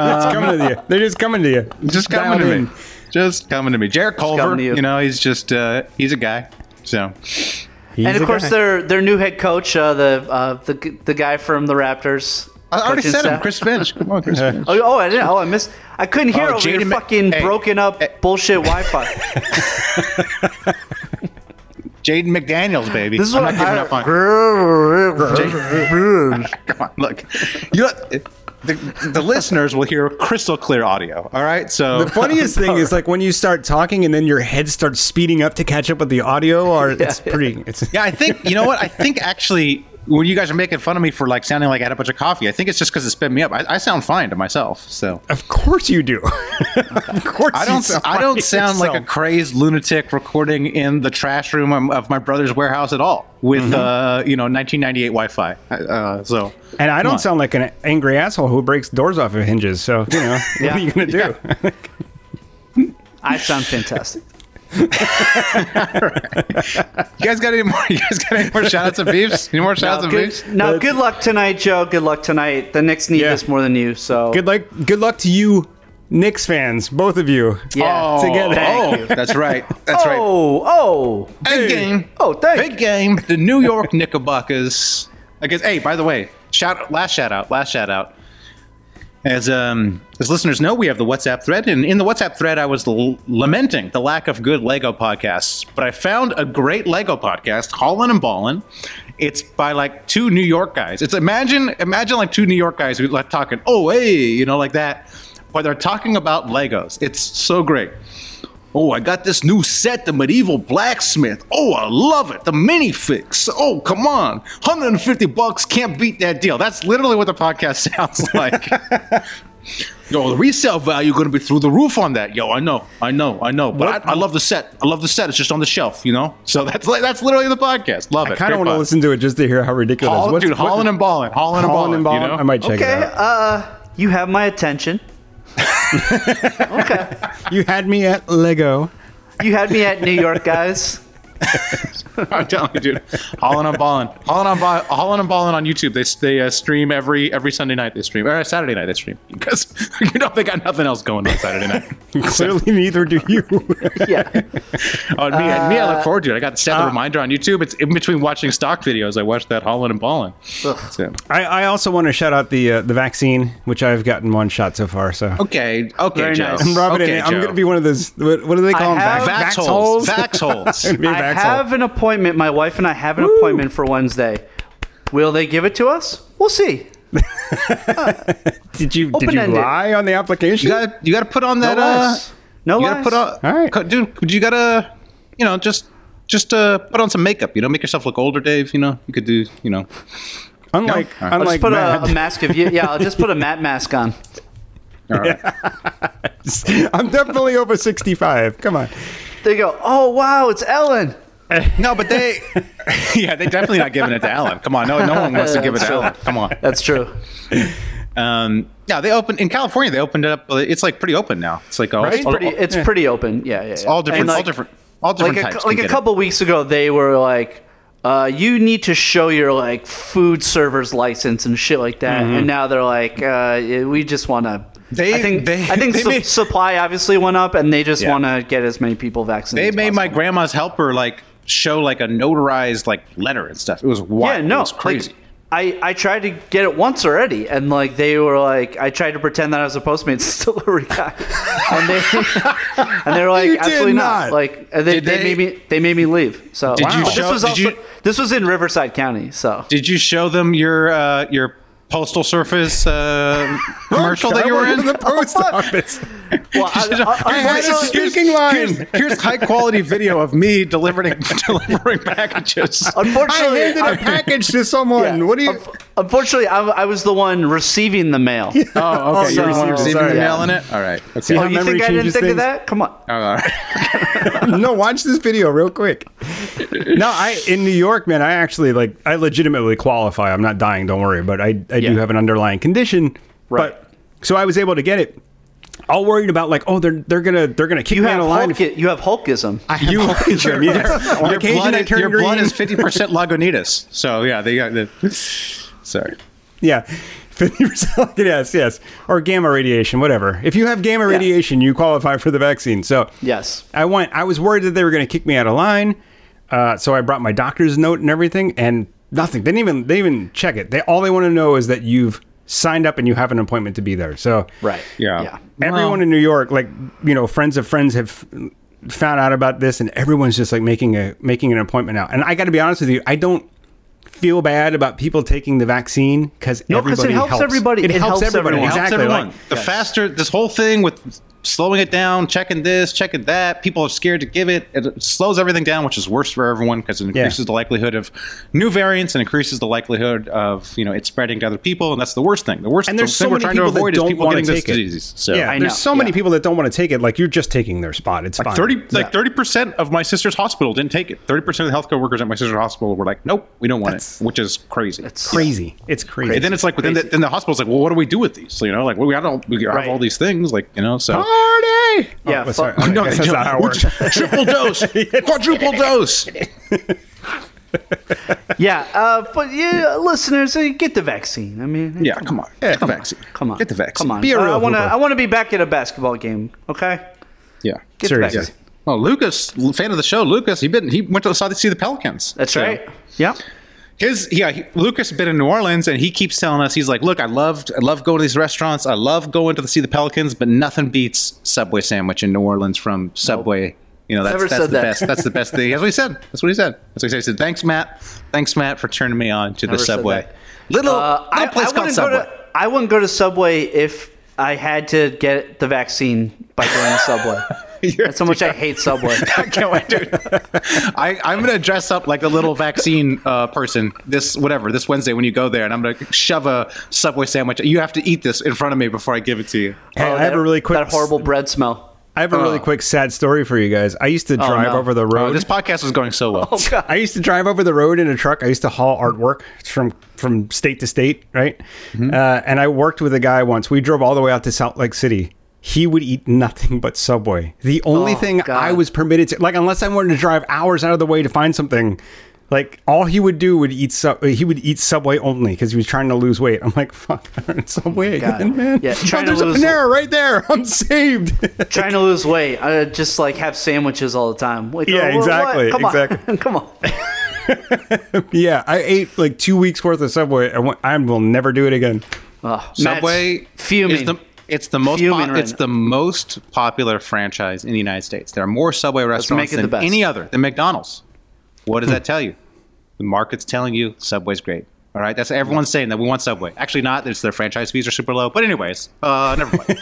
[SPEAKER 8] Uh,
[SPEAKER 2] to you. They're just coming to you.
[SPEAKER 1] just coming
[SPEAKER 2] Dialed
[SPEAKER 1] to
[SPEAKER 2] in.
[SPEAKER 1] me. Just coming to me. Jared Culver,
[SPEAKER 8] coming to you.
[SPEAKER 1] you. know, he's just uh, he's a guy. So
[SPEAKER 2] He's
[SPEAKER 8] and
[SPEAKER 2] a
[SPEAKER 8] of course,
[SPEAKER 2] guy.
[SPEAKER 8] their their new head coach, uh, the uh, the g- the guy from the Raptors.
[SPEAKER 1] I already
[SPEAKER 8] coaching
[SPEAKER 1] said him,
[SPEAKER 8] staff.
[SPEAKER 1] Chris Finch. Come on,
[SPEAKER 8] *laughs*
[SPEAKER 1] Chris Finch.
[SPEAKER 8] Oh, oh, I didn't. Oh, I missed. I couldn't hear
[SPEAKER 1] Oh,
[SPEAKER 8] over
[SPEAKER 1] Jaden
[SPEAKER 8] your
[SPEAKER 1] Ma-
[SPEAKER 8] fucking
[SPEAKER 1] hey,
[SPEAKER 8] broken up
[SPEAKER 1] hey.
[SPEAKER 8] bullshit Wi-Fi.
[SPEAKER 1] *laughs* Jaden McDaniels, baby.
[SPEAKER 8] This is
[SPEAKER 1] I'm
[SPEAKER 8] what
[SPEAKER 1] not giving
[SPEAKER 8] I-
[SPEAKER 1] up on. Come on, look. You know, the, the listeners will hear crystal clear audio. All right, so
[SPEAKER 2] The funniest thing is like when you start talking and then your head starts speeding up to catch up with the
[SPEAKER 1] *laughs*
[SPEAKER 2] audio, or it's pretty. It's
[SPEAKER 1] yeah, I think you know what I think actually. When you guys are making fun of me for like sounding like I had a bunch of coffee, I think it's just because it sped me up. I, I sound fine to myself, so
[SPEAKER 2] of course you do. *laughs* of course
[SPEAKER 1] I
[SPEAKER 2] you
[SPEAKER 1] don't.
[SPEAKER 2] sound
[SPEAKER 1] I don't sound like a
[SPEAKER 2] yourself.
[SPEAKER 1] crazed lunatic recording in the trash room of- of my brother's warehouse at all with
[SPEAKER 2] Mm-hmm.
[SPEAKER 1] uh, you know 1998 Wi-Fi. Uh, so
[SPEAKER 2] And I
[SPEAKER 1] Come on.
[SPEAKER 2] don't sound like an angry asshole who breaks doors off of hinges. So you know, what
[SPEAKER 8] Yeah.
[SPEAKER 2] are you gonna do? *laughs*
[SPEAKER 8] I
[SPEAKER 1] *laughs*
[SPEAKER 8] sound fantastic.
[SPEAKER 1] you guys got any more? *laughs* You guys got any more shout outs of beefs? Any more shout outs of
[SPEAKER 8] Now, Uh, good,
[SPEAKER 1] beefs?
[SPEAKER 8] now, good luck tonight, Joe. Good luck tonight. The Knicks need
[SPEAKER 2] Yeah.
[SPEAKER 8] this more than you. So
[SPEAKER 2] Good luck. Good luck to you, Knicks fans, both of you.
[SPEAKER 8] Yeah.
[SPEAKER 1] Oh,
[SPEAKER 2] Together.
[SPEAKER 1] oh, that's right. That's right.
[SPEAKER 8] Oh, oh,
[SPEAKER 1] Big game.
[SPEAKER 8] oh! Thanks.
[SPEAKER 1] Big game. *laughs* The New York Knickerbockers. I guess. Hey, by the way, shout last shout out. Last shout out. As um, as listeners know, we have the WhatsApp thread, and in the WhatsApp thread, I was l- lamenting the lack of good Lego podcasts, but I found a great Lego podcast, Hollin and Ballin. It's by like two New York guys. It's imagine imagine like two New York guys who like talking, oh hey, you know, like that, but they're talking about Legos. It's so great. Oh, I got this new set, the medieval blacksmith. Oh, I love it. The mini fix. Oh, come on. 150 bucks can't beat that deal. That's literally what the podcast *laughs* sounds like. Yo, the resale value going to be through the roof on that. Yo, I know, I know, I know. But I, I love the set. I love the set. It's just on the shelf, you know. So that's like that's literally the podcast. Love it.
[SPEAKER 2] I kind
[SPEAKER 1] Great
[SPEAKER 2] of want to
[SPEAKER 1] pod.
[SPEAKER 2] listen to it just to hear how ridiculous.
[SPEAKER 1] Hol- dude, Holland and Ballin, Holland and
[SPEAKER 2] Holland and
[SPEAKER 1] Ballin, you
[SPEAKER 2] Ballin?
[SPEAKER 1] know?
[SPEAKER 2] I might check
[SPEAKER 8] Okay.
[SPEAKER 2] it out.
[SPEAKER 8] Uh, you have my
[SPEAKER 1] *laughs*
[SPEAKER 8] attention. okay.
[SPEAKER 2] You had me at
[SPEAKER 1] *laughs*
[SPEAKER 2] Lego.
[SPEAKER 8] You had me at New York, guys.
[SPEAKER 1] *laughs* I'm telling you, dude. Holland on Ballin. Holland on Ballin. Holland on Ballin on YouTube. They they uh, stream every every Sunday night. They stream or uh, Saturday night. They stream *laughs* because you know they got nothing else going on Saturday night.
[SPEAKER 2] Clearly, neither do you. *laughs*
[SPEAKER 8] Yeah.
[SPEAKER 1] Oh, and me, and me, I look forward to it. I got set the reminder on YouTube. It's in between watching stock videos. I watched that Holland and Ballin. So-
[SPEAKER 2] I, I also want to shout out the uh, the vaccine, which I've gotten one shot so far. So
[SPEAKER 1] Okay, okay,
[SPEAKER 8] Very
[SPEAKER 1] Joe.
[SPEAKER 8] nice. I'm
[SPEAKER 2] Robin,
[SPEAKER 1] okay,
[SPEAKER 2] and I'm
[SPEAKER 1] Joe.
[SPEAKER 2] going to be one of those. What, what do they call
[SPEAKER 8] I
[SPEAKER 2] them?
[SPEAKER 8] have-
[SPEAKER 1] vax
[SPEAKER 2] vax
[SPEAKER 1] holes.
[SPEAKER 2] holes? *laughs*
[SPEAKER 1] Vax holes.
[SPEAKER 2] Gonna be a
[SPEAKER 8] I
[SPEAKER 2] vax hole.
[SPEAKER 8] have an appointment. My wife and I have an appointment for Wednesday. Will they give it to us? We'll see.
[SPEAKER 2] Did you did you
[SPEAKER 8] Open-ended.
[SPEAKER 2] lie on the application?
[SPEAKER 1] You got you got to put on that.
[SPEAKER 8] No
[SPEAKER 1] uh,
[SPEAKER 8] lies. No
[SPEAKER 1] you got to
[SPEAKER 8] lies.
[SPEAKER 1] put on.
[SPEAKER 2] All right.
[SPEAKER 1] co- dude. You got to, you know, just just uh, put on some makeup. You know, make yourself look older, Dave. You know, you could do. You know,
[SPEAKER 2] unlike
[SPEAKER 1] No.
[SPEAKER 8] I'll
[SPEAKER 2] unlike
[SPEAKER 8] just put a,
[SPEAKER 2] Matt,
[SPEAKER 8] a mask of you. Yeah, I'll just put
[SPEAKER 1] *laughs*
[SPEAKER 8] a matte mask on.
[SPEAKER 1] all right.
[SPEAKER 2] *laughs* I'm definitely over 65. Come on.
[SPEAKER 8] They go, oh wow, it's Ellen.
[SPEAKER 1] *laughs* No, but they, *laughs* yeah, they definitely not giving it to Alan. Come on, no, no one wants to give it to Alan. Come on.
[SPEAKER 8] That's true.
[SPEAKER 1] Um, yeah, they opened in California. They opened it up. It's like pretty open now. It's like all,
[SPEAKER 2] Right?
[SPEAKER 1] all,
[SPEAKER 8] Pretty, it's pretty open. Yeah, yeah. yeah.
[SPEAKER 1] all different,
[SPEAKER 8] And, like,
[SPEAKER 1] all different, all different
[SPEAKER 8] like a,
[SPEAKER 1] types.
[SPEAKER 8] like
[SPEAKER 1] can
[SPEAKER 8] a
[SPEAKER 1] get it.
[SPEAKER 8] couple weeks ago they were like uh, you need to show your like food server's license and shit like that
[SPEAKER 1] Mm-hmm.
[SPEAKER 8] and now they're like uh, yeah, we just want to
[SPEAKER 1] They-
[SPEAKER 8] I think,
[SPEAKER 1] they-
[SPEAKER 8] I
[SPEAKER 1] *laughs*
[SPEAKER 8] think
[SPEAKER 1] they
[SPEAKER 8] su-
[SPEAKER 1] made-
[SPEAKER 8] supply obviously went up and they just
[SPEAKER 1] Yeah.
[SPEAKER 8] want to get as many people
[SPEAKER 1] They
[SPEAKER 8] vaccinated
[SPEAKER 1] made
[SPEAKER 8] as
[SPEAKER 1] my
[SPEAKER 8] possible.
[SPEAKER 1] grandma's helper like show like a notarized like letter and stuff. It was wild.
[SPEAKER 8] yeah no
[SPEAKER 1] it was crazy.
[SPEAKER 8] like, I, I tried to get it once already, and like they were like, I tried to pretend that I was a Postmates *laughs* delivery guy, and they and they *laughs* were like,
[SPEAKER 2] You did
[SPEAKER 8] absolutely not.
[SPEAKER 2] not.
[SPEAKER 8] Like and they,
[SPEAKER 1] Did
[SPEAKER 8] they,
[SPEAKER 1] they-
[SPEAKER 8] made me they made me leave. So
[SPEAKER 1] Did you
[SPEAKER 8] But
[SPEAKER 1] show-
[SPEAKER 8] this was
[SPEAKER 1] did
[SPEAKER 8] also
[SPEAKER 1] you-
[SPEAKER 8] this was in Riverside County. So
[SPEAKER 1] Did you show them your uh, your postal service *laughs* uh, commercial that you were in?
[SPEAKER 2] the
[SPEAKER 8] *laughs*
[SPEAKER 2] post
[SPEAKER 8] fuck.
[SPEAKER 2] office.
[SPEAKER 8] Well, I, I- I-
[SPEAKER 2] had
[SPEAKER 8] I don't-
[SPEAKER 2] a speaking
[SPEAKER 1] Here's,
[SPEAKER 2] line.
[SPEAKER 1] here's high quality video of me delivering *laughs* delivering packages.
[SPEAKER 2] I
[SPEAKER 8] Unfortunately,
[SPEAKER 2] handed
[SPEAKER 8] I-
[SPEAKER 2] a package to someone.
[SPEAKER 8] yeah. Oh,
[SPEAKER 2] What do you?
[SPEAKER 8] Unf- Unfortunately, I, I was the one receiving the mail.
[SPEAKER 1] Oh, okay.
[SPEAKER 8] you
[SPEAKER 1] You're
[SPEAKER 8] received it,
[SPEAKER 1] receiving
[SPEAKER 8] sorry.
[SPEAKER 1] the mail
[SPEAKER 8] Yeah.
[SPEAKER 1] in it. All right. Okay.
[SPEAKER 2] See
[SPEAKER 8] Oh,
[SPEAKER 2] how
[SPEAKER 8] you
[SPEAKER 2] memory
[SPEAKER 8] think I didn't
[SPEAKER 2] changes
[SPEAKER 8] think of
[SPEAKER 2] things?
[SPEAKER 8] that? Come
[SPEAKER 1] *laughs*
[SPEAKER 8] on.
[SPEAKER 1] All *laughs*
[SPEAKER 2] *laughs*
[SPEAKER 1] right.
[SPEAKER 2] no, watch this video real quick. No, I in New York, man. I actually like I legitimately qualify. I'm not dying. Don't worry. But I I
[SPEAKER 8] Yeah.
[SPEAKER 2] do have an underlying condition.
[SPEAKER 8] Right.
[SPEAKER 2] But so I was able to get it. All worried about like oh they're they're gonna they're gonna kick
[SPEAKER 8] You
[SPEAKER 2] me
[SPEAKER 8] have
[SPEAKER 2] out of line. if-
[SPEAKER 8] Hulk, you have Hulkism.
[SPEAKER 2] you Jim, yes. On
[SPEAKER 1] *laughs* Your
[SPEAKER 2] occasion,
[SPEAKER 1] blood,
[SPEAKER 2] I
[SPEAKER 1] is,
[SPEAKER 2] turn
[SPEAKER 1] your blood
[SPEAKER 2] green.
[SPEAKER 1] is 50% Lagunitas. So, yeah, they got *laughs* the. Sorry.
[SPEAKER 2] *laughs* Yeah. 50%. *laughs* yes, yes. Or gamma radiation, whatever. If you have gamma radiation, you qualify for the vaccine. So
[SPEAKER 8] Yes.
[SPEAKER 2] I went I was worried that they were gonna kick me out of line. Uh, so I brought my doctor's note and everything and nothing. They didn't even they didn't even check it. They all they want to know is that you've signed up and you have an appointment to be there. So
[SPEAKER 8] Right.
[SPEAKER 1] Yeah.
[SPEAKER 8] Yeah.
[SPEAKER 2] everyone
[SPEAKER 1] Well-
[SPEAKER 2] in New York, like you know, friends of friends have found out about this, and everyone's just like making a making an appointment now. And I got to be honest with you, I don't feel bad about people taking the vaccine because
[SPEAKER 8] No, 'cause it
[SPEAKER 2] everybody
[SPEAKER 8] helps everybody.
[SPEAKER 2] It,
[SPEAKER 8] It
[SPEAKER 2] helps,
[SPEAKER 8] helps
[SPEAKER 2] everybody.
[SPEAKER 8] everyone.
[SPEAKER 1] It helps
[SPEAKER 2] Exactly.
[SPEAKER 1] everyone.
[SPEAKER 2] like-
[SPEAKER 1] the faster this whole thing with slowing it down, checking this, checking that, people are scared to give it. It slows everything down, which is worse for everyone because it
[SPEAKER 2] Yeah.
[SPEAKER 1] increases the likelihood of new variants and increases the likelihood of you know it spreading to other people, and that's the worst thing. The worst
[SPEAKER 2] and there's
[SPEAKER 1] thing
[SPEAKER 2] so
[SPEAKER 1] we're
[SPEAKER 2] many
[SPEAKER 1] trying to
[SPEAKER 2] people that
[SPEAKER 1] avoid is
[SPEAKER 2] don't
[SPEAKER 1] people
[SPEAKER 2] want
[SPEAKER 1] getting
[SPEAKER 2] to
[SPEAKER 1] this
[SPEAKER 2] take it.
[SPEAKER 1] disease. So
[SPEAKER 2] yeah,
[SPEAKER 8] I know,
[SPEAKER 2] there's so many
[SPEAKER 8] yeah.
[SPEAKER 2] people that don't want to take it. Like you're just taking their spot. It's fine.
[SPEAKER 1] Thirty
[SPEAKER 2] Yeah.
[SPEAKER 1] like thirty percent of my sister's hospital didn't take it. Thirty percent of the healthcare workers at my sister's hospital were like, "Nope, we don't want
[SPEAKER 2] That's-
[SPEAKER 1] it," which is crazy.
[SPEAKER 8] It's
[SPEAKER 2] crazy. It's crazy.
[SPEAKER 1] and then it's like, within the, then the hospital's like, "Well, what do we do with these?" So, you know, like, well, we got all we have
[SPEAKER 8] Right.
[SPEAKER 1] all these things, like you know. So
[SPEAKER 2] party.
[SPEAKER 8] Yeah,
[SPEAKER 2] Oh, *laughs* sorry.
[SPEAKER 8] *laughs* fuck-
[SPEAKER 2] I
[SPEAKER 1] No,
[SPEAKER 2] guess
[SPEAKER 1] *laughs*
[SPEAKER 2] that's
[SPEAKER 1] they
[SPEAKER 8] *laughs*
[SPEAKER 1] don't.
[SPEAKER 2] not how it works.
[SPEAKER 1] triple dose, quadruple dose.
[SPEAKER 8] yeah, uh, but yeah, listeners, uh, get the vaccine. I mean,
[SPEAKER 1] Yeah, come on. get the vaccine.
[SPEAKER 8] Come on.
[SPEAKER 1] Get the vaccine.
[SPEAKER 8] Come on.
[SPEAKER 2] Be a
[SPEAKER 8] Uh, I
[SPEAKER 2] real
[SPEAKER 8] want to
[SPEAKER 2] Hooper.
[SPEAKER 8] I want to be back at a basketball game, okay?
[SPEAKER 1] Yeah.
[SPEAKER 8] Get the
[SPEAKER 2] Seriously.
[SPEAKER 8] vaccine.
[SPEAKER 1] Well, Lucas, fan of the show, Lucas, he been he went to the side to see the Pelicans.
[SPEAKER 8] That's
[SPEAKER 1] So-
[SPEAKER 8] right. Yep.
[SPEAKER 1] his yeah he, lucas has been in new orleans and he keeps telling us he's like look i loved i love going to these restaurants i love going to the, see the pelicans but nothing beats subway sandwich in new orleans from subway you know that's,
[SPEAKER 8] Never
[SPEAKER 1] that's
[SPEAKER 8] said
[SPEAKER 1] the
[SPEAKER 8] that.
[SPEAKER 1] best that's the best thing that's what he said that's what he said that's what he said he said thanks matt thanks matt for turning me on to
[SPEAKER 8] Never
[SPEAKER 1] the
[SPEAKER 8] said
[SPEAKER 1] subway
[SPEAKER 8] that.
[SPEAKER 1] little,
[SPEAKER 8] Uh,
[SPEAKER 1] little
[SPEAKER 8] I,
[SPEAKER 1] place
[SPEAKER 8] I
[SPEAKER 1] called
[SPEAKER 8] wouldn't go
[SPEAKER 1] subway
[SPEAKER 8] to I wouldn't go to Subway if I had to get the vaccine by going to
[SPEAKER 1] *laughs*
[SPEAKER 8] Subway.
[SPEAKER 1] You're-
[SPEAKER 8] That's how much I hate
[SPEAKER 1] *laughs*
[SPEAKER 8] Subway.
[SPEAKER 1] I can't wait, dude. I, I'm gonna dress up like a little vaccine uh, person this whatever this Wednesday when you go there, and I'm gonna shove a Subway sandwich. You have to eat this in front of me before I give it to you.
[SPEAKER 2] Hey, I
[SPEAKER 8] Oh, that,
[SPEAKER 2] have a really quick
[SPEAKER 8] that horrible bread smell.
[SPEAKER 2] I have a really quick sad story for you guys. I used to drive
[SPEAKER 8] no.
[SPEAKER 2] over the
[SPEAKER 1] Oh,
[SPEAKER 2] road.
[SPEAKER 1] this podcast was going so
[SPEAKER 8] Oh,
[SPEAKER 1] well.
[SPEAKER 2] *laughs* I used to drive over the road in a truck. I used to haul artwork from from state to state, right?
[SPEAKER 8] Mm-hmm.
[SPEAKER 2] Uh, and I worked with a guy once. We drove all the way out to Salt Lake City. He would eat nothing but Subway. The only
[SPEAKER 8] Oh,
[SPEAKER 2] thing
[SPEAKER 8] God.
[SPEAKER 2] I was permitted to, like, unless I wanted to drive hours out of the way to find something, like all he would do would eat sub. He would eat Subway only because he was trying to lose weight. I'm like, fuck, *laughs* Subway
[SPEAKER 8] Oh God.
[SPEAKER 2] again, man.
[SPEAKER 8] Yeah,
[SPEAKER 2] oh,
[SPEAKER 8] trying to
[SPEAKER 2] there's
[SPEAKER 8] lose-
[SPEAKER 2] a Panera right there. *laughs* I'm saved.
[SPEAKER 8] Trying to lose weight, I just like have sandwiches all the time. Like,
[SPEAKER 2] Yeah,
[SPEAKER 8] oh, what-
[SPEAKER 2] exactly,
[SPEAKER 8] Come
[SPEAKER 2] exactly.
[SPEAKER 8] on, *laughs* come on.
[SPEAKER 2] yeah, I ate like two weeks worth of Subway. I, went, I will never do it again.
[SPEAKER 8] Oh,
[SPEAKER 1] Subway
[SPEAKER 8] Matt's fuming.
[SPEAKER 1] Is the, it's the most
[SPEAKER 8] Fuming
[SPEAKER 1] pop-
[SPEAKER 8] right
[SPEAKER 1] it's
[SPEAKER 8] now.
[SPEAKER 1] the most popular franchise in the United States. There are more Subway
[SPEAKER 8] make
[SPEAKER 1] restaurants
[SPEAKER 8] it the
[SPEAKER 1] than
[SPEAKER 8] best. Hmm.
[SPEAKER 1] any other than McDonald's. What does that tell you? The market's telling you Subway's great. All right, that's everyone's saying that we want Subway. Actually, not. It's their franchise fees are super low. But anyways, uh, never mind.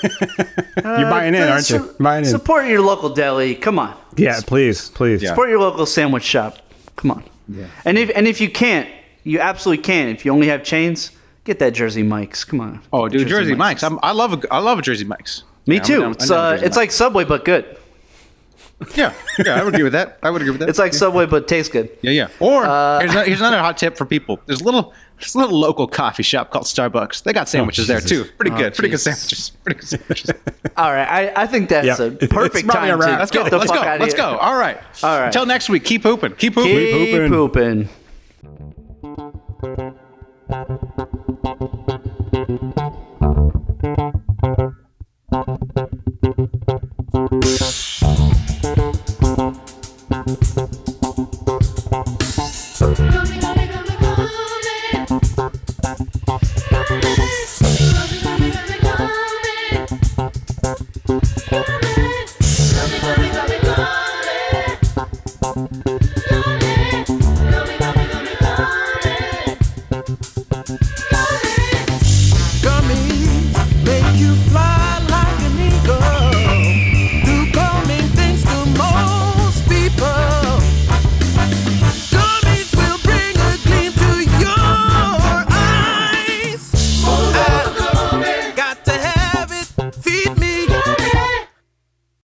[SPEAKER 8] *laughs*
[SPEAKER 2] You're buying in, aren't you?
[SPEAKER 8] Su-
[SPEAKER 2] buying in.
[SPEAKER 8] Support your local deli. Come on.
[SPEAKER 2] Yeah, please, please. Yeah.
[SPEAKER 8] Support your local sandwich shop. Come on. Yeah. And if and if you can't, you absolutely can. If you only have chains, get that Jersey Mike's. Come on.
[SPEAKER 1] Oh, dude,
[SPEAKER 8] Jersey
[SPEAKER 1] Jersey,
[SPEAKER 8] Mike's.
[SPEAKER 1] Mike's. I'm, I love a, I love a Jersey Mike's.
[SPEAKER 8] Me
[SPEAKER 1] Yeah, I'm
[SPEAKER 8] too.
[SPEAKER 1] down- I'm
[SPEAKER 8] it's
[SPEAKER 1] down with
[SPEAKER 8] uh,
[SPEAKER 1] Jersey
[SPEAKER 8] it's like Subway but good.
[SPEAKER 1] Mike's. yeah, yeah. I would agree with that. I would agree with that.
[SPEAKER 8] *laughs* It's like Subway but tastes good.
[SPEAKER 1] Yeah, yeah. Or here's, another, here's another hot tip for people. There's a little, there's a little local coffee shop called Starbucks. They got sandwiches there too. Pretty good. Pretty good
[SPEAKER 8] Jesus.
[SPEAKER 1] sandwiches. Pretty good sandwiches.
[SPEAKER 8] All right, I, I think that's
[SPEAKER 2] Yeah.
[SPEAKER 8] a
[SPEAKER 2] It's
[SPEAKER 8] perfect
[SPEAKER 2] probably
[SPEAKER 8] time
[SPEAKER 2] a
[SPEAKER 8] to
[SPEAKER 2] wrap.
[SPEAKER 1] Let's go.
[SPEAKER 8] get the
[SPEAKER 1] Let's
[SPEAKER 8] fuck
[SPEAKER 1] go.
[SPEAKER 8] out of
[SPEAKER 1] Let's
[SPEAKER 8] here.
[SPEAKER 1] go. All right.
[SPEAKER 8] All right.
[SPEAKER 1] Until next week. Keep hooping. Keep hooping.
[SPEAKER 8] Keep
[SPEAKER 2] Keep
[SPEAKER 8] pooping.